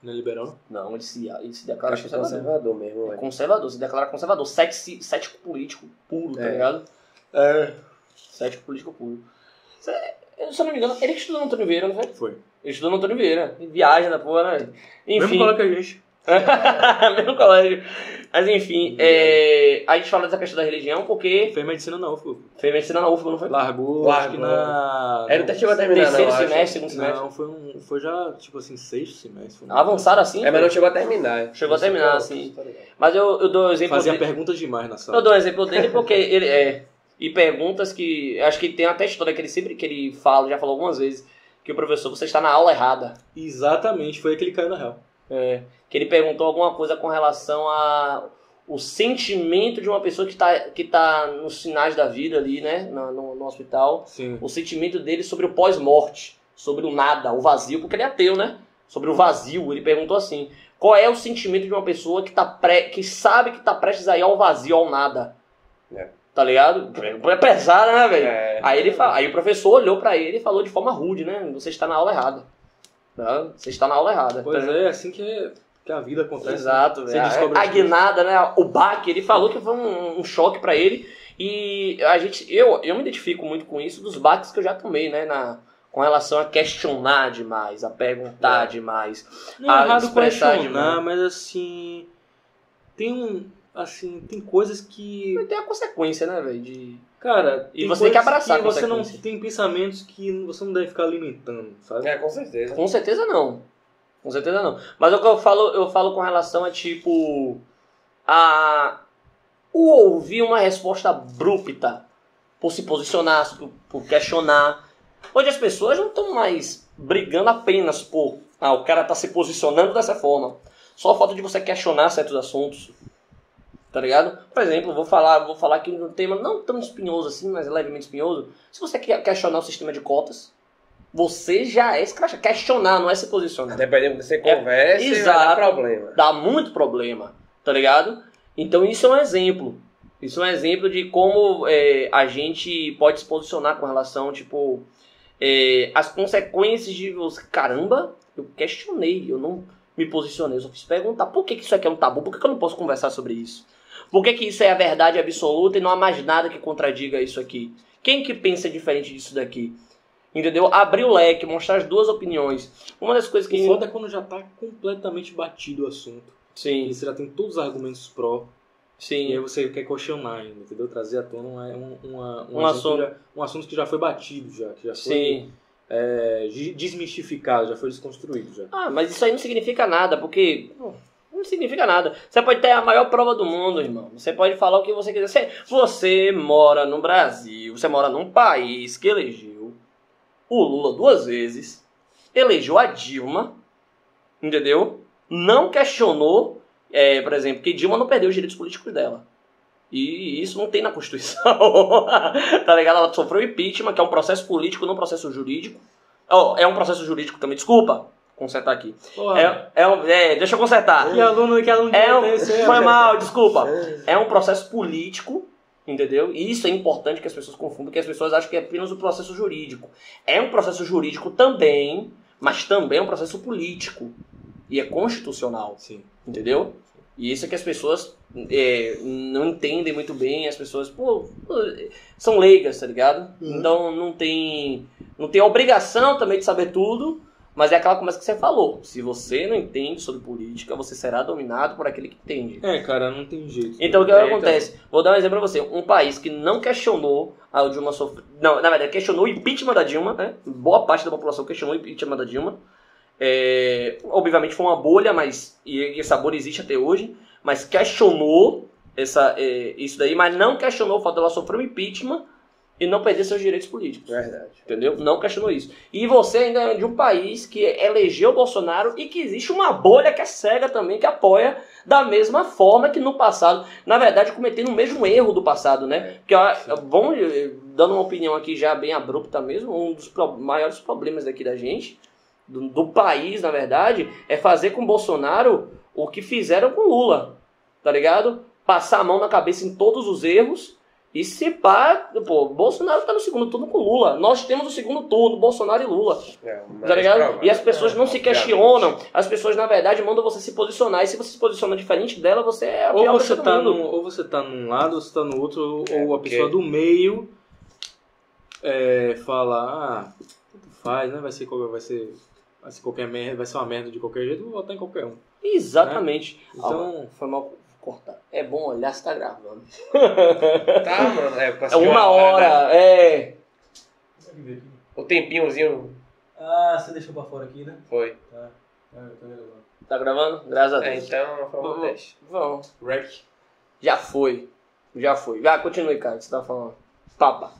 C: Não é liberal?
B: Não, ele se, ele se declara
A: Acho que é
B: conservador.
A: conservador mesmo,
B: É
A: velho.
B: conservador, se declara conservador. Cético, cético político puro, tá
A: É.
B: ligado?
C: É.
B: Cético político puro. Se, eu- se eu não me engano, ele que estudou no Antônio Vieira, não foi?
C: Foi.
B: Ele estudou no Antônio Vieira. Viagem da porra, né? Enfim.
C: Mesmo coloca a gente.
B: [laughs] Mesmo colégio. Mas enfim, é, a gente fala dessa questão da religião porque
C: Fez medicina na UFBA.
B: fez medicina na UFBA, não foi?
C: Largou,
A: Largou.
C: acho que na...
A: Ele até chegou a terminar,
B: né? Terceiro
A: não, acho.
B: semestre, segundo semestre.
C: Não, foi, um, foi já, tipo assim, sexto semestre. foi um-
B: Avançaram assim?
A: É, mas
B: foi?
A: não chegou a terminar. tá
B: Chegou a terminar, assim. Mas eu, eu dou o exemplo
C: Fazia
B: dele.
C: perguntas demais na
B: Eu
C: sala.
B: dou o exemplo dele porque ele é. E perguntas que. Acho que tem até história que ele sempre que ele fala, já falou algumas vezes, que o professor, você está na aula errada.
C: Exatamente, foi aquele que caiu na real.
B: É, que ele perguntou alguma coisa com relação a o sentimento de uma pessoa que tá, que tá nos sinais da vida ali, né? na- no, no hospital.
C: Sim.
B: O sentimento dele sobre o pós-morte, sobre o nada, o vazio, porque ele é ateu, né? Sobre o vazio. Ele perguntou assim: qual é o sentimento de uma pessoa que, tá pre... que sabe que tá prestes a ir ao vazio, ao nada?
A: É.
B: Tá ligado? É pesada, né, velho?
A: É.
B: Aí, ele fa- aí o professor olhou pra ele e falou de forma rude, né? Você está na aula errada. Tá? Você está na aula errada. Tá
C: Pois é, assim que, é- que a vida acontece.
B: Exato,
C: Você
B: velho.
C: descobre
B: A, a
C: as coisas.
B: guinada, né? O baque, ele falou que foi um, um choque pra ele. E a gente, eu, eu me identifico muito com isso, dos baques que eu já tomei, né? Na, com relação a questionar demais, a
C: É.
B: perguntar demais.
C: Não
B: Ah,
C: é errado
B: expressar
C: questionar,
B: demais.
C: mas assim. Tem um. Assim, tem coisas que.
B: Tem a consequência, né, velho? De...
C: Cara,
B: E
C: tem
B: você tem que
C: coisas
B: abraçar a
C: que você não
B: consequência.
C: tem pensamentos que você não deve ficar alimentando, sabe?
A: É, com certeza.
B: Com certeza não. Com certeza não. Mas é o que eu falo, eu falo com relação a tipo a o ouvir uma resposta abrupta por se posicionar, por, por questionar. Hoje as pessoas não estão mais brigando apenas por ah, o cara tá se posicionando dessa forma. Só a falta de você questionar certos assuntos. Tá ligado? Por exemplo, vou falar, vou falar aqui um tema não tão espinhoso assim, mas levemente espinhoso. Se você quer questionar o sistema de cotas, você já é escrachado. Questionar não é se posicionar
A: Dependendo do que você conversa,
B: exato.
A: vai dar problema.
B: dá muito problema, tá ligado? Então isso é um exemplo. Isso é um exemplo de como é, a gente pode se posicionar com relação, tipo, é, as consequências de você. Caramba, eu questionei, eu não me posicionei, eu só fiz perguntar por que, que isso aqui é um tabu, por que, que eu não posso conversar sobre isso? Por que, que isso é a verdade absoluta e não há mais nada que contradiga isso aqui? Quem que pensa diferente disso daqui? Entendeu? Abrir o leque, mostrar as duas opiniões. Uma das coisas que.
C: O foda é quando já tá completamente batido o assunto. E
B: Sim,
C: você já tem todos os argumentos pró. E
B: sim.
C: aí você quer questionar ainda, entendeu? Trazer à tona uma, um, uma, um,
B: Um
C: assunto.
B: assunto.
C: que já- um assunto que já foi batido, já. Que já foi
B: Sim.
C: é, de- desmistificado, já foi desconstruído, já.
B: Ah, mas isso aí não significa nada, porque. pô, Não significa nada. Você pode ter a maior prova do mundo, irmão. Você pode falar o que você quiser. Você, você mora no Brasil, você mora num país que elegeu o Lula duas vezes, elegeu a Dilma, entendeu? Não questionou, é, por exemplo, que Dilma não perdeu os direitos políticos dela. E isso não tem na Constituição. [laughs] tá ligado? Ela sofreu impeachment, que é um processo político, não um processo jurídico. Ó, é um processo jurídico também, desculpa consertar aqui.
C: Porra,
B: É, é, um- é, deixa eu consertar.
C: Que aluno, que aluno de
B: É um-
C: ETS, é,
B: foi
C: velho?
B: mal, desculpa. É um processo político, entendeu? E isso é importante que as pessoas confundam, que as pessoas acham que é apenas um processo jurídico. É um processo jurídico também, mas também é um processo político. E é constitucional,
C: Sim.
B: entendeu? E isso é que as pessoas é, não entendem muito bem, as pessoas, pô, pô, são leigas, tá ligado?
C: Uhum.
B: Então não tem, não tem a obrigação também de saber tudo, mas é aquela coisa que você falou. Se você não entende sobre política, você será dominado por aquele que entende.
C: É, cara, não tem jeito.
B: Então o que
C: É,
B: acontece? Vou dar um exemplo pra você. Um país que não questionou a Dilma sofrer. Não, na verdade, questionou o impeachment da Dilma, né? Boa parte da população questionou o impeachment da Dilma. É, Obviamente foi uma bolha, mas. E essa bolha existe até hoje. Mas questionou essa, é, isso daí, mas não questionou o fato dela sofrer um impeachment e não perder seus direitos políticos.
A: Verdade.
B: Entendeu? Não questionou isso. E você ainda é de um país que elegeu o Bolsonaro e que existe uma bolha que é cega também, que apoia da mesma forma que no passado. Na verdade, cometendo o mesmo erro do passado, né? Que, ó, vamos, eh, dando uma opinião aqui já bem abrupta mesmo, um dos pro- maiores problemas daqui da gente, do, do país, na verdade, é fazer com o Bolsonaro o que fizeram com o Lula. Tá ligado? Passar a mão na cabeça em todos os erros e se pá, pô, Bolsonaro tá no segundo turno com Lula. Nós temos o segundo turno, Bolsonaro e Lula.
A: É, mas
B: Tá ligado?
A: provável.
B: E as pessoas não se
A: Obviamente.
B: questionam. As pessoas, na verdade, mandam você se posicionar. E se você se posiciona diferente dela, você é a
C: Ou
B: pior
C: você,
B: pessoa
C: tá
B: do mundo.
C: num, ou você tá num lado, ou você tá no outro, ou,
A: É,
C: ou a
A: porque-
C: pessoa do meio é, fala, ah, tanto faz, né? Vai ser, qualquer- vai ser, vai ser qualquer merda, vai ser uma merda de qualquer jeito, vou votar em qualquer um.
B: Exatamente.
C: Então,
B: Foi mal cortar. É bom olhar se tá gravando.
A: Tá, mano. É,
B: É
A: passou
B: uma
A: né?
B: hora, é.
D: Deixa eu ver aqui.
A: O tempinhozinho
D: Ah, você deixou pra fora aqui, né?
A: foi.
D: Tá. Tá, eu tô gravando.
B: Tá gravando? Graças a
A: É,
B: Deus.
A: então foi um
B: Vamos.
A: bom teste.
B: Vamos.
C: Rec.
B: Já foi. Já foi. Vai, continue, cara, o que você tá falando. Papa.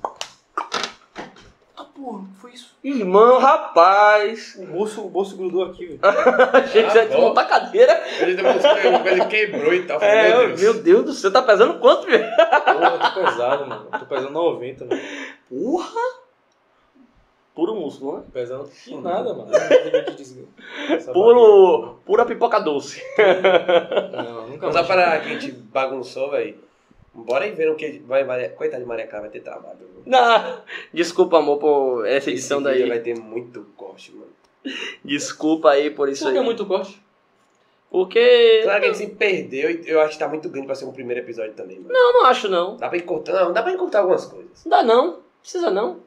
C: Ah, porra, foi isso?
B: Irmão, rapaz.
C: O bolso, o bolso grudou aqui, velho.
B: Achei que você ia desmontar a cadeira.
A: Ele também uma coisa quebrou e tal.
B: É,
A: meu
B: meu
A: Deus.
B: Deus. do céu, tá pesando quanto, velho?
C: Porra, eu tô pesado, mano. Eu tô pesando 90, mano.
B: Porra! Puro músculo, né?
C: Pesando que nada, mano. Essa
B: Puro, pura pipoca doce. [laughs]
C: barriga. Não, nunca
A: Vamos lá
C: mais.
A: para que a gente bagunçou, velho. Bora aí ver o que vai. vai- Coitado de Maria Clara, vai ter trabalho. viu?
B: Não, desculpa, amor, por essa edição
A: Esse
C: é
A: vídeo
B: daí.
A: Vai ter muito corte, mano.
B: Desculpa aí por isso
C: Isso aqui é
B: aí.
C: muito Tá. corte.
B: Porque.
A: Claro que a gente se perdeu e eu acho que tá muito grande pra ser um primeiro episódio também, mano.
B: Eu não acho, não.
A: Dá pra ir cortando? Não, dá pra ir cortando algumas coisas.
B: Não dá, não. Precisa, não.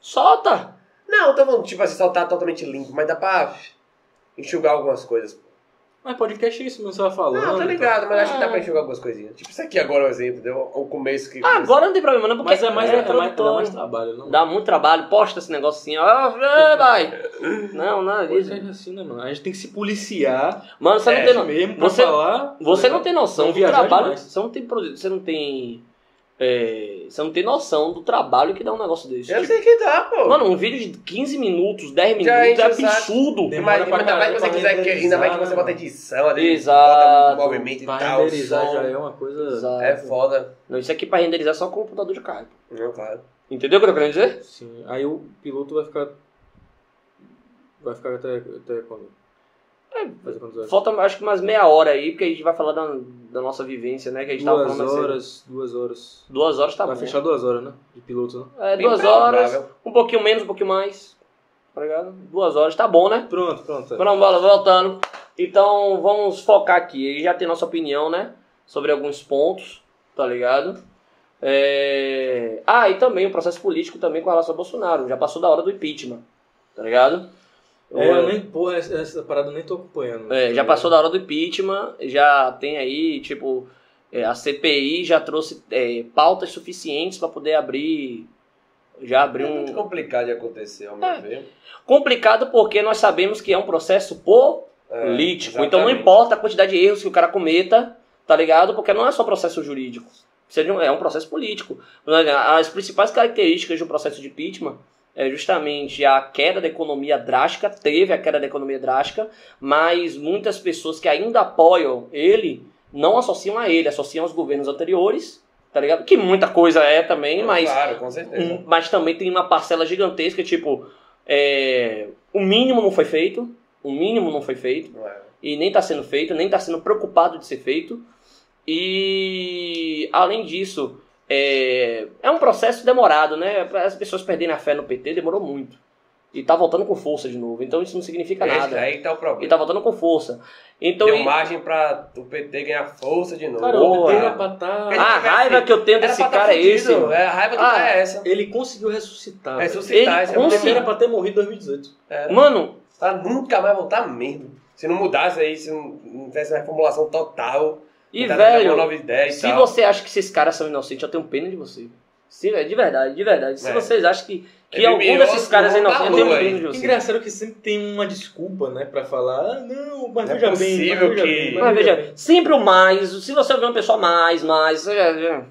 B: Solta!
A: Não, eu tô falando, tipo assim, saltar totalmente limpo, mas dá pra enxugar algumas coisas.
C: Mas podcast é isso mesmo que você tá falando.
A: Não, tá ligado, mas acho que dá
B: Ah.
A: pra enxugar algumas coisinhas. Tipo, isso aqui agora, por exemplo, deu o começo que.
B: Ah, agora não tem problema, não,
C: então.
B: porque
C: Mas é mais, é, mais- dá
B: produtor.
C: mais trabalho, não?
B: Dá muito trabalho, posta esse negócio assim, ó, [laughs] ah, vai. Não, nada disso.
C: Podcast é assim, né, mano? A gente tem que se policiar
B: Mano, você
A: É,
B: não tem no...
C: mesmo pra
B: Você-
C: falar.
B: Você não tem noção
C: Não
B: do
C: viajar
B: trabalho.
C: demais.
B: Você não tem produto, você não tem. é, você não tem noção do trabalho que dá um negócio desse.
A: Eu
B: Tipo,
A: sei que dá, pô.
B: mano, um vídeo de 15 minutos, 10 minutos
A: Já
B: é
A: enche o saco.
B: absurdo.
A: Mas-
C: demora
A: mas
C: pra
A: ainda mais que
C: caralho
A: você
C: pra
A: quiser que. Ainda mais que você
C: renderizar,
A: bota
C: mano.
A: edição ali.
B: Exato.
A: Bota movimento e
C: Pra
A: tal.
C: renderizar
A: som.
C: já é uma coisa.
B: Exato.
A: É foda.
B: Não, isso aqui pra renderizar é só com o computador de cara.
A: Não, claro.
B: Entendeu o que eu tô querendo dizer?
C: Sim. Aí o piloto vai ficar. Vai ficar até, até quando?
B: É,
C: Fazer quantas horas?
B: Falta acho que umas meia hora aí, porque a gente vai falar da, da nossa vivência, né? Que a gente tava
C: Duas
B: falando mais cedo.
C: horas, duas horas.
B: Duas horas tá
C: vai
B: bom.
C: fechar duas horas, né? De piloto, né?
B: É,
A: Bem
B: duas
A: provável.
B: horas, um pouquinho menos, um pouquinho mais. Tá ligado? Duas horas, tá bom, né?
C: Pronto, pronto. é.
B: Vamos, bola, voltando. Então vamos focar aqui. Ele já tem nossa opinião, né? Sobre alguns pontos, tá ligado? É... Ah, e também o processo político também com relação ao Bolsonaro. Já passou da hora do impeachment, tá ligado?
C: É, eu nem, porra, essa, essa parada eu nem tô acompanhando.
B: É, já passou da hora do impeachment, já tem aí, tipo, é, a CPI já trouxe é, pautas suficientes pra poder abrir. Já
A: É
B: abrir
A: muito
B: um.
A: complicado de acontecer, ao meu
B: É.
A: ver.
B: Complicado porque nós sabemos que é um processo
A: É,
B: político. então não importa a quantidade de erros que o cara cometa, tá ligado? Porque não é só processo jurídico. Seria um- É um processo político. né, As principais características de um processo de impeachment é justamente a queda da economia drástica, teve a queda da economia drástica, mas muitas pessoas que ainda apoiam ele não associam a ele, associam aos governos anteriores, tá ligado? Que muita coisa é também, mas
A: Claro, com certeza.
B: um, mas também tem uma parcela gigantesca, tipo, é, o mínimo não foi feito, o mínimo não foi feito,
A: Não é.
B: e nem está sendo feito, nem está sendo preocupado de ser feito. E, além disso, é, é um processo demorado, né? As pessoas perderem a fé no PT demorou muito. E tá voltando com força de novo, então isso não significa
A: Esse
B: nada.
A: Aí que tá o
B: E
A: problema.
B: tá voltando com força. Então,
A: Deu
B: e-
A: margem pra o PT ganhar força de novo.
C: Cara, o
B: Boa.
C: PT era pra tá-
A: Ele
B: a
A: tivesse-
B: raiva que eu tenho
A: Era
B: desse
A: pra tá
B: cara é
A: fudido,
B: esse. mano.
A: É, a raiva que
B: Ah,
A: tá é essa.
C: Ele conseguiu ressuscitar. velho.
A: Ressuscitar,
B: ele
A: esse é o
C: O PT
B: conseguiu.
A: problema.
C: era pra ter morrido em 2018.
A: É.
B: Mano,
A: Pra nunca mais voltar mesmo. Se não mudasse aí, se não, não tivesse uma reformulação total.
B: e
A: mudar
B: velho,
A: 9 e 10 e
B: Se
A: tal.
B: você acha que esses caras são inocentes, eu tenho pena de você. Se, de verdade, de verdade. Se
A: É.
B: vocês acham que, que
A: É
B: algum
A: mimioso,
B: desses caras é
A: não
B: inocente, eu
A: falou
B: tenho
A: aí.
B: pena de você.
C: Engraçado que sempre tem uma desculpa, né? Pra falar, ah, não, mas
A: Não é
C: veja bem.
A: possível
C: veja
A: que-
C: bem,
B: Mas
C: veja
B: veja, sempre o mais. Se você vê uma pessoa mais, mais. você já- é já-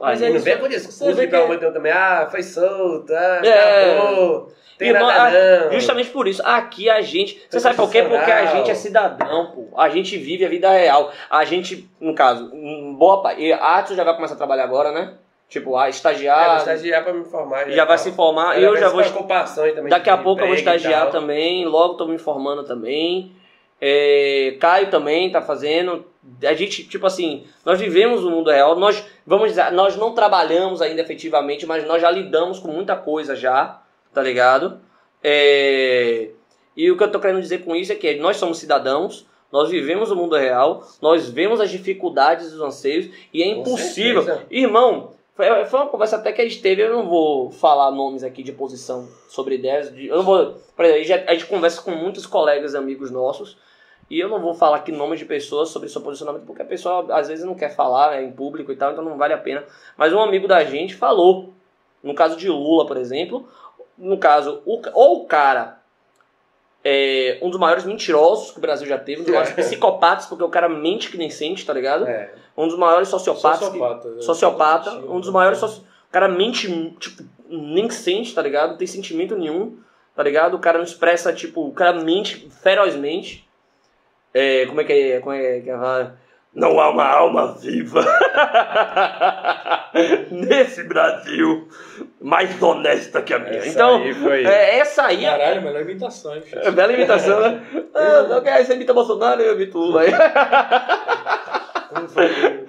C: Mas
B: Aí.
A: Não
C: eles-
A: vem com
C: você
A: discurso
C: vê
A: de
C: que-
A: que... também. Ah, foi solto, ah,
B: É. ah,
A: acabou. Tem
B: Irmão,
A: nada não.
B: Justamente por isso, aqui a gente. Você
A: É
B: sabe por quê? Porque a
A: profissional.
B: gente é cidadão, pô. A gente vive a vida real. A gente, no caso, em boa parte. A Atos já vai começar a trabalhar agora, né? Tipo,
A: É,
B: a
A: vou
B: estagiar.
A: estagiar pra me tá. informar.
B: já vai se formar. eu já vou.
A: Preocupações também
B: Daqui
A: de
B: a pouco eu vou
A: emprego e
B: estagiar
A: tal.
B: também, logo estou me informando também. É, Caio também tá fazendo. A gente, tipo assim, nós vivemos o mundo real, nós vamos dizer, nós não trabalhamos ainda efetivamente, mas nós já lidamos com muita coisa já, tá ligado? É, e o que eu tô querendo dizer com isso é que nós somos cidadãos, nós vivemos o mundo real, nós vemos as dificuldades e os anseios, e é
A: Com
B: impossível.
A: certeza.
B: Irmão, foi, foi uma conversa até que a gente teve, eu não vou falar nomes aqui de posição sobre ideias. de- eu não vou. Por exemplo, a gente- a gente conversa com muitos colegas e amigos nossos. E eu não vou falar aqui nomes de pessoas sobre seu posicionamento, porque a pessoa às vezes não quer falar né, em público e tal, então não vale a pena. Mas um amigo da gente falou. No caso de Lula, por exemplo, no caso, o, ca- ou o cara é um dos maiores mentirosos que o Brasil já teve, um dos maiores psicopatas, porque o cara mente que nem sente, tá ligado?
A: É.
B: Um dos maiores sociopatas. que-
C: Sociopata. né?
B: sociopata,
C: Positivo,
B: um dos
C: né?
B: maiores soci... O cara mente, tipo, nem sente, tá ligado? Não tem sentimento nenhum, tá ligado? O cara não expressa, tipo, o cara mente ferozmente. É, como é que é? Como é que é? Não há uma alma viva [laughs] nesse Brasil mais honesta que a minha.
A: Essa
B: então,
A: aí foi...
B: é, essa aí é
C: Caralho, melhor imitação, hein, bicho?
B: é bela imitação, né? Ah, não quer você imita Bolsonaro, eu imito Lula. [laughs]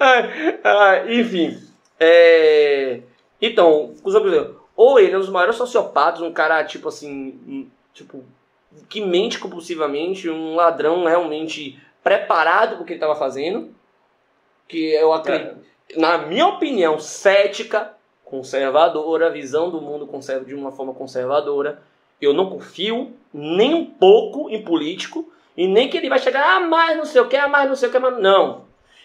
B: Ah, enfim. É... Então, os outros- ou ele é um dos maiores sociopatas, um cara, tipo assim, um- tipo, que mente compulsivamente, um ladrão realmente preparado pro que ele tava fazendo. Que eu acredito, na minha opinião, cética, conservadora, a visão do mundo conserva de uma forma conservadora. Eu não confio nem um pouco em político e nem que ele vai chegar, ah, mais não sei o que, ah, mais não sei o que, mas não.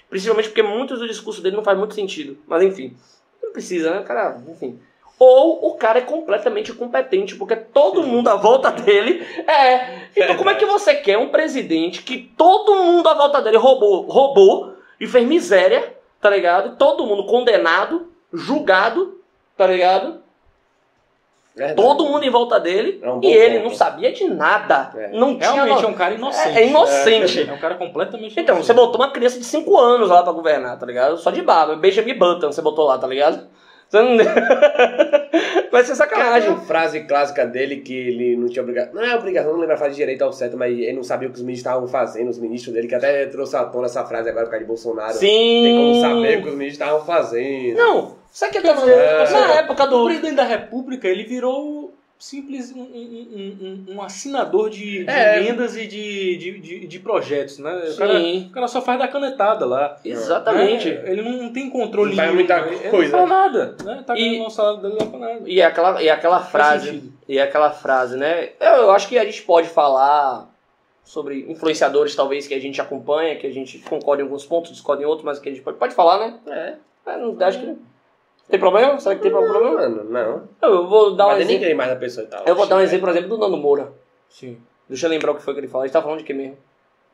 B: Principalmente porque muitos do discurso dele não faz muito sentido. Mas enfim, não precisa, né, cara? Enfim. Ou o cara é completamente incompetente, porque todo mundo à volta dele é. Então, como é que você quer um presidente que todo mundo à volta dele roubou, roubou e fez miséria, tá ligado? Todo mundo condenado, julgado, tá ligado?
A: Verdade.
B: é, Todo mundo em volta dele
A: É um bom
B: e ele
A: ponto.
B: não sabia de nada.
A: É.
B: Não tinha
C: Realmente é
B: no-
C: um cara inocente.
B: É, é inocente.
C: É, um cara completamente
B: Então,
C: inocente.
B: você botou uma criança de 5 anos lá pra governar, tá ligado? Só de barba. Benjamin Button você botou lá, tá ligado? Você não... [laughs] Vai ser
A: Cara, tem
B: sacanagem.
A: uma frase clássica dele que ele não tinha obrigação. Não é obrigação, não lembro a frase direito ao certo, mas ele não sabia o que os ministros estavam fazendo, os ministros dele, que até trouxe à tona essa frase agora por causa de Bolsonaro.
B: Sim.
A: Tem como saber o que os ministros estavam fazendo.
B: Não, sabe o que eu tava
A: É.
B: Na época
C: O
B: do.
C: presidente da República, ele virou simples um, um- um- um- um assinador de, de
A: É.
C: emendas e de, de, de- de projetos, né? O cara,
B: Sim,
C: o cara só faz da canetada lá.
A: É.
B: exatamente.
C: né? Ele não tem controle
A: Não faz
C: nenhum,
A: muita
C: né? Ele
A: coisa.
C: Não faz nada, né? Tá
B: E-
C: ganhando o salário dele lá pra nada.
B: E aquela, e aquela frase.
C: sentido.
B: E aquela frase, né? Eu, eu acho que a gente pode falar sobre influenciadores, talvez, que a gente acompanha, que a gente concorda em alguns pontos, discorda em outros, mas que a gente pode. Pode falar, né?
A: É.
B: É, não, acho que. Tem problema? Será que tem
A: Não,
B: problema?
A: mano, não.
B: Eu, eu vou dar
A: Não
B: um
A: Mas
B: exemplo.
A: ninguém né? mais da pessoa e tal.
B: Eu vou dar um exemplo, por exemplo, do Nando Moura.
C: Sim.
B: Deixa eu lembrar o que foi que ele falou. A gente tá falando de quê mesmo?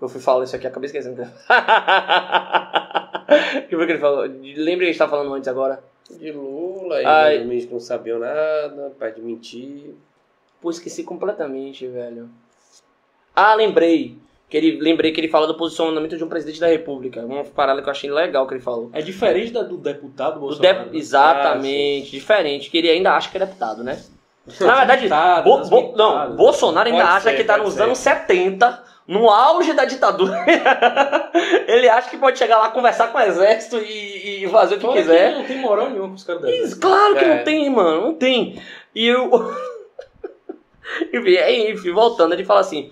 B: Eu fui falar isso aqui, acabei esquecendo. [laughs] O que foi que ele falou? Lembra que a gente tá falando antes agora?
A: De Lula,
B: Ai.
A: e os ministros não sabiam nada, pai de mentir.
B: Pô, esqueci completamente, velho. Ah, lembrei. Que ele, lembrei que ele fala do posicionamento de um presidente da república. Uma parada que eu achei legal que ele falou.
C: É diferente da do deputado
B: O
C: Bolsonaro.
A: Ah,
B: de-
C: né?
B: Exatamente, diferente. Que ele ainda acha que é deputado,
A: [laughs]
B: né? Na verdade,
A: Tá,
C: Deputado,
B: Bo-
C: das
B: Bo- não,
C: Tá, mentadas.
B: Bolsonaro ainda
A: Pode
B: acha
A: ser,
B: que tá
A: pode
B: nos
A: ser.
B: anos 70, no auge da ditadura. [laughs] ele acha que pode chegar lá, conversar com o exército e, e fazer o que
C: Fora que
B: quiser.
C: ele não tem moral nenhuma com os caras dessa.
B: Claro que
A: É.
B: não tem, mano, não tem. E eu. [laughs] enfim, aí, enfim, voltando, ele fala assim: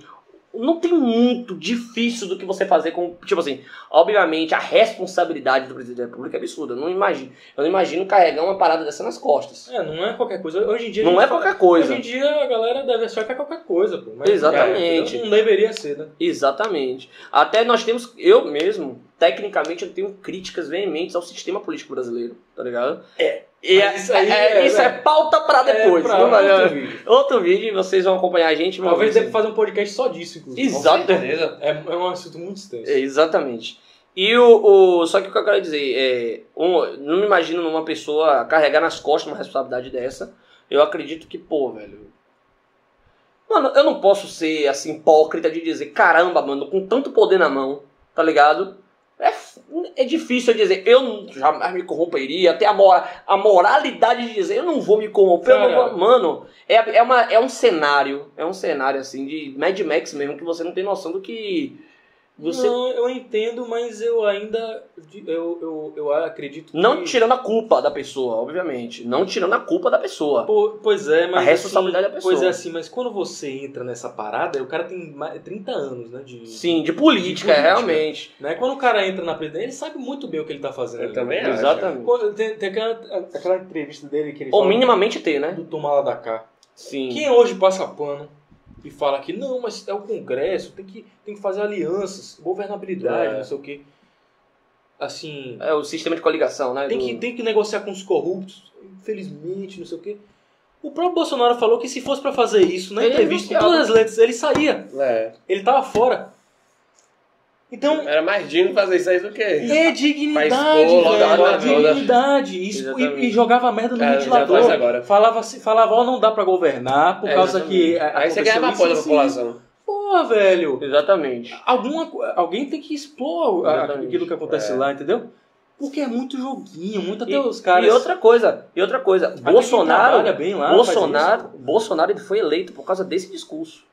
B: não tem muito difícil do que você fazer com. Tipo assim, obviamente a responsabilidade do presidente da República é absurda. eu Não imagino, eu não imagino carregar uma parada dessa nas costas.
C: É, não é qualquer coisa. Hoje em dia. a
B: Não
C: gente
B: é
C: fala-
B: qualquer coisa.
C: Hoje em dia a galera deve achar que é qualquer coisa, pô. Mas,
B: Exatamente.
C: cara, não deveria ser, né?
B: Exatamente. Até nós temos, eu mesmo, tecnicamente, eu tenho críticas veementes ao sistema político brasileiro, tá ligado? É.
C: Mas isso aí
B: é,
C: é-
B: isso é pauta pra depois.
C: É pra
B: não vai-
C: outro vídeo.
B: outro vídeo e vocês vão acompanhar a gente. uma
C: Talvez
B: vez.
C: deva fazer um podcast só disso, inclusive.
B: Isso. Exato.
A: Com certeza.
C: É, é um assunto muito extenso.
B: É, Exatamente. E o, o- Só que o que eu quero dizer é. um- não me imagino uma pessoa carregar nas costas uma responsabilidade dessa. Eu acredito que, pô, velho. Mano, eu não posso ser assim hipócrita de dizer, caramba, mano, com tanto poder na mão, tá ligado? É, f- é difícil eu dizer, eu não- jamais me corromperia, até a, mora, a moralidade de dizer, eu não vou me corromper, eu não
C: Cara.
B: vou. Mano, é, é, uma, é um cenário, é um cenário assim de Mad Max mesmo, que você não tem noção do que. Você
C: Não, eu entendo, mas eu ainda. Eu, eu, eu acredito.
B: Não
C: que-
B: tirando a culpa da pessoa, obviamente. Não tirando a culpa da pessoa.
C: Po- Pois é, mas.
B: A responsabilidade
C: assim,
B: da pessoa.
C: Pois é, assim, mas quando você entra nessa parada, o cara tem mais- 30 anos, né? De,
B: Sim, de política,
C: De política.
B: realmente.
C: Né? Quando o cara entra na presidência, ele sabe muito bem o que ele tá fazendo.
A: Eu
C: ali.
A: também acho.
B: Exatamente.
C: Quando- Tem, tem aquela, aquela entrevista dele que ele
B: Ou
C: fala
B: minimamente ter, né?
C: do tomar lá da cá.
B: Sim.
C: Quem hoje passa pano e fala que não, mas é o Congresso, tem que, tem que fazer alianças, governabilidade,
A: É.
C: não sei o quê. Assim,
B: É o sistema de coligação, né?
C: tem
B: do-
C: que, tem que negociar com os corruptos, infelizmente, não sei o quê. O próprio Bolsonaro falou que se fosse pra fazer isso, na
B: Ele
C: entrevista, com
B: negociava.
C: todas as letras, ele saía,
A: É.
C: ele tava fora. Então,
A: Era mais digno fazer isso aí do que.
C: é
A: Faz
C: dignidade,
A: bola,
C: velho,
A: dá-
C: é dignidade. Isso, e,
B: Exatamente.
C: e jogava merda no
A: É, já faz agora.
C: ventilador. Falava, assim- falava, ó, não dá pra governar por
A: É,
C: causa que. é,
A: Aí você
C: aconteceu
A: ganhava
C: isso,
A: apoio da
C: isso,
A: população.
C: Pô, velho.
B: Exatamente.
C: Alguma, co- alguém tem que expor a-
B: Exatamente.
C: aquilo que acontece
A: É.
C: lá, entendeu? Porque é muito joguinho, muito até
B: E-
C: os caras.
B: E outra coisa, e outra coisa,
C: até quem trabalha
B: Bolsonaro.
C: bem lá,
B: Bolsonaro, Bolsonaro ele foi eleito por causa desse discurso.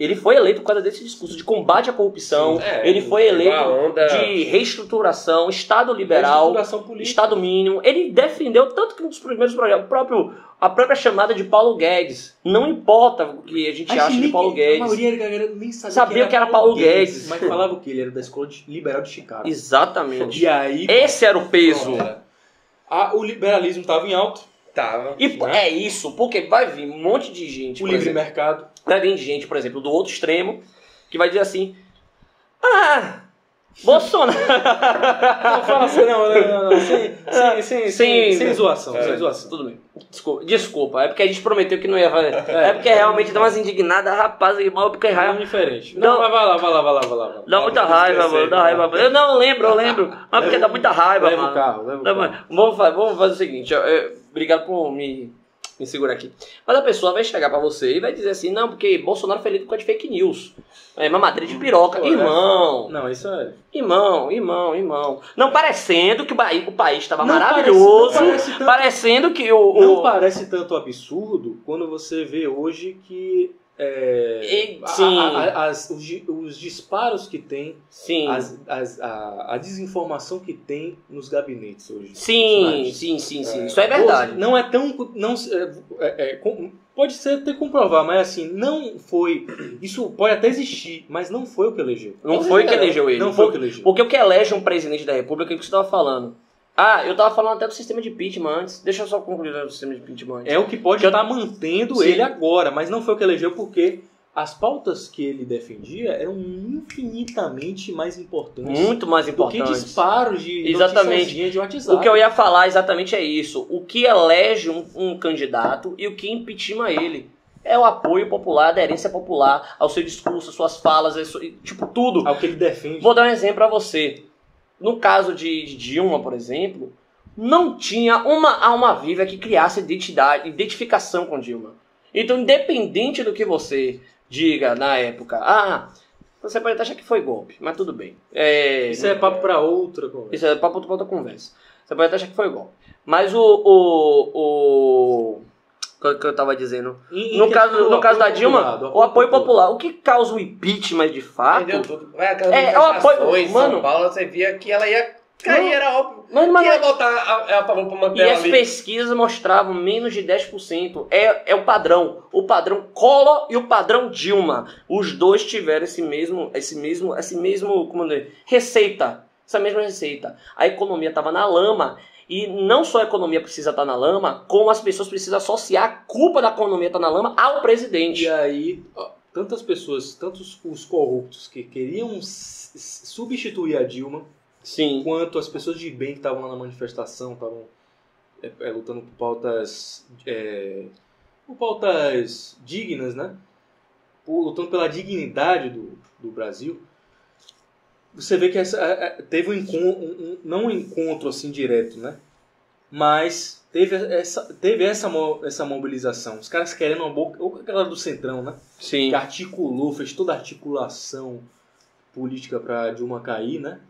B: Ele foi eleito por causa desse discurso de combate à corrupção.
A: É,
B: ele foi
A: uma
B: eleito
A: onda
B: de reestruturação, Estado liberal.
C: Liberal, política.
B: Estado mínimo. Ele defendeu tanto que um dos primeiros projetos, o próprio, a própria chamada de Paulo Guedes. Não importa o que a gente
C: Acho
B: acha
C: que
B: de
C: nem
B: Paulo
C: que- é A
B: Guedes.
C: maioria da galera nem sabia,
B: Sabia que era Paulo Guedes.
C: Mas falava o que? Ele era da escola de- liberal de Chicago.
B: Exatamente.
C: E aí.
B: Esse era o peso.
C: Cara, a- o liberalismo estava em alta,
A: Tava.
B: E p-
C: Né?
B: é isso, porque vai vir um monte de gente.
C: o
B: por
C: livre
B: exemplo.
C: mercado.
B: Vai vir gente, por exemplo, do outro extremo, que vai dizer assim: Ah, Bolsonaro.
C: Não, fala assim, não, não, não,
B: [laughs]
C: não, sem, sem, sem, sem,
B: Ah, Sem-
C: sem zoação,
A: É.
C: sem zoação.
B: Tudo bem. Desculpa, desculpa, é porque a gente prometeu que não ia fazer. É, porque realmente dá umas indignadas, rapaz, irmão, porque
C: É
B: raiva.
C: algo diferente.
B: Não.
C: Não, mas vai lá, vai lá, vai lá, vai lá. vai lá.
B: Dá muita raiva, mano, dá raiva. mano. Eu não lembro, eu lembro. Mas porque dá muita raiva,
C: Leva o
B: mano.
C: carro, leva o
B: Não,
C: carro.
B: mas vamos, fa- vamos fazer o seguinte, ó, é, obrigado por me, me segurar aqui. Mas a pessoa vai chegar pra você e vai dizer assim, não, porque Bolsonaro foi eleito por causa de fake news. É mamadeira de piroca.
C: Pô,
B: irmão,
C: Não, isso é.
B: irmão, irmão, irmão. Não parecendo que o, Bahia- o país estava
C: Não
B: Tá maravilhoso,
C: parece- não parece tanto-
B: parecendo que o... o-
C: Não parece tanto absurdo quando você vê hoje que é,
B: E-
C: a-
B: sim,
C: a- a- as- os, di- os disparos que tem,
B: sim.
C: as- as- a, a desinformação que tem nos gabinetes hoje.
B: Sim,
C: Sinais.
B: sim, sim, sim. Isso é verdade.
C: Hoje, não é tão. Não, é, é, com- pode ser até comprovar, mas assim, não foi. Isso pode até existir, mas não foi o que elegeu.
B: Não foi o que elegeu ele.
C: Não foi o que elegeu.
B: Porque o que elege um presidente da república é o que você tava falando. Ah, eu tava falando até do sistema de impeachment antes. Deixa eu só concluir o sistema de impeachment antes.
C: É o que pode
B: Que eu-
C: estar mantendo
B: Sim.
C: ele agora, mas não foi o que elegeu porque as pautas que ele defendia eram infinitamente mais importantes
B: Muito mais
C: do que
B: importante.
C: disparos de
B: Exatamente.
C: noticiazinha de WhatsApp.
B: O que eu ia falar exatamente é isso. O que elege um, um candidato e o que impeachment ele. É o apoio popular, a aderência popular ao seu discurso, às suas falas, às su- tipo, tudo.
C: Ao que ele defende.
B: Vou dar um exemplo pra você. No caso de, de Dilma, por exemplo, não tinha uma alma viva que criasse identidade, identificação com Dilma. Então, independente do que você diga na época, ah, você pode até achar que foi golpe, mas tudo bem. É,
C: Isso é papo pra outra conversa.
B: isso é papo pra outra conversa. Você pode até achar que foi golpe. Mas o. O. O o que eu tava dizendo?
C: Em- em
B: No
C: questão
B: caso,
C: do
B: no caso da
C: apoio
B: Dilma,
C: popular, do
B: o apoio popular. O que causa o impeachment de fato?
A: Entendeu tudo. Vai aquelas
B: É, é o apoio-
A: manifestações em
B: mano.
A: São Paulo, você via que ela ia cair,
B: Não.
A: era óbvio.
B: Mano, mas
A: Quem ia botar a, a favor pra manter
B: E
A: ela
B: as
A: ali?
B: pesquisas mostravam menos de 10%. É, é o padrão. O padrão Collor e o padrão Dilma. Os dois tiveram esse mesmo, esse mesmo, esse mesmo, como dizer, receita. Essa mesma receita. A economia estava na lama. E não só a economia precisa estar na lama, como as pessoas precisam associar a culpa da economia estar na lama ao
C: E
B: presidente.
C: aí, ó, tantas pessoas, tantos os corruptos que queriam s- s- substituir a Dilma
B: Sim.
C: enquanto as pessoas de bem que estavam lá na manifestação estavam é, é, lutando por pautas é, por pautas dignas, né? Por, lutando pela dignidade do, do Brasil. Você vê que essa, é, é, teve um encontro, não um encontro assim direto, né? Mas teve essa, teve essa, mo- essa mobilização. Os caras querendo uma boa. Ou aquela do Centrão, né?
B: Sim.
C: que articulou, fez toda a articulação política para Dilma cair, né?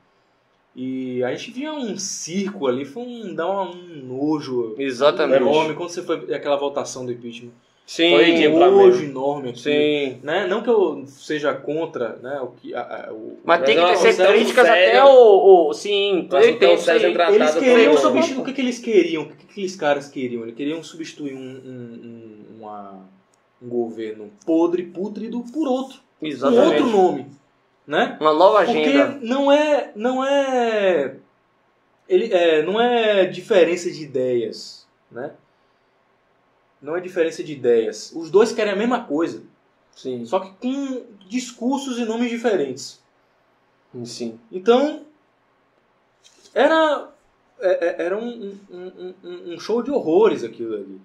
C: E a gente via um circo ali, foi um, dá uma- um nojo
A: É
B: Exatamente.
C: enorme quando você foi aquela votação do impeachment.
B: Sim.
A: Foi
C: Um
A: Ridículo,
C: nojo
A: mesmo.
C: enorme aqui,
B: Sim.
C: né? Não que eu seja contra, né, o que a- a- o-
B: Mas,
A: Mas
B: tem
A: é um
B: que ter ser
A: assunto
B: críticas
A: sério.
B: até o, o- Sim,
A: Mas
B: eu
A: então
B: entendo.
A: o César
B: sim.
A: tratado
C: eles
A: por
C: queriam
A: ele.
C: substituir, o que que eles queriam? O que que aqueles caras queriam? Eles queriam substituir um, um- um- uma- um governo podre, putrido por outro, um
B: Exatamente.
C: outro nome, né?
B: Uma nova
C: Porque
B: agenda.
C: não é, não é, ele é, não é diferença de ideias, né? Não é diferença de ideias. Os dois querem a mesma coisa,
B: Sim,
C: só que com discursos e nomes diferentes.
B: sim.
C: Então era é- é- era um, um- um- um show de horrores aquilo ali,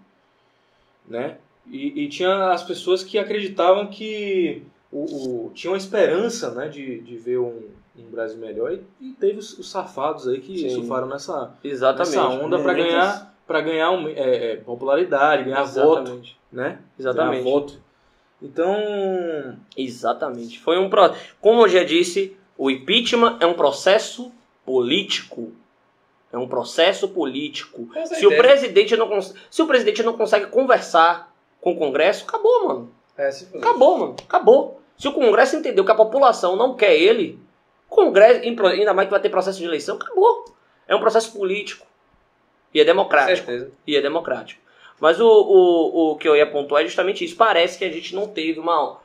C: né? E, e tinha as pessoas que acreditavam que o, o- tinham a esperança, né, de, de ver um, um Brasil melhor e, e teve os, os safados aí que
B: Sim.
C: surfaram nessa
B: Exatamente.
C: nessa onda para
D: Muitos.
C: ganhar para ganhar um, é, é, popularidade, ganhar voto,
B: Exatamente.
C: né?
B: Exatamente.
C: Ganhar voto. Então
B: Exatamente. Foi um pro... Como eu já disse, o impeachment é um processo político. É um processo político.
A: Com
B: Se o,
A: certeza.
B: presidente não cons... se o presidente não consegue conversar com o Congresso, acabou, mano.
A: É, se fuder.
B: Acabou, mano. Acabou. Se o Congresso entendeu que a população não quer ele, o Congresso, em pro- ainda mais que vai ter processo de eleição, acabou. É um processo político. E é
A: Com
B: democrático.
A: certeza.
B: e é democrático. Mas o, o, o que eu ia pontuar é justamente isso. Parece que a gente não teve uma,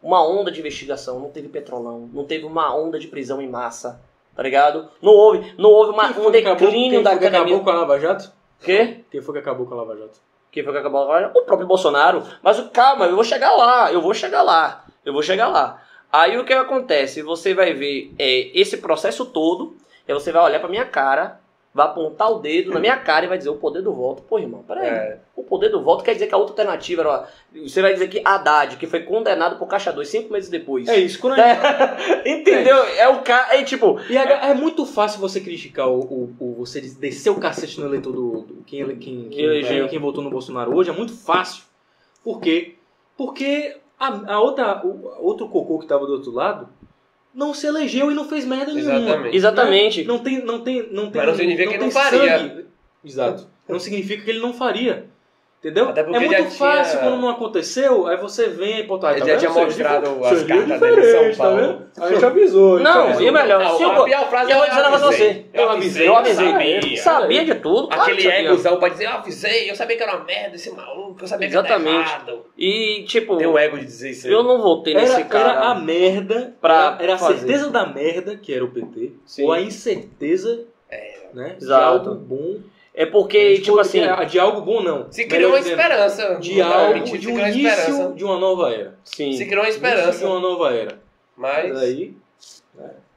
B: uma onda de investigação, não teve petrolão, não teve uma onda de prisão em massa. Tá ligado? Não houve, não houve uma-
C: Quem foi
B: um
C: que acabou-
B: declínio
C: quem
B: da
C: foi que
B: academia.
C: acabou com a Lava Jato?
B: Quê?
C: Quem foi que acabou com a Lava Jato?
B: Quem foi que acabou agora? O próprio Bolsonaro. Mas o- calma, eu vou chegar lá, eu vou chegar lá, eu vou chegar lá. Aí o que acontece? Você vai ver é, esse processo todo, e aí você vai olhar pra minha cara, vai apontar o dedo na minha cara e vai dizer o poder do voto. Pô, irmão, peraí.
A: É,
B: O poder do voto quer dizer que a outra alternativa era. Você vai dizer que Haddad, que foi condenado por Caixa 2 cinco meses depois.
C: É isso. Quando a
B: É, [laughs] entendeu? É o cara. É tipo,
C: E agora, é muito fácil você criticar o, o, o- você descer o cacete no eleitor do, do- quem, ele- quem, quem,
B: Elegeu.
C: quem votou no Bolsonaro hoje, é muito fácil. Por quê? Porque a, a outra, o outro cocô que tava do outro lado não se elegeu e não fez merda nenhuma.
A: exatamente.
B: exatamente.
C: Não tem, não tem, não tem,
A: Mas não significa que ele
C: tem
A: não faria.
C: sangue. Exato. Não significa que ele não faria. Entendeu?
A: Até porque
C: É
A: ele já
C: muito
A: tinha-
C: fácil quando não aconteceu, aí você vem e pô, tá,
A: Ele
C: tá
A: já
C: vendo?
A: tinha
C: Seria-
A: mostrado as
C: seria
A: cartas dele em
C: diferente,
A: São
C: tá
A: Paulo.
C: vendo? A gente avisou. a gente
B: Não,
C: avisou.
B: e é melhor,
A: Não,
B: se
A: a
B: eu,
A: pior frase
B: eu
A: é,
B: vou dizer um negócio a você.
A: Eu avisei,
B: Eu avisei.
A: sabia.
B: Sabia de tudo. claro que
A: Aquele
B: sabia.
A: egozão pra dizer, eu avisei, eu sabia que era uma merda esse maluco, eu sabia que era
B: Exatamente.
A: errado.
B: E, tipo,
A: Tem um ego de dizer isso aí.
B: eu não votei
C: era,
B: nesse cara.
C: era a merda,
B: pra
C: era, era a
B: fazer.
C: certeza da merda, que era o PT,
A: Sim.
C: ou a incerteza né, de
B: Exato.
C: algo bom.
B: É
C: A
B: porque,
C: gente
B: tipo
C: pode-
B: assim.
C: de- De algo bom, não.
A: Se
C: Melhor
A: criou uma
C: dizendo,
A: esperança.
C: De
A: Não dá pra
C: algo,
A: mentir,
C: de
A: se
C: um
A: criou uma esperança.
C: início de uma nova era.
A: Se
B: Sim,
A: criou uma
C: Início de
A: esperança,
C: uma nova era.
A: mas...
C: é um Aí,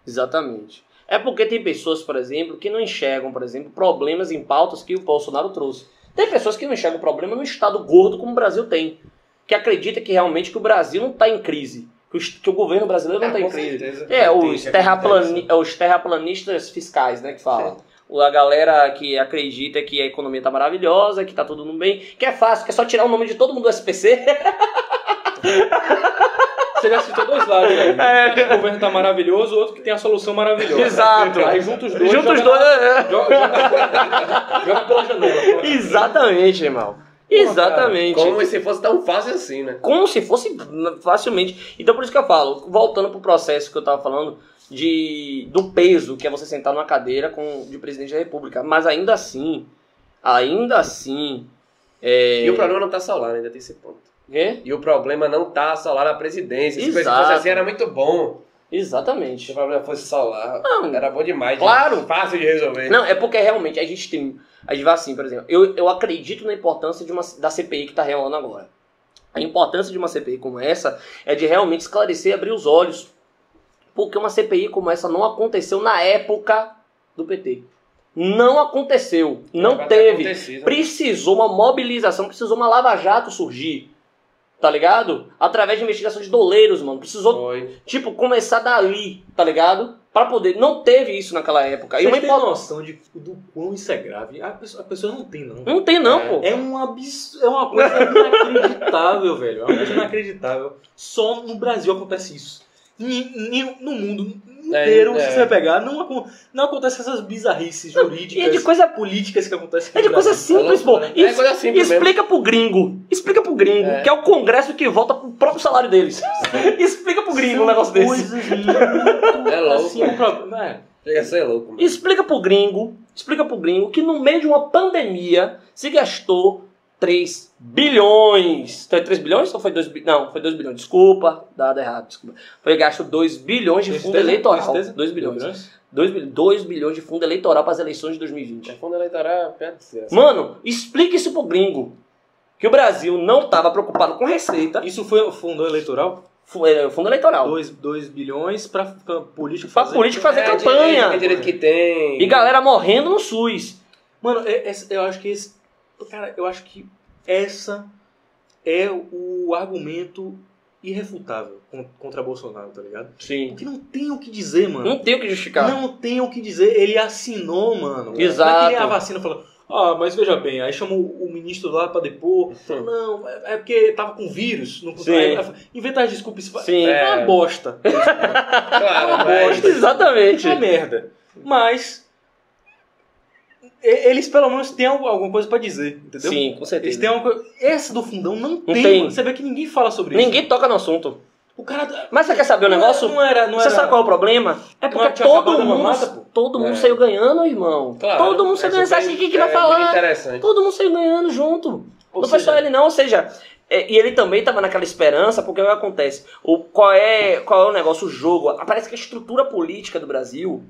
B: exatamente. É porque tem pessoas, por exemplo, que não enxergam, por exemplo, problemas em pautas que o Bolsonaro trouxe. Tem pessoas que não enxergam problema no estado gordo como o Brasil tem. Que acredita que realmente que o Brasil não está em crise. Que o, est- que o governo brasileiro não
A: Ah, com
B: está em crise.
A: certeza.
B: É,
A: Tem,
B: os,
A: já
B: terraplani é os terraplanistas fiscais, né, que fala. O- A galera que acredita que a economia tá maravilhosa, que tá tudo no bem, que é fácil, que é só tirar o nome de todo mundo do SPC.
C: você já citou dois lados.
B: [laughs]
C: Né? Um
B: É.
C: que O governo tá maravilhoso, outro que tem a solução maravilhosa.
B: Exato.
C: Aí juntos dois.
B: Juntos
C: joga
B: os
C: na-
B: dois. é.
C: [laughs] Joga, joga- joga pela janela.
B: Exatamente, irmão. Exatamente.
A: Como se fosse tão fácil assim, né?
B: Como se fosse facilmente. Então por isso que eu falo, voltando pro processo que eu tava falando de do peso que é você sentar numa cadeira com de presidente da República, mas ainda assim, ainda assim, é...
A: E o problema não tá só lá, né? ainda tem esse ponto.
B: quê?
A: E o problema não tá só lá na presidência. Se fosse
B: Exato.
A: assim, era muito bom.
B: Exatamente.
A: Se o problema fosse só lá,
B: Não.
A: era bom demais. né?
B: Claro.
A: Fácil de resolver.
B: Não, é porque realmente a gente tem. A gente vai assim, por exemplo, eu, eu acredito na importância de uma, da CPI que está rolando agora. A importância de uma CPI como essa é de realmente esclarecer e abrir os olhos. Porque uma CPI como essa não aconteceu na época do PT. Não aconteceu. Não
A: Vai ter
B: teve.
A: acontecido.
B: Precisou uma mobilização, precisou uma lava-jato surgir. Tá ligado? Através de investigação de doleiros, mano. Precisou,
A: Foi.
B: tipo, começar dali, tá ligado? Pra poder. Não teve isso naquela época. E
C: Vocês
B: uma
C: têm
B: impo-
C: noção de, do quão isso é grave? A pessoa, a pessoa não tem, não.
B: Não tem não, pô.
C: É um absurdo, é uma coisa inacreditável, [laughs] velho. É uma coisa inacreditável. Só no Brasil acontece isso. Ni- ni- No mundo inteiro,
A: É,
C: se
A: é.
C: você pegar, não, acon- não acontece essas bizarrices jurídicas,
B: E é de coisa,
C: políticas que acontecem aqui
B: é de
C: no
B: coisa
C: Brasil.
B: simples,
A: É
B: pô.
A: loucura.
B: E
A: É coisa simples mesmo.
B: explica pro gringo. Explica pro gringo,
A: É.
B: que é o congresso que volta pro próprio salário deles. explica pro gringo um negócio desse.
C: Coisas muito
A: É louco.
C: assim, é um pro- é.
A: Chega a ser louco, mano.
B: Explica pro gringo, explica pro gringo que no meio de uma pandemia se gastou 3 bilhões. Foi 3 bilhões ou foi 2 bilhões? Não, foi 2 bilhões. Desculpa, dado errado, desculpa. Foi gasto 2 bilhões de fundo
C: Tristeza,
B: eleitoral.
C: tristeza.
B: 2 bilhões. 2 bilhões de fundo eleitoral para as eleições de 2020.
A: É fundo eleitoral, piada de ser.
B: Mano, explica isso pro gringo. Que o Brasil não tava preocupado com receita,
C: Isso foi o fundo eleitoral?
B: fu- é, fundo eleitoral.
C: 2 bilhões pra pra político
B: Pra
C: fazer.
B: político fazer
A: É,
B: campanha.
A: direito- É direito que tem.
B: E galera morrendo no SUS.
C: Mano, é- essa- eu acho que esse. Cara, eu acho que essa é o argumento irrefutável con- contra Bolsonaro, tá ligado?
B: [laughs] Sim.
C: Porque não tem o que dizer, mano.
B: Não tem o que justificar.
C: Não tem o que dizer. Ele é assim. assinou, mano.
B: Exato.
C: Não é que nem a vacina falou. Ah, mas veja bem, aí chamou o ministro lá pra depor. Falou, não, é é porque tava com vírus. Não
B: Sim.
C: conseguia. Inventar as desculpas. isso
B: Sim. É,
C: É uma
A: É.
C: bosta.
A: Claro,
C: Ah,
A: mas-
C: bosta.
B: Exatamente.
C: É uma merda. Mas. e- Eles pelo menos têm al- alguma coisa pra dizer, entendeu?
B: Sim, com
C: Eles
B: certeza.
C: têm alguma coisa. Essa do fundão não tem.
B: tem.
C: mano. Você vê que ninguém fala sobre isso.
B: Ninguém toca no assunto.
C: O cara.
B: Mas você quer saber o
C: Não
B: negócio?
C: era- Não era. Não
B: você
C: era-
B: sabe qual é o problema? É
C: Não
B: porque
C: tinha
B: todo
C: acabado a
B: mundo,
C: mamata, pô.
B: todo mundo
A: É.
B: saiu ganhando, irmão.
A: Claro,
B: todo mundo saiu
A: essa
B: ganhando. Você
A: foi-
B: acha que tá quem que vai
A: é,
B: falar?
A: Interessante.
B: Todo mundo saiu ganhando junto.
C: Ou
B: não
C: seja,
B: foi só ele, não. Ou seja, é, e ele também estava naquela esperança, porque o que acontece? O, qual, é, qual é o negócio, o jogo? Parece que a estrutura política do Brasil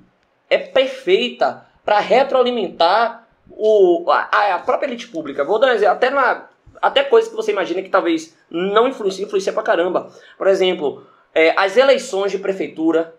B: é perfeita para retroalimentar o, a, a própria elite pública. Vou dar um exemplo, até, na, até coisas que você imagina que talvez não influencia, influencia pra caramba. Por exemplo, é, as eleições de prefeitura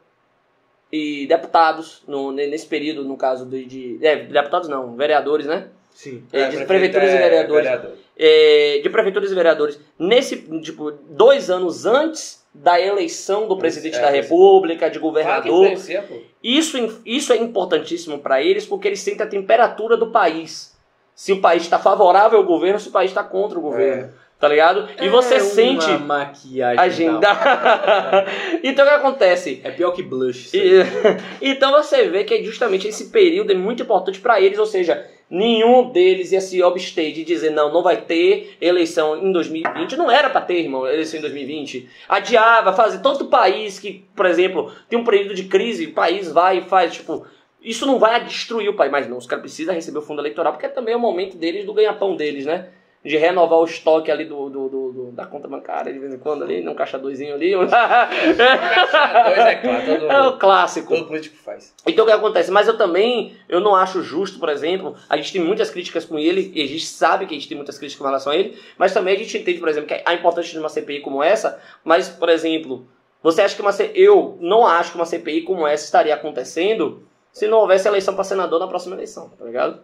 B: e deputados, no, nesse período, no caso de, de- é, deputados não, vereadores, né?
C: Sim.
B: É, de
A: prefeito
B: prefeituras
A: é
B: e vereadores.
A: vereador.
B: É, de prefeituras e vereadores nesse tipo dois anos antes da eleição do presidente
A: É,
B: da
A: sim.
B: república de
A: Claro que
B: governador
A: influencia, pô.
B: isso in- isso é importantíssimo para eles porque eles sentem a temperatura do país se o país está favorável ao governo se o país está contra o
A: É.
B: governo tá ligado e você
D: É uma
B: sente
D: maquiagem.
B: agenda [laughs]
D: tal.
B: então o que acontece
D: É pior que blush. isso aí.
B: E- [laughs] então você vê que justamente esse período é muito importante para eles, ou seja, nenhum deles ia se abster de dizer não, não vai ter eleição em 2020. Não era para ter, irmão, eleição em 2020. Adiava, fazia tanto país que, por exemplo, tem um período de crise, o país vai e faz, tipo, isso não vai destruir o país, mas não, os caras precisam receber o fundo eleitoral, porque também é o momento deles do ganha-pão deles, né? De renovar o estoque ali do, do- do- do- da conta bancária de vez em quando ali, num caixa doisinho ali. [laughs]
A: Dois é claro, todo-
B: É o clássico.
A: Todo político faz.
B: Então o que acontece? Mas eu também, eu não acho justo, por exemplo, a gente tem muitas críticas com ele, e a gente sabe que a gente tem muitas críticas com relação a ele, mas também a gente entende, por exemplo, que é a importância de uma CPI como essa, mas, por exemplo, você acha que uma C... eu não acho que uma CPI como essa estaria acontecendo se não houvesse eleição para senador na próxima eleição, tá ligado?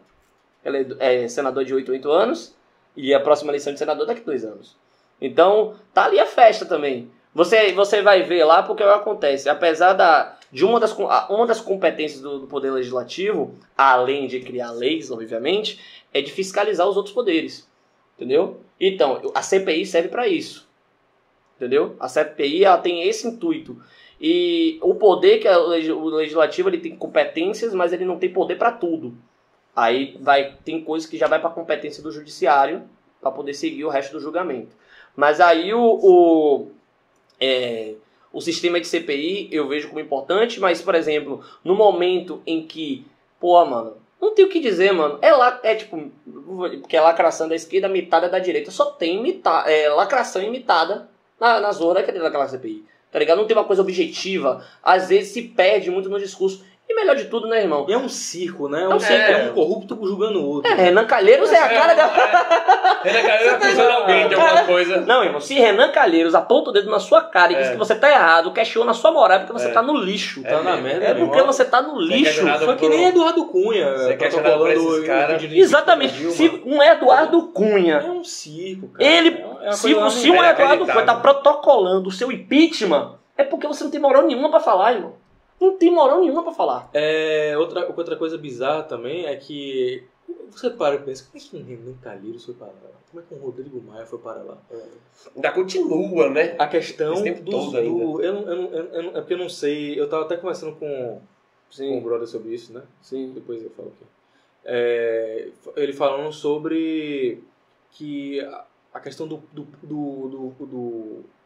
B: Ele é senador de 8 8 anos e a próxima eleição de senador é daqui a dois anos. Então, tá ali a festa também. Você, você vai ver lá porque é acontece. Apesar da, de uma das, com- a- uma das competências do, do Poder Legislativo, além de criar leis, obviamente, é de fiscalizar os outros poderes. Entendeu? Então, a CPI serve para isso. Entendeu? A CPI ela tem esse intuito. E o poder que a leg- o legislativo ele tem competências, mas ele não tem poder para tudo. Aí vai tem coisa que já vai para competência do judiciário para poder seguir o resto do julgamento. Mas aí o, o, é, o sistema de CPI eu vejo como importante, mas, por exemplo, no momento em que, pô, mano, não tem o que dizer, mano. É lá, é tipo, porque é lacração da esquerda, mitada da direita. Só tem mita, é, lacração imitada na, na zona daquela daquela CPI. Tá ligado? Não tem uma coisa objetiva. Às vezes se perde muito no discurso. E melhor de tudo, né, irmão?
C: E é um circo, né? É
B: É
C: um,
B: um
C: circo, é
A: circo.
C: um corrupto julgando o outro.
B: É, Renan Calheiros é a cara da.
A: Renan Calheiros acusando alguém de alguma coisa.
B: Não, irmão, se Renan Calheiros aponta o dedo na sua cara e diz
A: É.
B: que você tá errado, questiona a sua moral é porque você
A: É.
B: tá no lixo.
C: Tá na
A: mesmo.
C: merda,
B: É
C: meu
B: porque
C: irmão.
B: você tá
A: Você
B: no
A: é
B: lixo.
A: questionado
C: Foi que
A: por-
C: nem Eduardo Cunha. tá
A: Você quer
C: protocolando
A: chamar pra esses
C: o
A: cara?
C: pedido de
B: Exatamente.
C: Dilma.
B: Se um Eduardo Cunha,
C: É um circo, cara.
B: Ele-
C: É uma
B: se,
C: coisa
B: se um
A: é
B: Eduardo Cunha tá
A: inacreditável.
B: protocolando o seu impeachment, é porque você não tem moral nenhuma pra falar, irmão. Não tem moral nenhuma pra falar.
C: É, outra, outra coisa bizarra também é que você para e pensa, como é que um Renan Calheiros foi para lá? Como é que um Rodrigo Maia foi para lá?
A: Ainda continua, né?
C: A questão
A: Esse tempo
C: dos-
A: todo
C: do...
A: ainda.
C: Eu, não, eu, não, eu, não- eu não- é porque eu não sei, eu tava até conversando com, com o brother sobre isso, né?
B: sim.
C: Depois eu falo aqui. É, ele falando sobre que a- a questão do... do, do, do- do-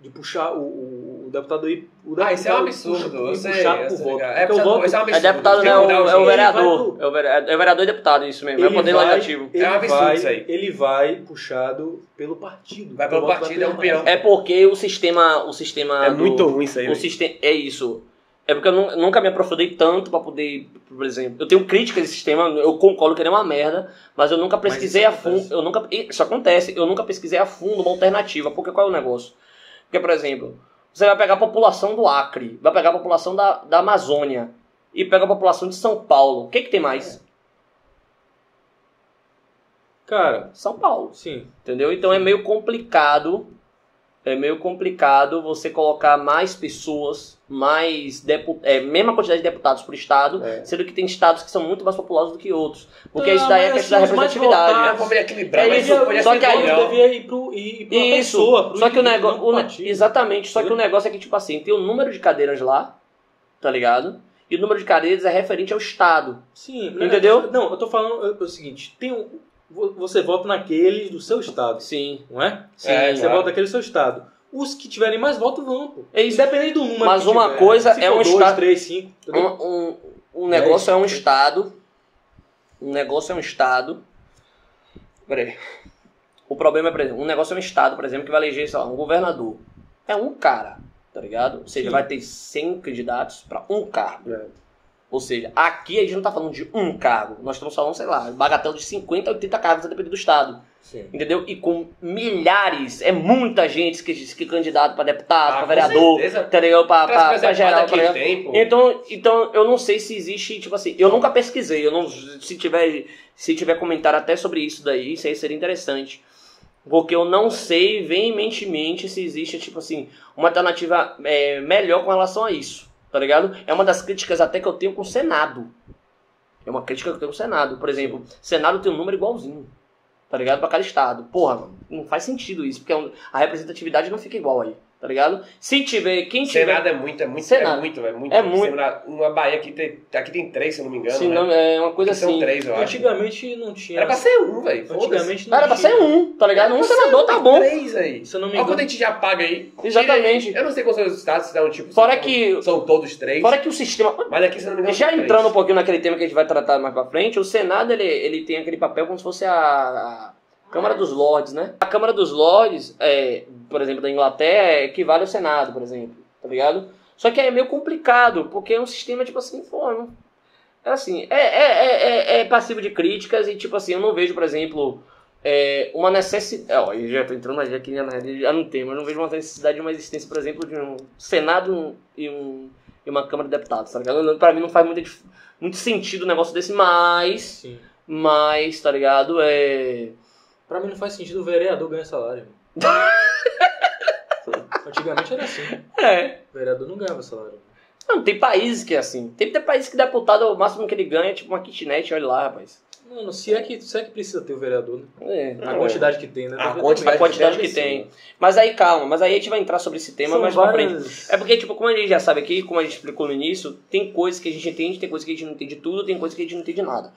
C: de puxar o, o, o deputado aí... O deputado
A: Ah, isso é um absurdo.
C: puxa-
A: você,
C: puxar pro
A: eu sei,
C: voto.
A: cara. É,
C: Porque o
A: puxado-
C: voto
A: isso é um
B: É
A: absurdo.
B: deputado,
A: Tem que
B: né? É
A: mudar o
B: o, é o
A: jeito.
B: vereador. É o vere- é o vereador e deputado, isso mesmo. É o poder legislativo.
C: Ele
A: É um absurdo
C: vai,
A: isso aí.
C: Ele vai puxado pelo partido.
A: Vai pelo
C: Ele
A: partido, é um peão.
B: É porque o sistema. O
C: É
B: sistema do-
A: ruim isso aí.
B: O
A: velho.
B: sistema é isso. É porque eu nu- nunca me aprofundei tanto pra poder, por exemplo, eu tenho crítica desse sistema, eu concordo que ele é uma merda, mas eu nunca pesquisei a
C: isso
B: fundo, eu nunca e- isso acontece, eu nunca pesquisei a fundo uma alternativa, porque qual é o negócio? Porque por exemplo, você vai pegar a população do Acre, vai pegar a população da, da Amazônia e pega a população de São Paulo. O que que tem mais?
C: Cara,
B: São Paulo.
C: sim.
B: Entendeu? Então é meio complicado. É meio complicado você colocar mais pessoas, mais depu- é, mesma quantidade de deputados por estado,
A: É.
B: sendo que tem estados que são muito mais populosos do que outros. Porque
C: Tá,
B: isso daí é
C: mas
B: questão da
C: assim, os mais
A: É
B: representatividade.
A: uma forma de equilibrar,
B: É
A: mas
B: isso,
A: isso podia
B: só
A: ser
B: que aí-
A: melhor.
C: deveria ir pro, ir pra
B: Isso.
C: pessoa. pro
B: só que o
C: indivíduo, não pro
B: negócio.
C: partido.
B: Exatamente. Só que o negócio é que, tipo assim, tem o número de cadeiras lá, tá ligado? E o número de cadeiras é referente ao estado.
C: Sim. é,
B: Entendeu?
C: Não, eu tô falando é, é o seguinte. Tem um, vo- você vota naqueles do seu estado,
B: Sim.
C: não é?
B: Sim.
A: É,
C: Você
A: claro.
C: vota naquele do seu estado. Os que tiverem mais votos vão, pô.
B: É isso.
C: Independente do número
B: Mas
C: que
B: uma
C: tiver.
B: coisa
C: Se
B: é
C: for
B: um
C: dois,
B: estado-
C: três, cinco. entendeu?
B: Um, um- um negócio é um estado. Um negócio é um estado. Peraí. O problema é, por exemplo, um negócio é um estado, por exemplo, que vai eleger, sei lá, um governador. É um cara, tá ligado? Ou seja,
C: Sim.
B: vai ter 100 candidatos pra um cargo. Ou seja, aqui a gente não está falando de um cargo. Nós estamos falando, sei lá, bagatela de 50, 80 cargos, a depender do estado.
D: Sim.
B: Entendeu? E com milhares, é muita gente que, que candidata para deputado,
A: Ah,
B: para
A: com
B: vereador,
A: certeza.
B: entendeu?
A: Pra se
B: Para
A: preservar
B: geral, tá
A: daquele
B: pra-
A: tempo.
B: então, então, eu não sei se existe, tipo assim, eu nunca pesquisei, eu não, se tiver, se tiver comentário até sobre isso daí, isso aí seria interessante. Porque eu não sei veementemente se existe, tipo assim, uma alternativa é, melhor com relação a isso, tá ligado? É uma das críticas até que eu tenho com o Senado. É uma crítica que eu tenho com o Senado. Por exemplo, Senado tem um número igualzinho, tá ligado? Pra cada estado. Porra, mano, não faz sentido isso, porque é um- a representatividade não fica igual aí, tá ligado? Se tiver, quem tiver...
A: Senado é muito, é muito,
B: Senado.
A: é muito, é muito.
B: É muito.
A: Senado- Uma Bahia aqui tem, aqui tem três, se eu não me engano.
B: Se
A: né?
B: não, é uma coisa
A: Aqui São
B: assim.
A: três, eu acho.
C: Antigamente não tinha.
A: Era pra ser um, velho. Foda-se.
C: Antigamente não
B: Cara, pra
C: tinha.
B: ser um, tá ligado? Um
A: Era pra
B: senador
A: ser
B: tá
A: um,
B: bom.
A: Três aí.
C: Se eu não me
A: Olha quanto a
C: engano.
A: gente já paga aí. Tira aí.
B: Exatamente.
A: Eu não sei quais são os estados, se dá um tipo.
B: Fora
A: são-
B: que-
A: São todos três.
B: Fora que o sistema.
A: Mas aqui, se eu não me engano.
B: Já
A: são
B: entrando um
A: três.
B: pouquinho naquele tema que a gente vai tratar mais pra frente, o Senado ele, ele tem aquele papel como se fosse a, a Câmara dos Lordes, né? A Câmara dos Lordes, é, por exemplo, da Inglaterra, é, equivale ao Senado, por exemplo, tá ligado? Só que é meio complicado, porque é um sistema, tipo assim, pô, não- é assim, é, é, é- é- é passivo de críticas e, tipo assim, eu não vejo, por exemplo, é, uma necessidade. Ó, eu já tô entrando já aqui na realidade, já não tem, mas eu não vejo uma necessidade de uma existência, por exemplo, de um Senado e, um, e uma Câmara de Deputados, tá ligado? Não- Pra mim não faz muita, dif- muito sentido um negócio desse, mas.
C: Sim.
B: Mas, tá ligado? É.
C: Pra mim não faz sentido o vereador
B: [laughs]
C: ganhar salário. Antigamente era assim.
B: É.
C: O vereador não ganhava salário.
B: Não, tem países que é assim. Tem, tem países que deputado, o máximo que ele ganha é tipo uma kitnet, olha lá, rapaz.
C: Mano, se é que, se é que precisa ter o vereador, né?
B: É.
A: Não,
C: A quantidade que tem, né?
A: A quantidade,
B: A quantidade que tem. Mas aí, calma, mas aí a gente vai entrar sobre esse tema
C: São
B: mais pra frente.
C: várias...
B: É porque, tipo, como a gente já sabe aqui, como a gente explicou no início, tem coisas que a gente entende, tem coisas que a gente não entende tudo, tem coisas que a gente não entende nada.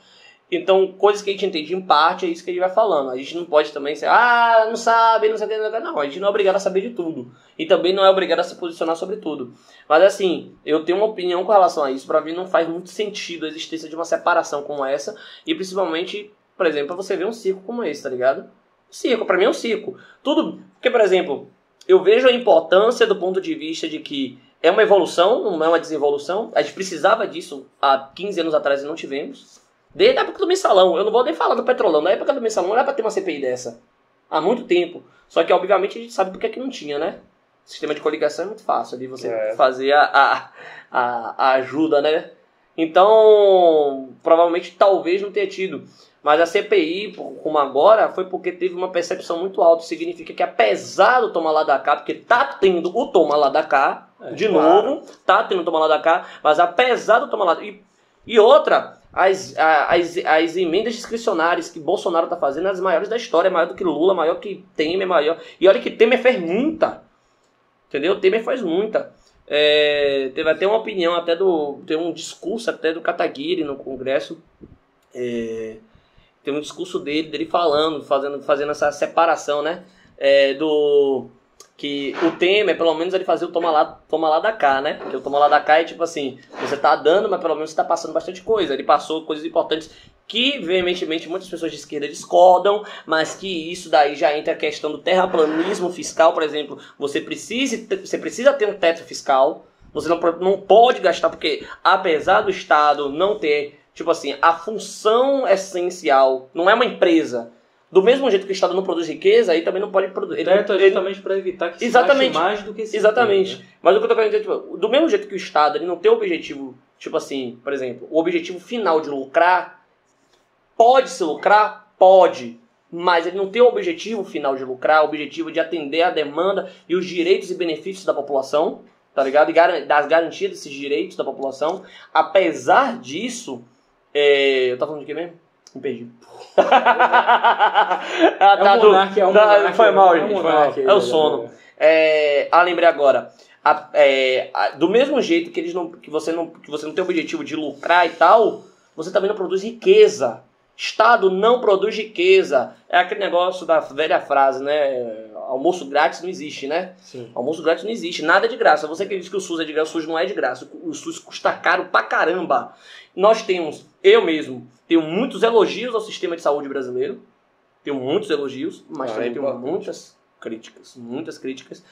B: Então, coisas que a gente entende em parte, é isso que a gente vai falando. A gente não pode também ser, ah, não sabe, não sei o que, não, sei o que." Não, a gente não é obrigado a saber de tudo. E também não é obrigado a se posicionar sobre tudo. Mas, assim, eu tenho uma opinião com relação a isso. Pra mim, não faz muito sentido a existência de uma separação como essa. E, principalmente, por exemplo, pra você ver um circo como esse, tá ligado? Circo, pra mim é um circo. Tudo. Porque, por exemplo, eu vejo a importância do ponto de vista de que é uma evolução, não é uma desevolução. A gente precisava disso há 15 anos atrás e não tivemos. Desde a época do mensalão, eu não vou nem falar do petrolão, na época do mensalão era pra ter uma CPI dessa. Há muito tempo. Só que, obviamente, a gente sabe porque é que não tinha, né? Sistema de coligação é muito fácil ali você
A: É.
B: fazer a, a, a, a ajuda, né? Então, provavelmente, talvez não tenha tido. Mas a CPI, como agora, foi porque teve uma percepção muito alta. Significa que, apesar do tomar lá da cá, porque tá tendo o tomar lá da cá,
C: É,
B: de
A: claro.
B: novo, tá tendo toma lá da cá, mas apesar do toma lá e, e outra, as, a- as, as emendas discricionárias que Bolsonaro tá fazendo, as maiores da história, é maior do que Lula, maior que Temer, maior. E olha que Temer fez muita. Entendeu? Temer faz muita. É, teve até uma opinião até do. Tem um discurso até do Kataguiri no Congresso. É, tem um discurso dele, dele falando, fazendo, fazendo essa separação, né? É, do que o Temer, pelo menos, ele fazia o toma lá, toma lá da cá, né? Porque o toma lá da cá é tipo assim, você tá dando, mas pelo menos você tá passando bastante coisa. Ele passou coisas importantes que, veementemente, muitas pessoas de esquerda discordam, mas que isso daí já entra a questão do terraplanismo fiscal, por exemplo. Você precisa, você precisa ter um teto fiscal, você não, pro- não pode gastar, porque apesar do Estado não ter, tipo assim, a função essencial, não é uma empresa. Do mesmo jeito que o Estado não produz riqueza, aí também não pode produzir. ele-
C: Teto é
B: ele-
C: justamente pra evitar que se
B: Exatamente.
C: gaste mais do que se
B: Exatamente.
C: tem, né?
B: Mas o que eu tô querendo dizer, tipo, do mesmo jeito que o Estado ele não tem o objetivo, tipo assim, por exemplo, o objetivo final de lucrar, pode se lucrar? Pode. Mas ele não tem o objetivo final de lucrar, o objetivo de atender a demanda e os direitos e benefícios da população, tá ligado? E garan- das garantias desses direitos da população. Apesar disso, é... eu tava falando de quê mesmo? Me perdi. [laughs] Ah,
C: É um monarca, é um
B: tá,
C: monarca,
B: foi mal,
C: é um
B: gente, foi
C: monarca,
B: mal. É o sono. É, ah, lembrei agora. A- é, a- do mesmo jeito que, eles não, que, você não, que você não tem o objetivo de lucrar e tal, você também não produz riqueza. Estado não produz riqueza. É aquele negócio da velha frase, né? Almoço grátis não existe, né?
C: Sim.
B: Almoço grátis não existe, nada é de graça. Você que diz que o SUS é de graça, o SUS não é de graça. O SUS custa caro pra caramba. Nós temos, eu mesmo, tenho muitos elogios ao sistema de saúde brasileiro. Tenho muitos elogios, mas
A: Ah,
B: também
A: é
B: tenho
A: importante.
B: muitas críticas, muitas críticas.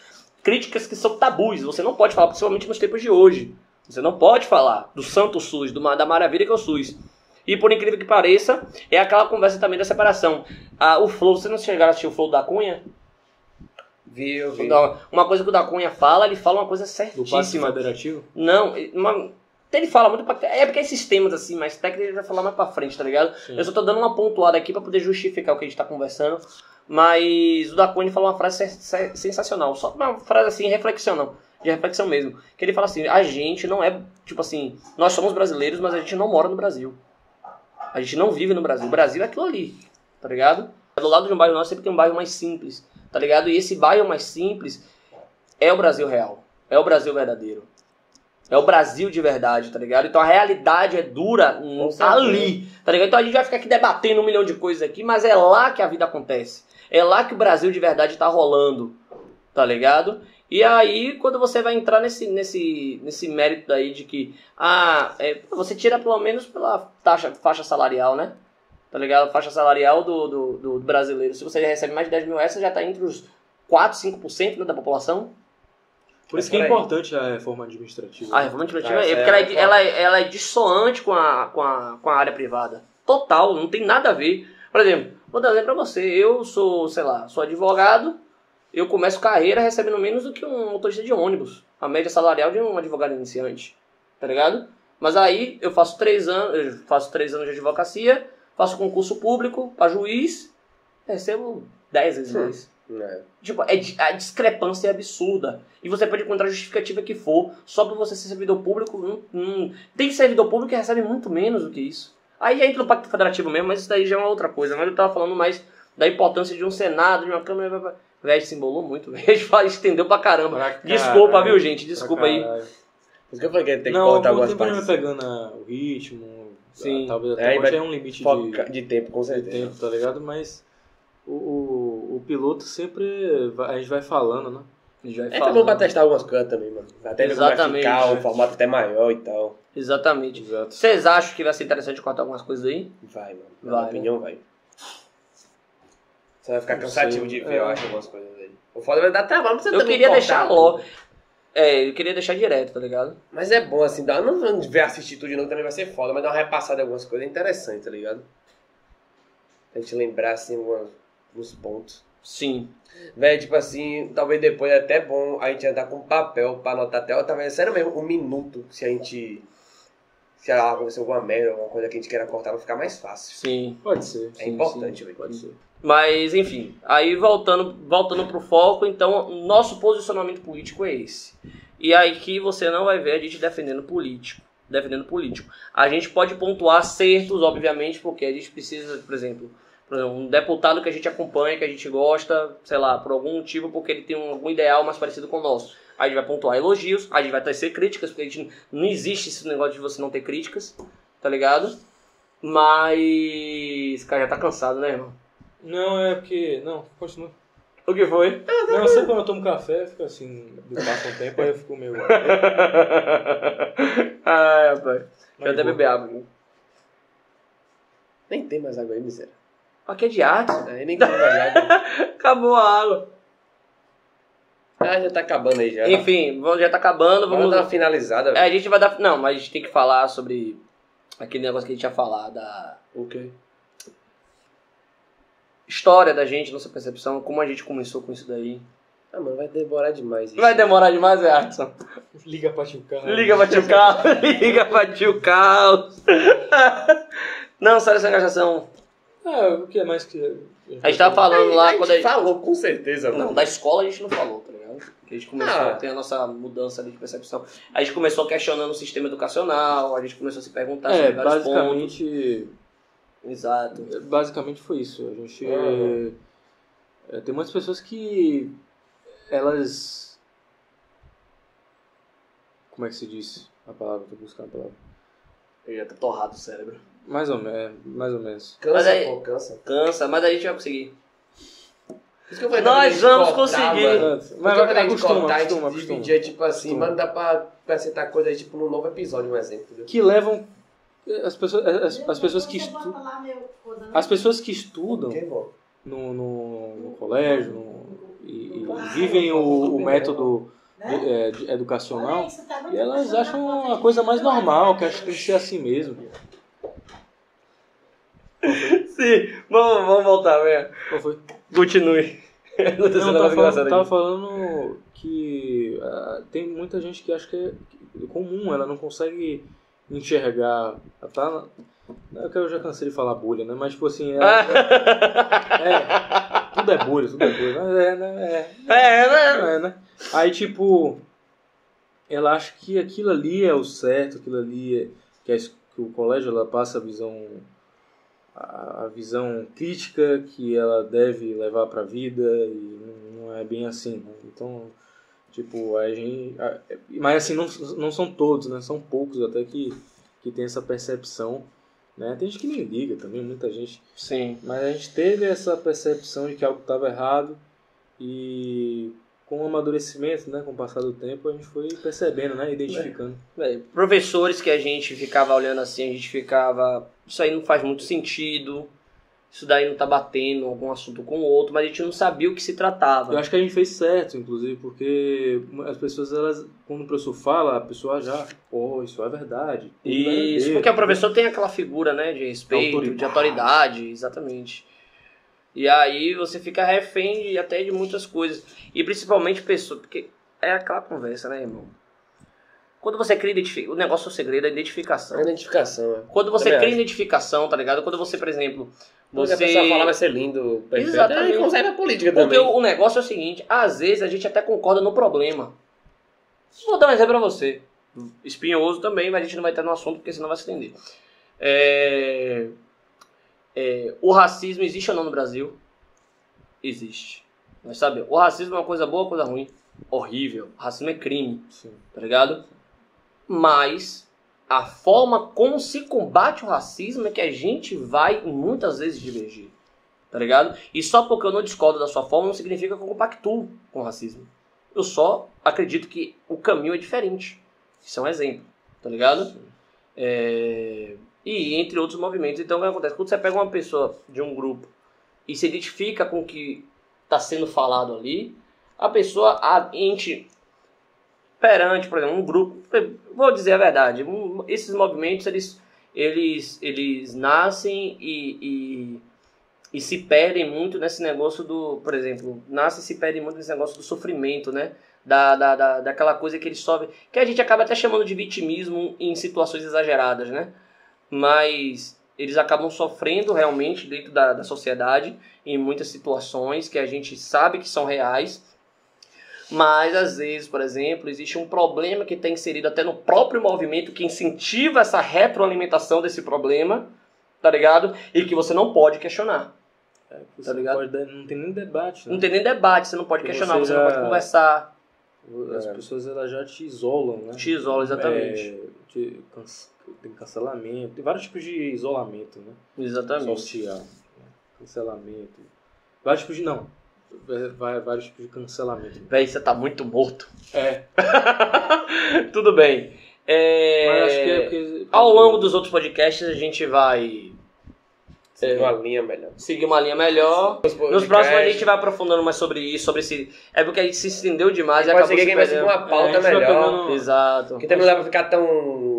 B: Críticas que são tabus, você não pode falar, principalmente nos tempos de hoje. Você não pode falar do santo SUS, do, ma- da maravilha que é o SUS. E por incrível que pareça, é aquela conversa também da separação. Ah, o Flow, vocês não chegaram a assistir o Flow da Cunha?
A: Viu, viu.
B: Não, Uma coisa que o da Cunha fala, ele fala uma coisa
D: Do passe
B: certíssima.
D: federativo?
B: Não, uma- ele fala muito pra... É porque esses temas, assim, mais técnicos, ele vai falar mais pra frente, tá ligado?
D: Sim.
B: Eu só tô dando uma pontuada aqui pra poder justificar o que a gente tá conversando. Mas o da Cunha falou uma frase sen- sen- sensacional. Só uma frase, assim, reflexão, não. De reflexão mesmo. Que ele fala assim, a gente não é... Tipo assim, nós somos brasileiros, mas a gente não mora no Brasil. A gente não vive no Brasil. O Brasil é aquilo ali, tá ligado? Do lado de um bairro nosso sempre tem um bairro mais simples, tá ligado? E esse bairro mais simples é o Brasil real. É o Brasil verdadeiro. É o Brasil de verdade, tá ligado? Então a realidade é dura hum,
A: certeza.
B: ali, tá ligado? Então a gente vai ficar aqui debatendo um milhão de coisas aqui, mas é lá que a vida acontece. É lá que o Brasil de verdade tá rolando, tá ligado? E aí, quando você vai entrar nesse, nesse, nesse mérito daí de que ah, é, você tira pelo menos pela taxa, faixa salarial, né? Tá ligado? Faixa salarial do, do, do brasileiro. Se você recebe mais de 10 mil reais, você já tá entre os 4, 5% né, da população.
D: Por isso
A: É
D: que é
A: por aí.
D: importante a reforma administrativa.
B: A reforma administrativa
A: Ah,
B: é,
A: essa
B: porque
A: é
B: ela, é,
A: a
B: ela, é- ela é dissonante com a, com, a, com a área privada. Total, não tem nada a ver. Por exemplo, vou dar um exemplo pra você. Eu sou, sei lá, sou advogado, eu começo carreira recebendo menos do que um motorista de ônibus. A média salarial de um advogado iniciante. Tá ligado? Mas aí eu faço três anos, eu faço três anos de advocacia, faço concurso público pra juiz, recebo dez vezes
A: Sim.
B: mais.
A: É.
B: Tipo, é, di- a discrepância é absurda. E você pode encontrar a justificativa que for, só por você ser servidor público. Hum, hum. Tem servidor público que recebe muito menos do que isso. Aí entra o Pacto Federativo mesmo, mas isso daí já é uma outra coisa. Mas eu tava falando mais da importância de um Senado, de uma Câmara. blá, blá, blá. Véi, se embolou muito, [laughs] véi. fala- Estendeu pra caramba.
D: Pra caralho,
B: Desculpa, viu, gente?
D: pra
B: Desculpa aí.
D: caralho.
A: Por isso que eu falei que tem que
D: não,
A: cortar
D: o
A: algumas
D: tempo não é
A: partes.
D: pegando ah, o ritmo.
B: Sim.
D: ah, Talvez
A: É,
D: até
A: aí
D: pode
A: vai
D: ter um limite
A: Foca
D: de,
A: de tempo, com
D: de
A: certeza.
D: tempo, tá ligado? Mas o, o, o piloto sempre. vai- a gente vai falando, né? A gente vai
A: É também
D: falando.
A: pra testar algumas coisas também, mano. Até ver como vai
B: Exatamente,
A: ficar,
B: né?
A: o formato até maior e tal.
B: Exatamente.
D: Exato.
B: Vocês acham que vai ser interessante cortar algumas coisas aí?
A: Vai, mano. Na
B: Vai,
A: minha
B: né?
A: opinião, vai. Você vai ficar
D: Não
A: cansativo
D: sei,
A: de ver, eu
D: é.
A: acho, algumas coisas aí. O foda vai dar trabalho, mas você
B: Eu
A: também
B: queria
A: cortar,
B: deixar
A: né?
B: logo. É, eu queria deixar direto, tá ligado?
A: Mas é bom, assim, dar, não, não ver assistir tudo de novo também vai ser foda, mas dar uma repassada em algumas coisas é interessante, tá ligado? Pra gente lembrar, assim, algumas- alguns pontos.
B: Sim.
A: Véi, tipo assim, talvez depois é até bom a gente andar com papel pra anotar até, ou talvez, sério mesmo, um minuto, se a gente, se ela aconteceu alguma merda, alguma coisa que a gente queira cortar, vai ficar mais fácil.
B: Sim.
D: Pode ser.
A: É
D: sim,
A: importante,
D: sim,
A: velho.
D: Pode ser.
B: Mas, enfim, aí voltando, voltando pro foco, então, o nosso posicionamento político é esse. E aí que você não vai ver a gente defendendo político. Defendendo político. A gente pode pontuar acertos, obviamente, porque a gente precisa, por exemplo, por exemplo, um deputado que a gente acompanha, que a gente gosta, sei lá, por algum motivo, porque ele tem um- algum ideal mais parecido com o nosso. A gente vai pontuar elogios, a gente vai tecer críticas, porque a gente não existe esse negócio de você não ter críticas, tá ligado? Mas. Cara, já tá cansado, né, irmão?
D: Não, é porque. Não, continua.
B: O que foi? [laughs]
A: tá
D: Não, sempre quando eu tomo café, fica assim, passa um tempo, aí eu fico meio.
B: Ai, Ah, rapaz. Deixa eu até beber água. Um
A: Nem tem mais água aí, miséria.
B: Aqui é de arte.
A: Aí nem tem mais
D: [laughs]
A: água.
B: Acabou a água.
A: Ah, já tá acabando aí já.
B: Enfim, vamos, já tá acabando.
A: vamos
B: Vamos
A: dar uma finalizada,
B: É,
A: velho.
B: a gente vai dar. Não, mas a gente tem que falar sobre aquele negócio que a gente ia falar da
D: É.
A: O quê?
B: história da gente, nossa percepção, como a gente começou com isso daí.
A: Ah, mano, vai demorar demais isso.
B: Vai demorar demais, é, Arson?
D: Liga pra Chico
B: Liga pra tio [laughs] Carlos. Liga pra tio Carlos. Não, sério, essa engajação.
D: Ah, o que é mais que.
B: A gente tava falando
A: Aí, a
B: lá
A: gente
B: quando a gente.
A: falou, com certeza,
B: Não,
A: mano.
B: da escola a gente não falou, tá ligado? Porque a gente começou
A: Ah.
B: a ter a nossa mudança ali de percepção. A gente começou questionando o sistema educacional, a gente começou a se perguntar
D: É,
B: sobre vários pontos.
D: basicamente.
B: Exato.
D: Basicamente foi isso. A gente.
A: Uhum.
D: é, tem muitas pessoas que. Elas. Como é que se diz a palavra? Tô buscando a palavra.
B: Eu já tô torrado o cérebro.
D: Mais ou menos. Mais ou menos.
B: Mas
A: Cansa,
B: aí-
A: pô, cansa.
B: Cansa, mas a gente vai conseguir.
A: Por isso que eu falei,
B: Nós
A: quando a gente
B: vamos
A: cortar,
B: conseguir.
A: mano,
D: Mas
A: Mas vai
D: vai
A: ficar
D: acostuma,
A: cortar,
D: acostuma,
A: a gente
D: acostuma.
A: dividir, tipo assim,
D: Acostuma.
A: mano, dá pra, pra acertar coisa aí, tipo, num novo episódio, um exemplo, entendeu?
D: Que levam. As pessoas, as, as pessoas que
E: Você pode
D: estudam.
E: falar, meu, coisa, né?
D: As pessoas que estudam
A: Ok, bom.
D: no, no, no colégio no- e, e vivem o, o método
A: Né?
C: de- é, de- educacional.
D: Olha isso, tá muito
C: E elas
D: funcionando
C: acham
D: a
C: uma
D: conta
C: coisa
D: de
C: mais
D: Pandora.
C: normal, que acho que tem que ser assim mesmo.
B: [laughs] Sim, vamos, vamos voltar, velho.
C: Qual foi?
B: [laughs] Continue. Aconteceu
C: Não,
B: um
C: tava,
B: negócio
C: falando,
B: engraçado
C: tava
B: aqui.
C: falando que ah, tem muita gente que acha que é que é comum, ela não consegue enxergar. Ela tá, na- é que eu já cansei de falar bolha, né? Mas, tipo assim, ela- é, tudo é bolha, tudo é bolha. Mas é, né? É,
B: É, né?
C: não é, né? Aí, tipo, ela acha que aquilo ali é o certo, aquilo ali é, que, a es- que o colégio ela passa a visão a a visão crítica que ela deve levar para a vida e não não é bem assim, né? Então, tipo, a gente, a- mas assim não, não são todos, né? São poucos até que que tem essa percepção, né? Tem gente que nem liga também, muita gente
B: Sim.
C: mas a gente teve essa percepção de que algo estava errado e com o amadurecimento, né, com o passar do tempo, a gente foi percebendo, né, identificando.
B: Véi, Professores que a gente ficava olhando assim, a gente ficava. Isso aí não faz muito sentido. Isso daí não tá batendo algum assunto com o outro, mas a gente não sabia o que se
C: Eu
B: tratava.
C: acho que a gente fez certo, inclusive, porque as pessoas, elas, quando o professor fala, a pessoa já, oh, isso é verdade. tudo é
B: Isso,
C: dele.
B: porque
A: né?
B: o professor tem aquela figura, né, de respeito,
C: Autoridade.
B: de autoridade, exatamente. E aí você fica refém de- até de muitas coisas. E principalmente pessoas, porque é aquela conversa, né, irmão? Quando você cria identificação, o negócio é o segredo, é a identificação.
A: A identificação, é.
B: Quando você
A: Também
B: cria
A: acho.
B: identificação, tá ligado? Quando você, por exemplo,
A: Quando a
B: você...
A: pessoa fala vai ser lindo, perfeito. É,
B: Exatamente.
A: consegue a política
B: Porque
A: também.
B: o o negócio é o seguinte, às vezes a gente até concorda no problema. Vou dar um exemplo pra você. Espinhoso também, mas a gente não vai entrar no assunto porque senão vai se estender. É... é, O racismo existe ou não no Brasil? Existe. Nós sabemos. O racismo é uma coisa boa ou coisa ruim? Horrível. O racismo é crime,
C: Sim.
B: tá ligado? Mas a forma como se combate o racismo é que a gente vai muitas vezes divergir tá ligado? E só porque eu não discordo da sua forma não significa que eu compactuo com o racismo. Eu só acredito que o caminho é diferente. Isso é um exemplo, tá ligado? É, E entre outros movimentos. Então o que acontece? Quando você pega uma pessoa de um grupo e se identifica com o que está sendo falado ali, a pessoa, a gente, perante, por exemplo, um grupo, vou dizer a verdade, um- esses movimentos eles, eles, eles nascem e- e e se perdem muito nesse negócio do, por exemplo, nasce e se perdem muito nesse negócio do sofrimento, né? Da, da, da, daquela coisa que eles sobem, que a gente acaba até chamando de vitimismo em situações exageradas, né? Mas eles acabam sofrendo realmente dentro da, da sociedade, em muitas situações que a gente sabe que são reais. Mas às vezes, por exemplo, existe um problema que está inserido até no próprio movimento que incentiva essa retroalimentação desse problema, tá ligado? E que você não pode questionar.
C: Você
B: Tá
C: não
B: ligado?
C: pode dar- não tem nem debate, né?
B: Não tem nem debate, você não pode
C: Porque
B: questionar,
C: você
B: você, não
C: já-
B: pode conversar.
C: As pessoas, elas já te isolam, né?
B: É. Te isola, exatamente.
C: É, te canc- tem cancelamento, tem vários tipos de isolamento, né?
B: É. Exatamente.
C: social, né? cancelamento. Vários tipos de. Não. Vai- vai- Vários tipos de cancelamento.
B: Véi, você tá muito morto.
C: É.
B: [laughs] Tudo bem. É,
C: Mas acho que é porque.
B: Ao longo dos outros podcasts, a gente vai
A: Seguir
C: É.
A: uma linha melhor.
B: seguir uma linha melhor. Nos
A: Podcast.
B: próximos a gente vai aprofundando mais sobre isso, sobre esse. É porque a gente se estendeu demais e,
A: Pode
B: acabou
A: ser que
B: se
A: alguém vai seguir
B: perdendo.
A: uma pauta
C: É, a gente vai
A: melhor.
C: pegando-
B: Exato.
A: Que também não dá pra ficar tão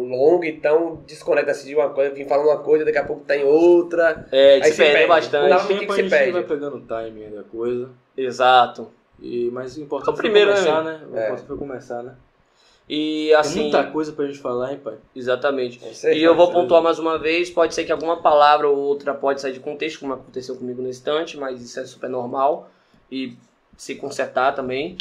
A: longo e tão desconecta assim de uma coisa, vim falando uma coisa, daqui a pouco tá em outra.
B: É, a gente
A: Aí se
B: se perdeu
A: perde.
B: bastante.
A: Não
C: Dá
A: dá-
C: tempo
A: que
C: a
A: se
C: gente
A: perde.
C: vai pegando o timing da coisa.
B: Exato.
C: E, mas É o importante
B: Então, primeiro,
C: foi começar, né? O
A: É.
C: importante foi começar, né?
B: E
C: Tem
B: assim.
C: muita coisa pra gente falar, hein, pai?
B: Exatamente.
A: Não [laughs] sei,
B: E eu vou
A: parceiro.
B: pontuar mais uma vez, pode ser que alguma palavra ou outra pode sair de contexto, como aconteceu comigo no instante, mas isso é super normal. E se consertar também.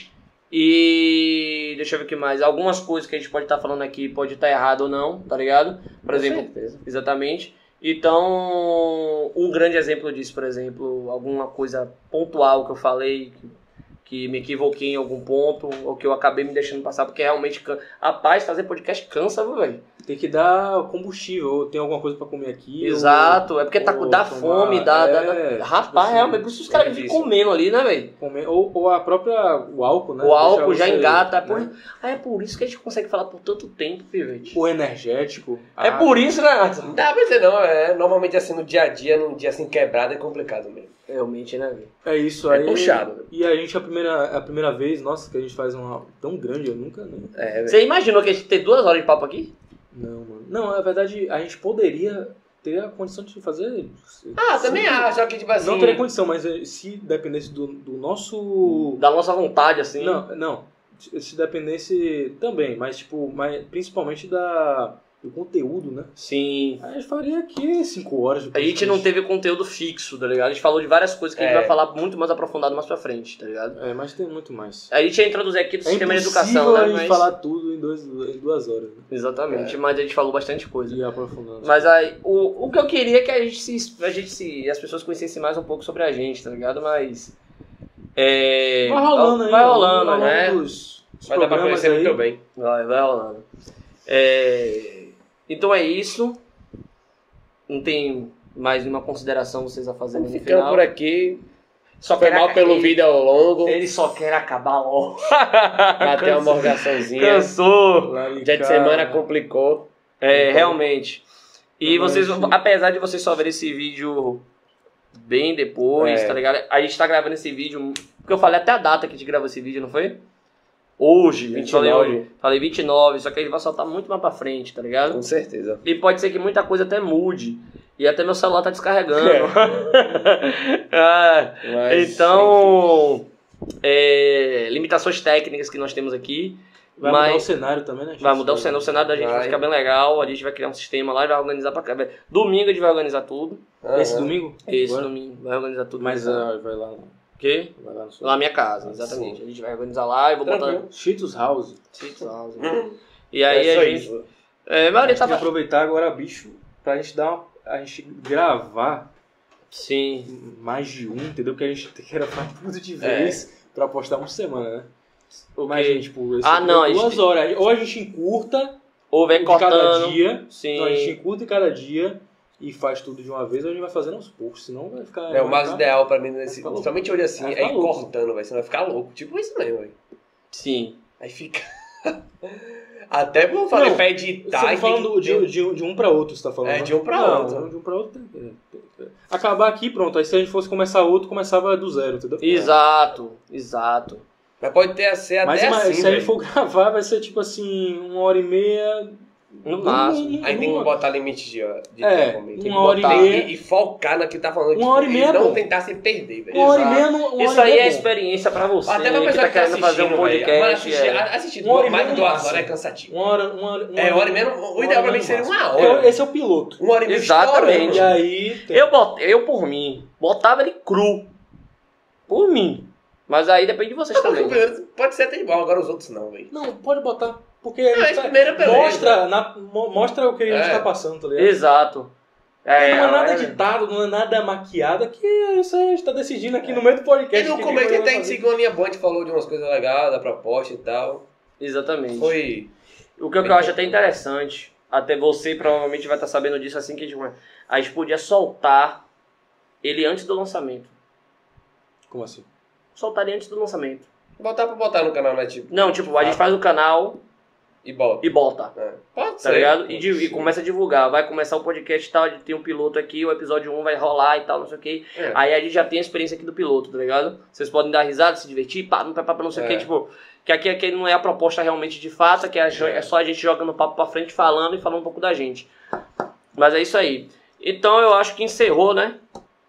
B: E deixa eu ver o que mais. Algumas coisas que a gente pode estar falando aqui pode estar errado ou não, tá ligado? Por
A: Com
B: exemplo,
A: certeza.
B: Exatamente. Então, um grande exemplo disso, por exemplo, alguma coisa pontual que eu falei, que, que me equivoquei em algum ponto, ou que eu acabei me deixando passar, porque realmente, can- rapaz, fazer podcast cansa, viu, velho.
C: Tem que dar combustível, ou tem alguma coisa pra comer aqui.
B: Exato, é porque tá com
C: ou
B: dá
C: tomar-
B: fome, dá. dá-
C: é,
B: dá-
C: tipo
B: rapaz,
C: assim,
B: realmente, por isso os caras ficam
A: difícil.
B: comendo ali, né, velho?
C: Ou, comer- ou, ou a própria. O álcool, né?
B: o álcool
C: Deixar
B: já
C: você,
B: engata.
C: né?
B: Por... Ah, é por isso que a gente consegue falar por tanto tempo, Pivete.
C: O energético.
B: É
C: a-
B: por isso, né, Arthur?
A: Não dá pra dizer não, é. Normalmente assim, no dia a dia, num dia assim quebrado, é complicado mesmo.
B: Realmente, né, velho?
C: É isso
A: É
C: aí.
A: puxado.
C: E a gente, a primeira, é a primeira vez, nossa, que a gente faz uma tão grande, eu nunca nem.
A: É, velho.
B: Você imaginou que a gente tem duas horas de papo aqui?
C: Não, mano. Não, na verdade, a gente poderia ter a condição de fazer.
A: Ah, também acho, só que tipo assim.
C: Não teria condição, mas eh, se dependesse do, do nosso.
B: Da nossa vontade, assim.
C: Não, não. Se dependesse também, mas tipo, mas principalmente da, do conteúdo, né?
B: Sim.
C: A gente faria aqui cinco horas. de
B: A gente
C: podcast.
B: não teve conteúdo fixo, tá ligado? A gente falou de várias coisas que a gente
A: É.
B: vai falar muito mais aprofundado mais pra frente, tá ligado?
C: É, mas tem muito mais.
B: A gente ia introduzir aqui do
C: É
B: sistema de
C: impossível
B: educação, né?
C: a gente
B: Mas...
C: falar tudo em, dois, em duas horas. Né?
B: Exatamente, mas a gente falou bastante coisa.
C: E aprofundando.
B: Mas aí, o, o que eu queria é que a gente se, a gente se. as pessoas conhecessem mais um pouco sobre a gente, tá ligado? Mas. É,
C: vai rolando aí.
B: Vai
C: ó,
B: rolando,
C: ao longo
B: né?
C: dos- dos
A: Vai dar pra
C: programas
A: conhecer
C: aí.
A: muito bem.
B: Vai, vai rolando. É, Então é isso. Não tem mais nenhuma consideração vocês a fazerem no
A: Ficando
B: final.
A: por aqui.
B: Só
A: Foi
B: quero
A: mal pelo
B: ele-
A: vídeo ao longo.
B: Ele só quer acabar [laughs] logo.
A: Bateu uma morgaçãozinha.
B: Cansou.
A: Dia de semana complicou.
B: É, realmente. E
C: Mas-
B: vocês, apesar de vocês só verem esse vídeo bem depois,
A: É.
B: tá ligado? A gente tá gravando esse vídeo, porque eu falei até a data que a gente gravou esse vídio, não foi? Hoje, eu falei
A: 29.
B: hoje. Falei 29, só que ele vai soltar muito mais pra frente, tá ligado?
A: Com certeza.
B: E pode ser que muita coisa até mude. E até meu celular tá descarregando. [laughs] ah,
A: Mas,
B: então, é, limitações técnicas que nós temos aqui.
C: Vai
B: mas
C: mudar o cenário também, né? gente?
B: vai mudar o cenário, o cenário da gente vai.
A: Vai.
B: ficar bem legal. A gente vai criar um sistema lá e vai organizar pra cá. Domingo a gente vai organizar tudo.
A: é Aham.
C: Esse domingo?
B: Esse
C: Agora?
B: domingo vai organizar tudo.
C: Mas
B: o
C: ah, vai lá.
B: quê?
C: Vai lá no seu.
B: Lá na minha casa, exatamente. A gente vai organizar lá e vou botar.
A: Tranquilo. Hum.
C: Cheetos House.
B: E aí
A: é só
B: a gente.
A: isso.
B: É, mas
C: A
B: ele
C: gente tem que
B: tava.
C: aproveitar agora, bicho, pra gente dar uma- A gente gravar
B: Sim,
C: mais de um, entendeu? Porque a gente [laughs] tem que gravar tudo de
A: É.
C: vez pra postar uma semana, né? Mas,
B: Ok.
C: tipo, esse
B: Ah,
C: aqui
B: não,
C: é
B: a gente
C: duas
B: tem-
C: horas. Ou a gente encurta
B: ou vem
C: de cada
B: cortando.
C: dia.
B: Sim.
C: Então a gente encurta cada dia e faz tudo de uma vez, ou a gente vai fazendo aos poucos, senão vai ficar.
A: É, o mais
C: vai ficar-
A: ideal pra mim, nesse,
C: Vai ficar
A: principalmente hoje assim,
C: Vai
A: é
C: ficar
A: ir
C: louco.
A: cortando, velho. Você vai ficar louco. Tipo isso mesmo, velho.
B: Sim.
A: Aí fica. [laughs] Até como eu falei,
C: Não,
A: pra
C: Você
A: editar.
C: tá
A: e tem que
C: falando
A: ter-
C: de, de um- de um pra outro, você tá falando?
A: É,
C: né?
A: de um pra
C: Não,
A: outro.
C: De um pra outro. é, é, é. Acabar aqui, pronto. Aí se a gente fosse começar outro, começava do zero, entendeu?
B: Exato, exato.
A: Mas pode ter a ser até
C: Mas, mas
A: assim,
C: se a
A: velho.
C: gente for [laughs] gravar, vai ser tipo assim, uma hora e meia.
B: No máximo.
A: Aí tem que botar limite de, de
C: É,
A: tempo. amigo.
C: uma
A: Tem que
C: hora e
A: botar-
C: meia.
A: E, e focar na que tá falando.
C: Uma
A: tipo,
C: hora e meia é
A: não
C: bom.
A: tentar se perder, velho.
C: Uma hora e
B: Exato.
C: meia não. uma
B: Isso
C: hora
B: aí
C: e meia
B: é
C: bom.
B: experiência pra você.
A: Até pra
B: que
A: pessoa que
B: tá
A: tá
B: querendo
A: assistindo,
B: fazer um
A: velho. Agora
B: podcast.
A: assistir,
B: é.
A: a- assistir
C: Uma hora e
A: mais de
C: meia
A: duas
C: no
A: horas é
C: máximo.
A: cansativo.
C: Uma hora, uma hora. uma
A: É, uma hora e meia.
C: uma
A: O
C: hora
A: ideal pra
C: e
A: mim
C: meia
A: seria
C: no
A: uma
C: máximo.
A: hora.
C: É, Esse é o piloto.
A: Uma hora e meia
B: Exatamente.
A: estourando.
C: E aí. tem-
B: Então. Eu, bot... eu, por mim, botava ele cru. Por mim. Mas aí depende de vocês também.
A: Pode ser até igual, agora os outros não, velho.
C: Não, pode botar. Porque
A: Ah, esse
C: tá-
A: primeiro é beleza.
C: mostra, na- mo- mostra o que a gente
A: É.
C: tá passando, tá ligado?
B: Exato.
C: não é nada
B: é-
C: editado, não é nada maquiado, que isso aí a gente tá decidindo aqui no meio do podcast.
A: E no
C: que
A: começo
C: que
A: ele tem
C: vai
A: que
C: fazer.
A: seguir uma linha boa, a gente falou de umas coisas legais, da proposta e tal.
B: Exatamente.
A: Foi.
B: O que eu, que eu acho até interessante, até você provavelmente vai estar sabendo disso assim que a gente vai. A gente podia soltar ele antes do lançamento.
C: Como assim?
B: Soltar ele antes do lançamento.
A: Botar pra botar no canal, né? Tipo,
B: Não, tipo, a gente faz o canal
A: e bota.
B: e bota.
A: É. Pode
B: Tá ligado? E, di- e começa a divulgar. Vai começar o podcast e tal, tem um piloto aqui, o episódio 1 vai rolar e tal, não sei o que.
A: É.
B: Aí a gente já tem a experiência aqui do piloto, tá ligado? Vocês podem dar risada, se divertir, pá, não, pá, pá, não sei o
A: É.
B: que, tipo. Que aqui, aqui não é a proposta realmente de fato, que é, a jo-
A: É.
B: é só a gente jogando o papo pra frente, falando e falando um pouco da gente. Mas é isso aí. Então eu acho que encerrou, né?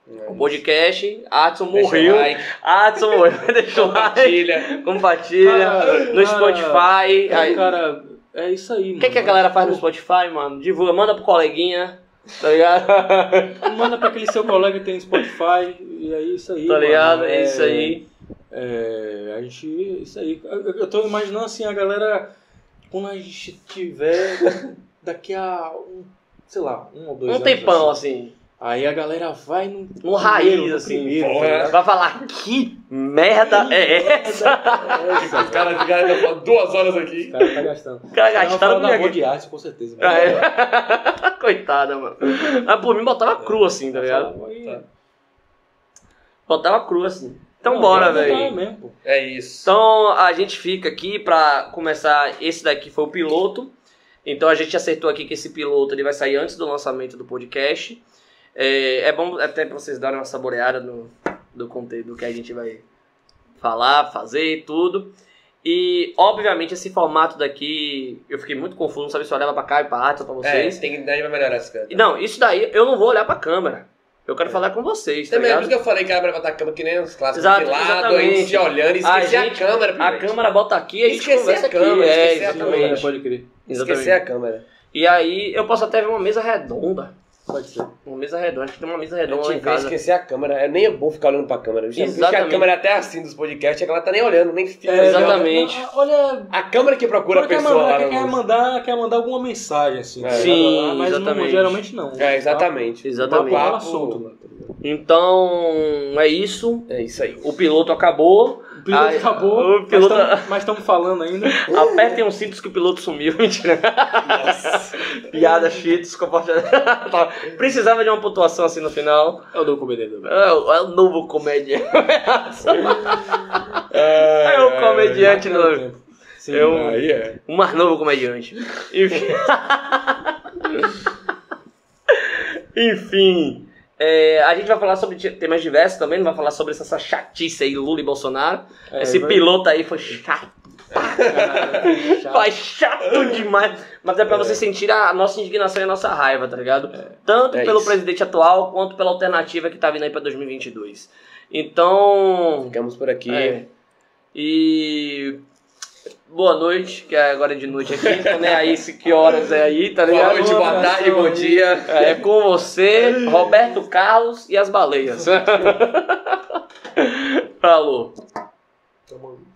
A: É.
B: O podcast. Adson
A: Deixa
B: morreu.
A: o like,
B: Adson morreu. [laughs] Deixa o like.
A: compartilha.
B: Compartilha.
C: Ah,
B: no
C: cara,
B: é Spotify.
C: é,
B: Aí-
C: Cara, é isso aí,
B: o que, que a galera faz no Spotify, mano? Divulga, manda pro coleguinha, tá ligado? tá
C: Manda pra aquele seu colega que tem Spotify, e é isso aí. mano.
B: ligado? É isso aí.
C: É, a gente. Isso aí. Eu, eu tô imaginando assim, a galera. Quando a gente tiver. Daqui a. Um, sei lá, um ou dois
B: Um
C: anos,
B: tempão,
C: assim.
B: assim.
C: Aí a galera vai no.
B: No raiz,
C: no
B: assim.
C: primeiro,
A: Porra.
C: tá ligado?
B: Vai falar que merda é essa?
A: Os caras ficaram já duas horas aqui.
C: Os caras tá
B: [laughs]
C: gastando.
B: O cara
C: Não,
B: gastaram
C: fala da
B: Ah, minha
C: Rua de Arte, com certeza.
B: Ah, é. [laughs] Coitada, mano. Mas por mim botava cru assim, tá ligado? Botava cru assim. Então
C: Não,
B: bora,
C: não dá
B: velho.
C: mesmo, pô.
A: É isso.
B: Então a gente fica aqui pra começar. Esse daqui foi o piloto. Então a gente acertou aqui que esse piloto ele vai sair antes do lançamento do podcast. É, é bom até pra vocês darem uma saboreada no, do conteúdo que a gente vai falar, fazer e tudo. E, obviamente, esse formato daqui, eu fiquei muito confuso, não sabia se eu olhava pra cá e pra lá, só pra
A: É,
B: vocês.
A: tem que vai melhorar essa câmera.
B: E Não, isso daí eu não vou olhar pra câmera. Eu quero falar com vocês, tá
A: Também é por
B: ligado?
A: isso que eu falei que era pra botar a câmera que nem os clássicos
B: Exato,
A: de lado, a
B: exatamente.
A: gente se olhando e
B: A
A: esquecer a,
B: gente-
A: câmera
B: A
A: primeiro.
B: câmera bota aqui e a gente
A: Esquecer
B: conversa
A: a câmera,
B: aqui. É,
A: esquecer a
B: exatamente.
A: câmera.
D: Pode crer.
A: Esquecer a câmera.
B: E aí eu posso até ver uma mesa redonda.
D: Pode ser.
B: Uma mesa redonda, acho que tem uma mesa
A: A
B: redonda lá
A: gente
B: em
A: vê,
B: casa.
A: esquecer a câmera. É, nem é bom ficar olhando pra câmera. Gente, Porque a
B: Exatamente.
A: câmera é até assim dos podcasts, é que ela tá nem olhando, nem fica.
B: É, Exatamente. é né,
D: Ah, Olha,
A: A câmera que procura a
D: quer
A: pessoa
D: mandar,
A: lá
D: quer,
A: no...
D: quer mandar, quer mandar alguma mensagem, assim.
A: É.
D: tá ligado?
B: Sim,
D: mas não-
B: exatamente.
D: geralmente não.
C: tá?
A: É, exatamente.
B: Exatamente.
D: Papo
A: Papo-
D: solto lá, tá ligado?
B: Então, é isso.
A: É isso aí.
B: O piloto acabou.
D: O piloto
B: Ai,
D: acabou,
B: o piloto-
D: mas
B: [laughs]
D: tamo- mas estamos falando ainda.
B: Apertem os cintos que o piloto sumiu. [laughs] Mentira. Piada, cheats, comportamento. Tá. Precisava de uma pontuação assim no final.
D: Eu dou com o BDW.
B: É o é o novo comediante. [laughs] É o comediante do.
D: Sim,
B: Eu-
D: né?
A: Aí é.
B: É, O Um mais novo comediante. Enfim. Enfim. é, a gente vai falar sobre ti- temas diversos também, não vai falar sobre essa, essa chatice aí, Lula e Bolsonaro.
D: É,
B: Esse
D: vai- É,
B: piloto aí foi chato. Foi chato demais. Mas é pra você sentir a nossa indignação e a nossa raiva, tá ligado? Tanto
A: É
B: pelo
A: isso.
B: presidente atual quanto pela alternativa que tá vindo aí pra 2022. Então.
A: Ficamos por aqui.
B: É. E boa noite, que agora é de noite aqui, então nem aí se que horas é aí, tá
A: Boa
B: ligado?
A: noite, boa tarde, bom dia.
B: É com você, Roberto
A: [laughs]
B: Carlos e as baleias. Falou.
A: Tamo-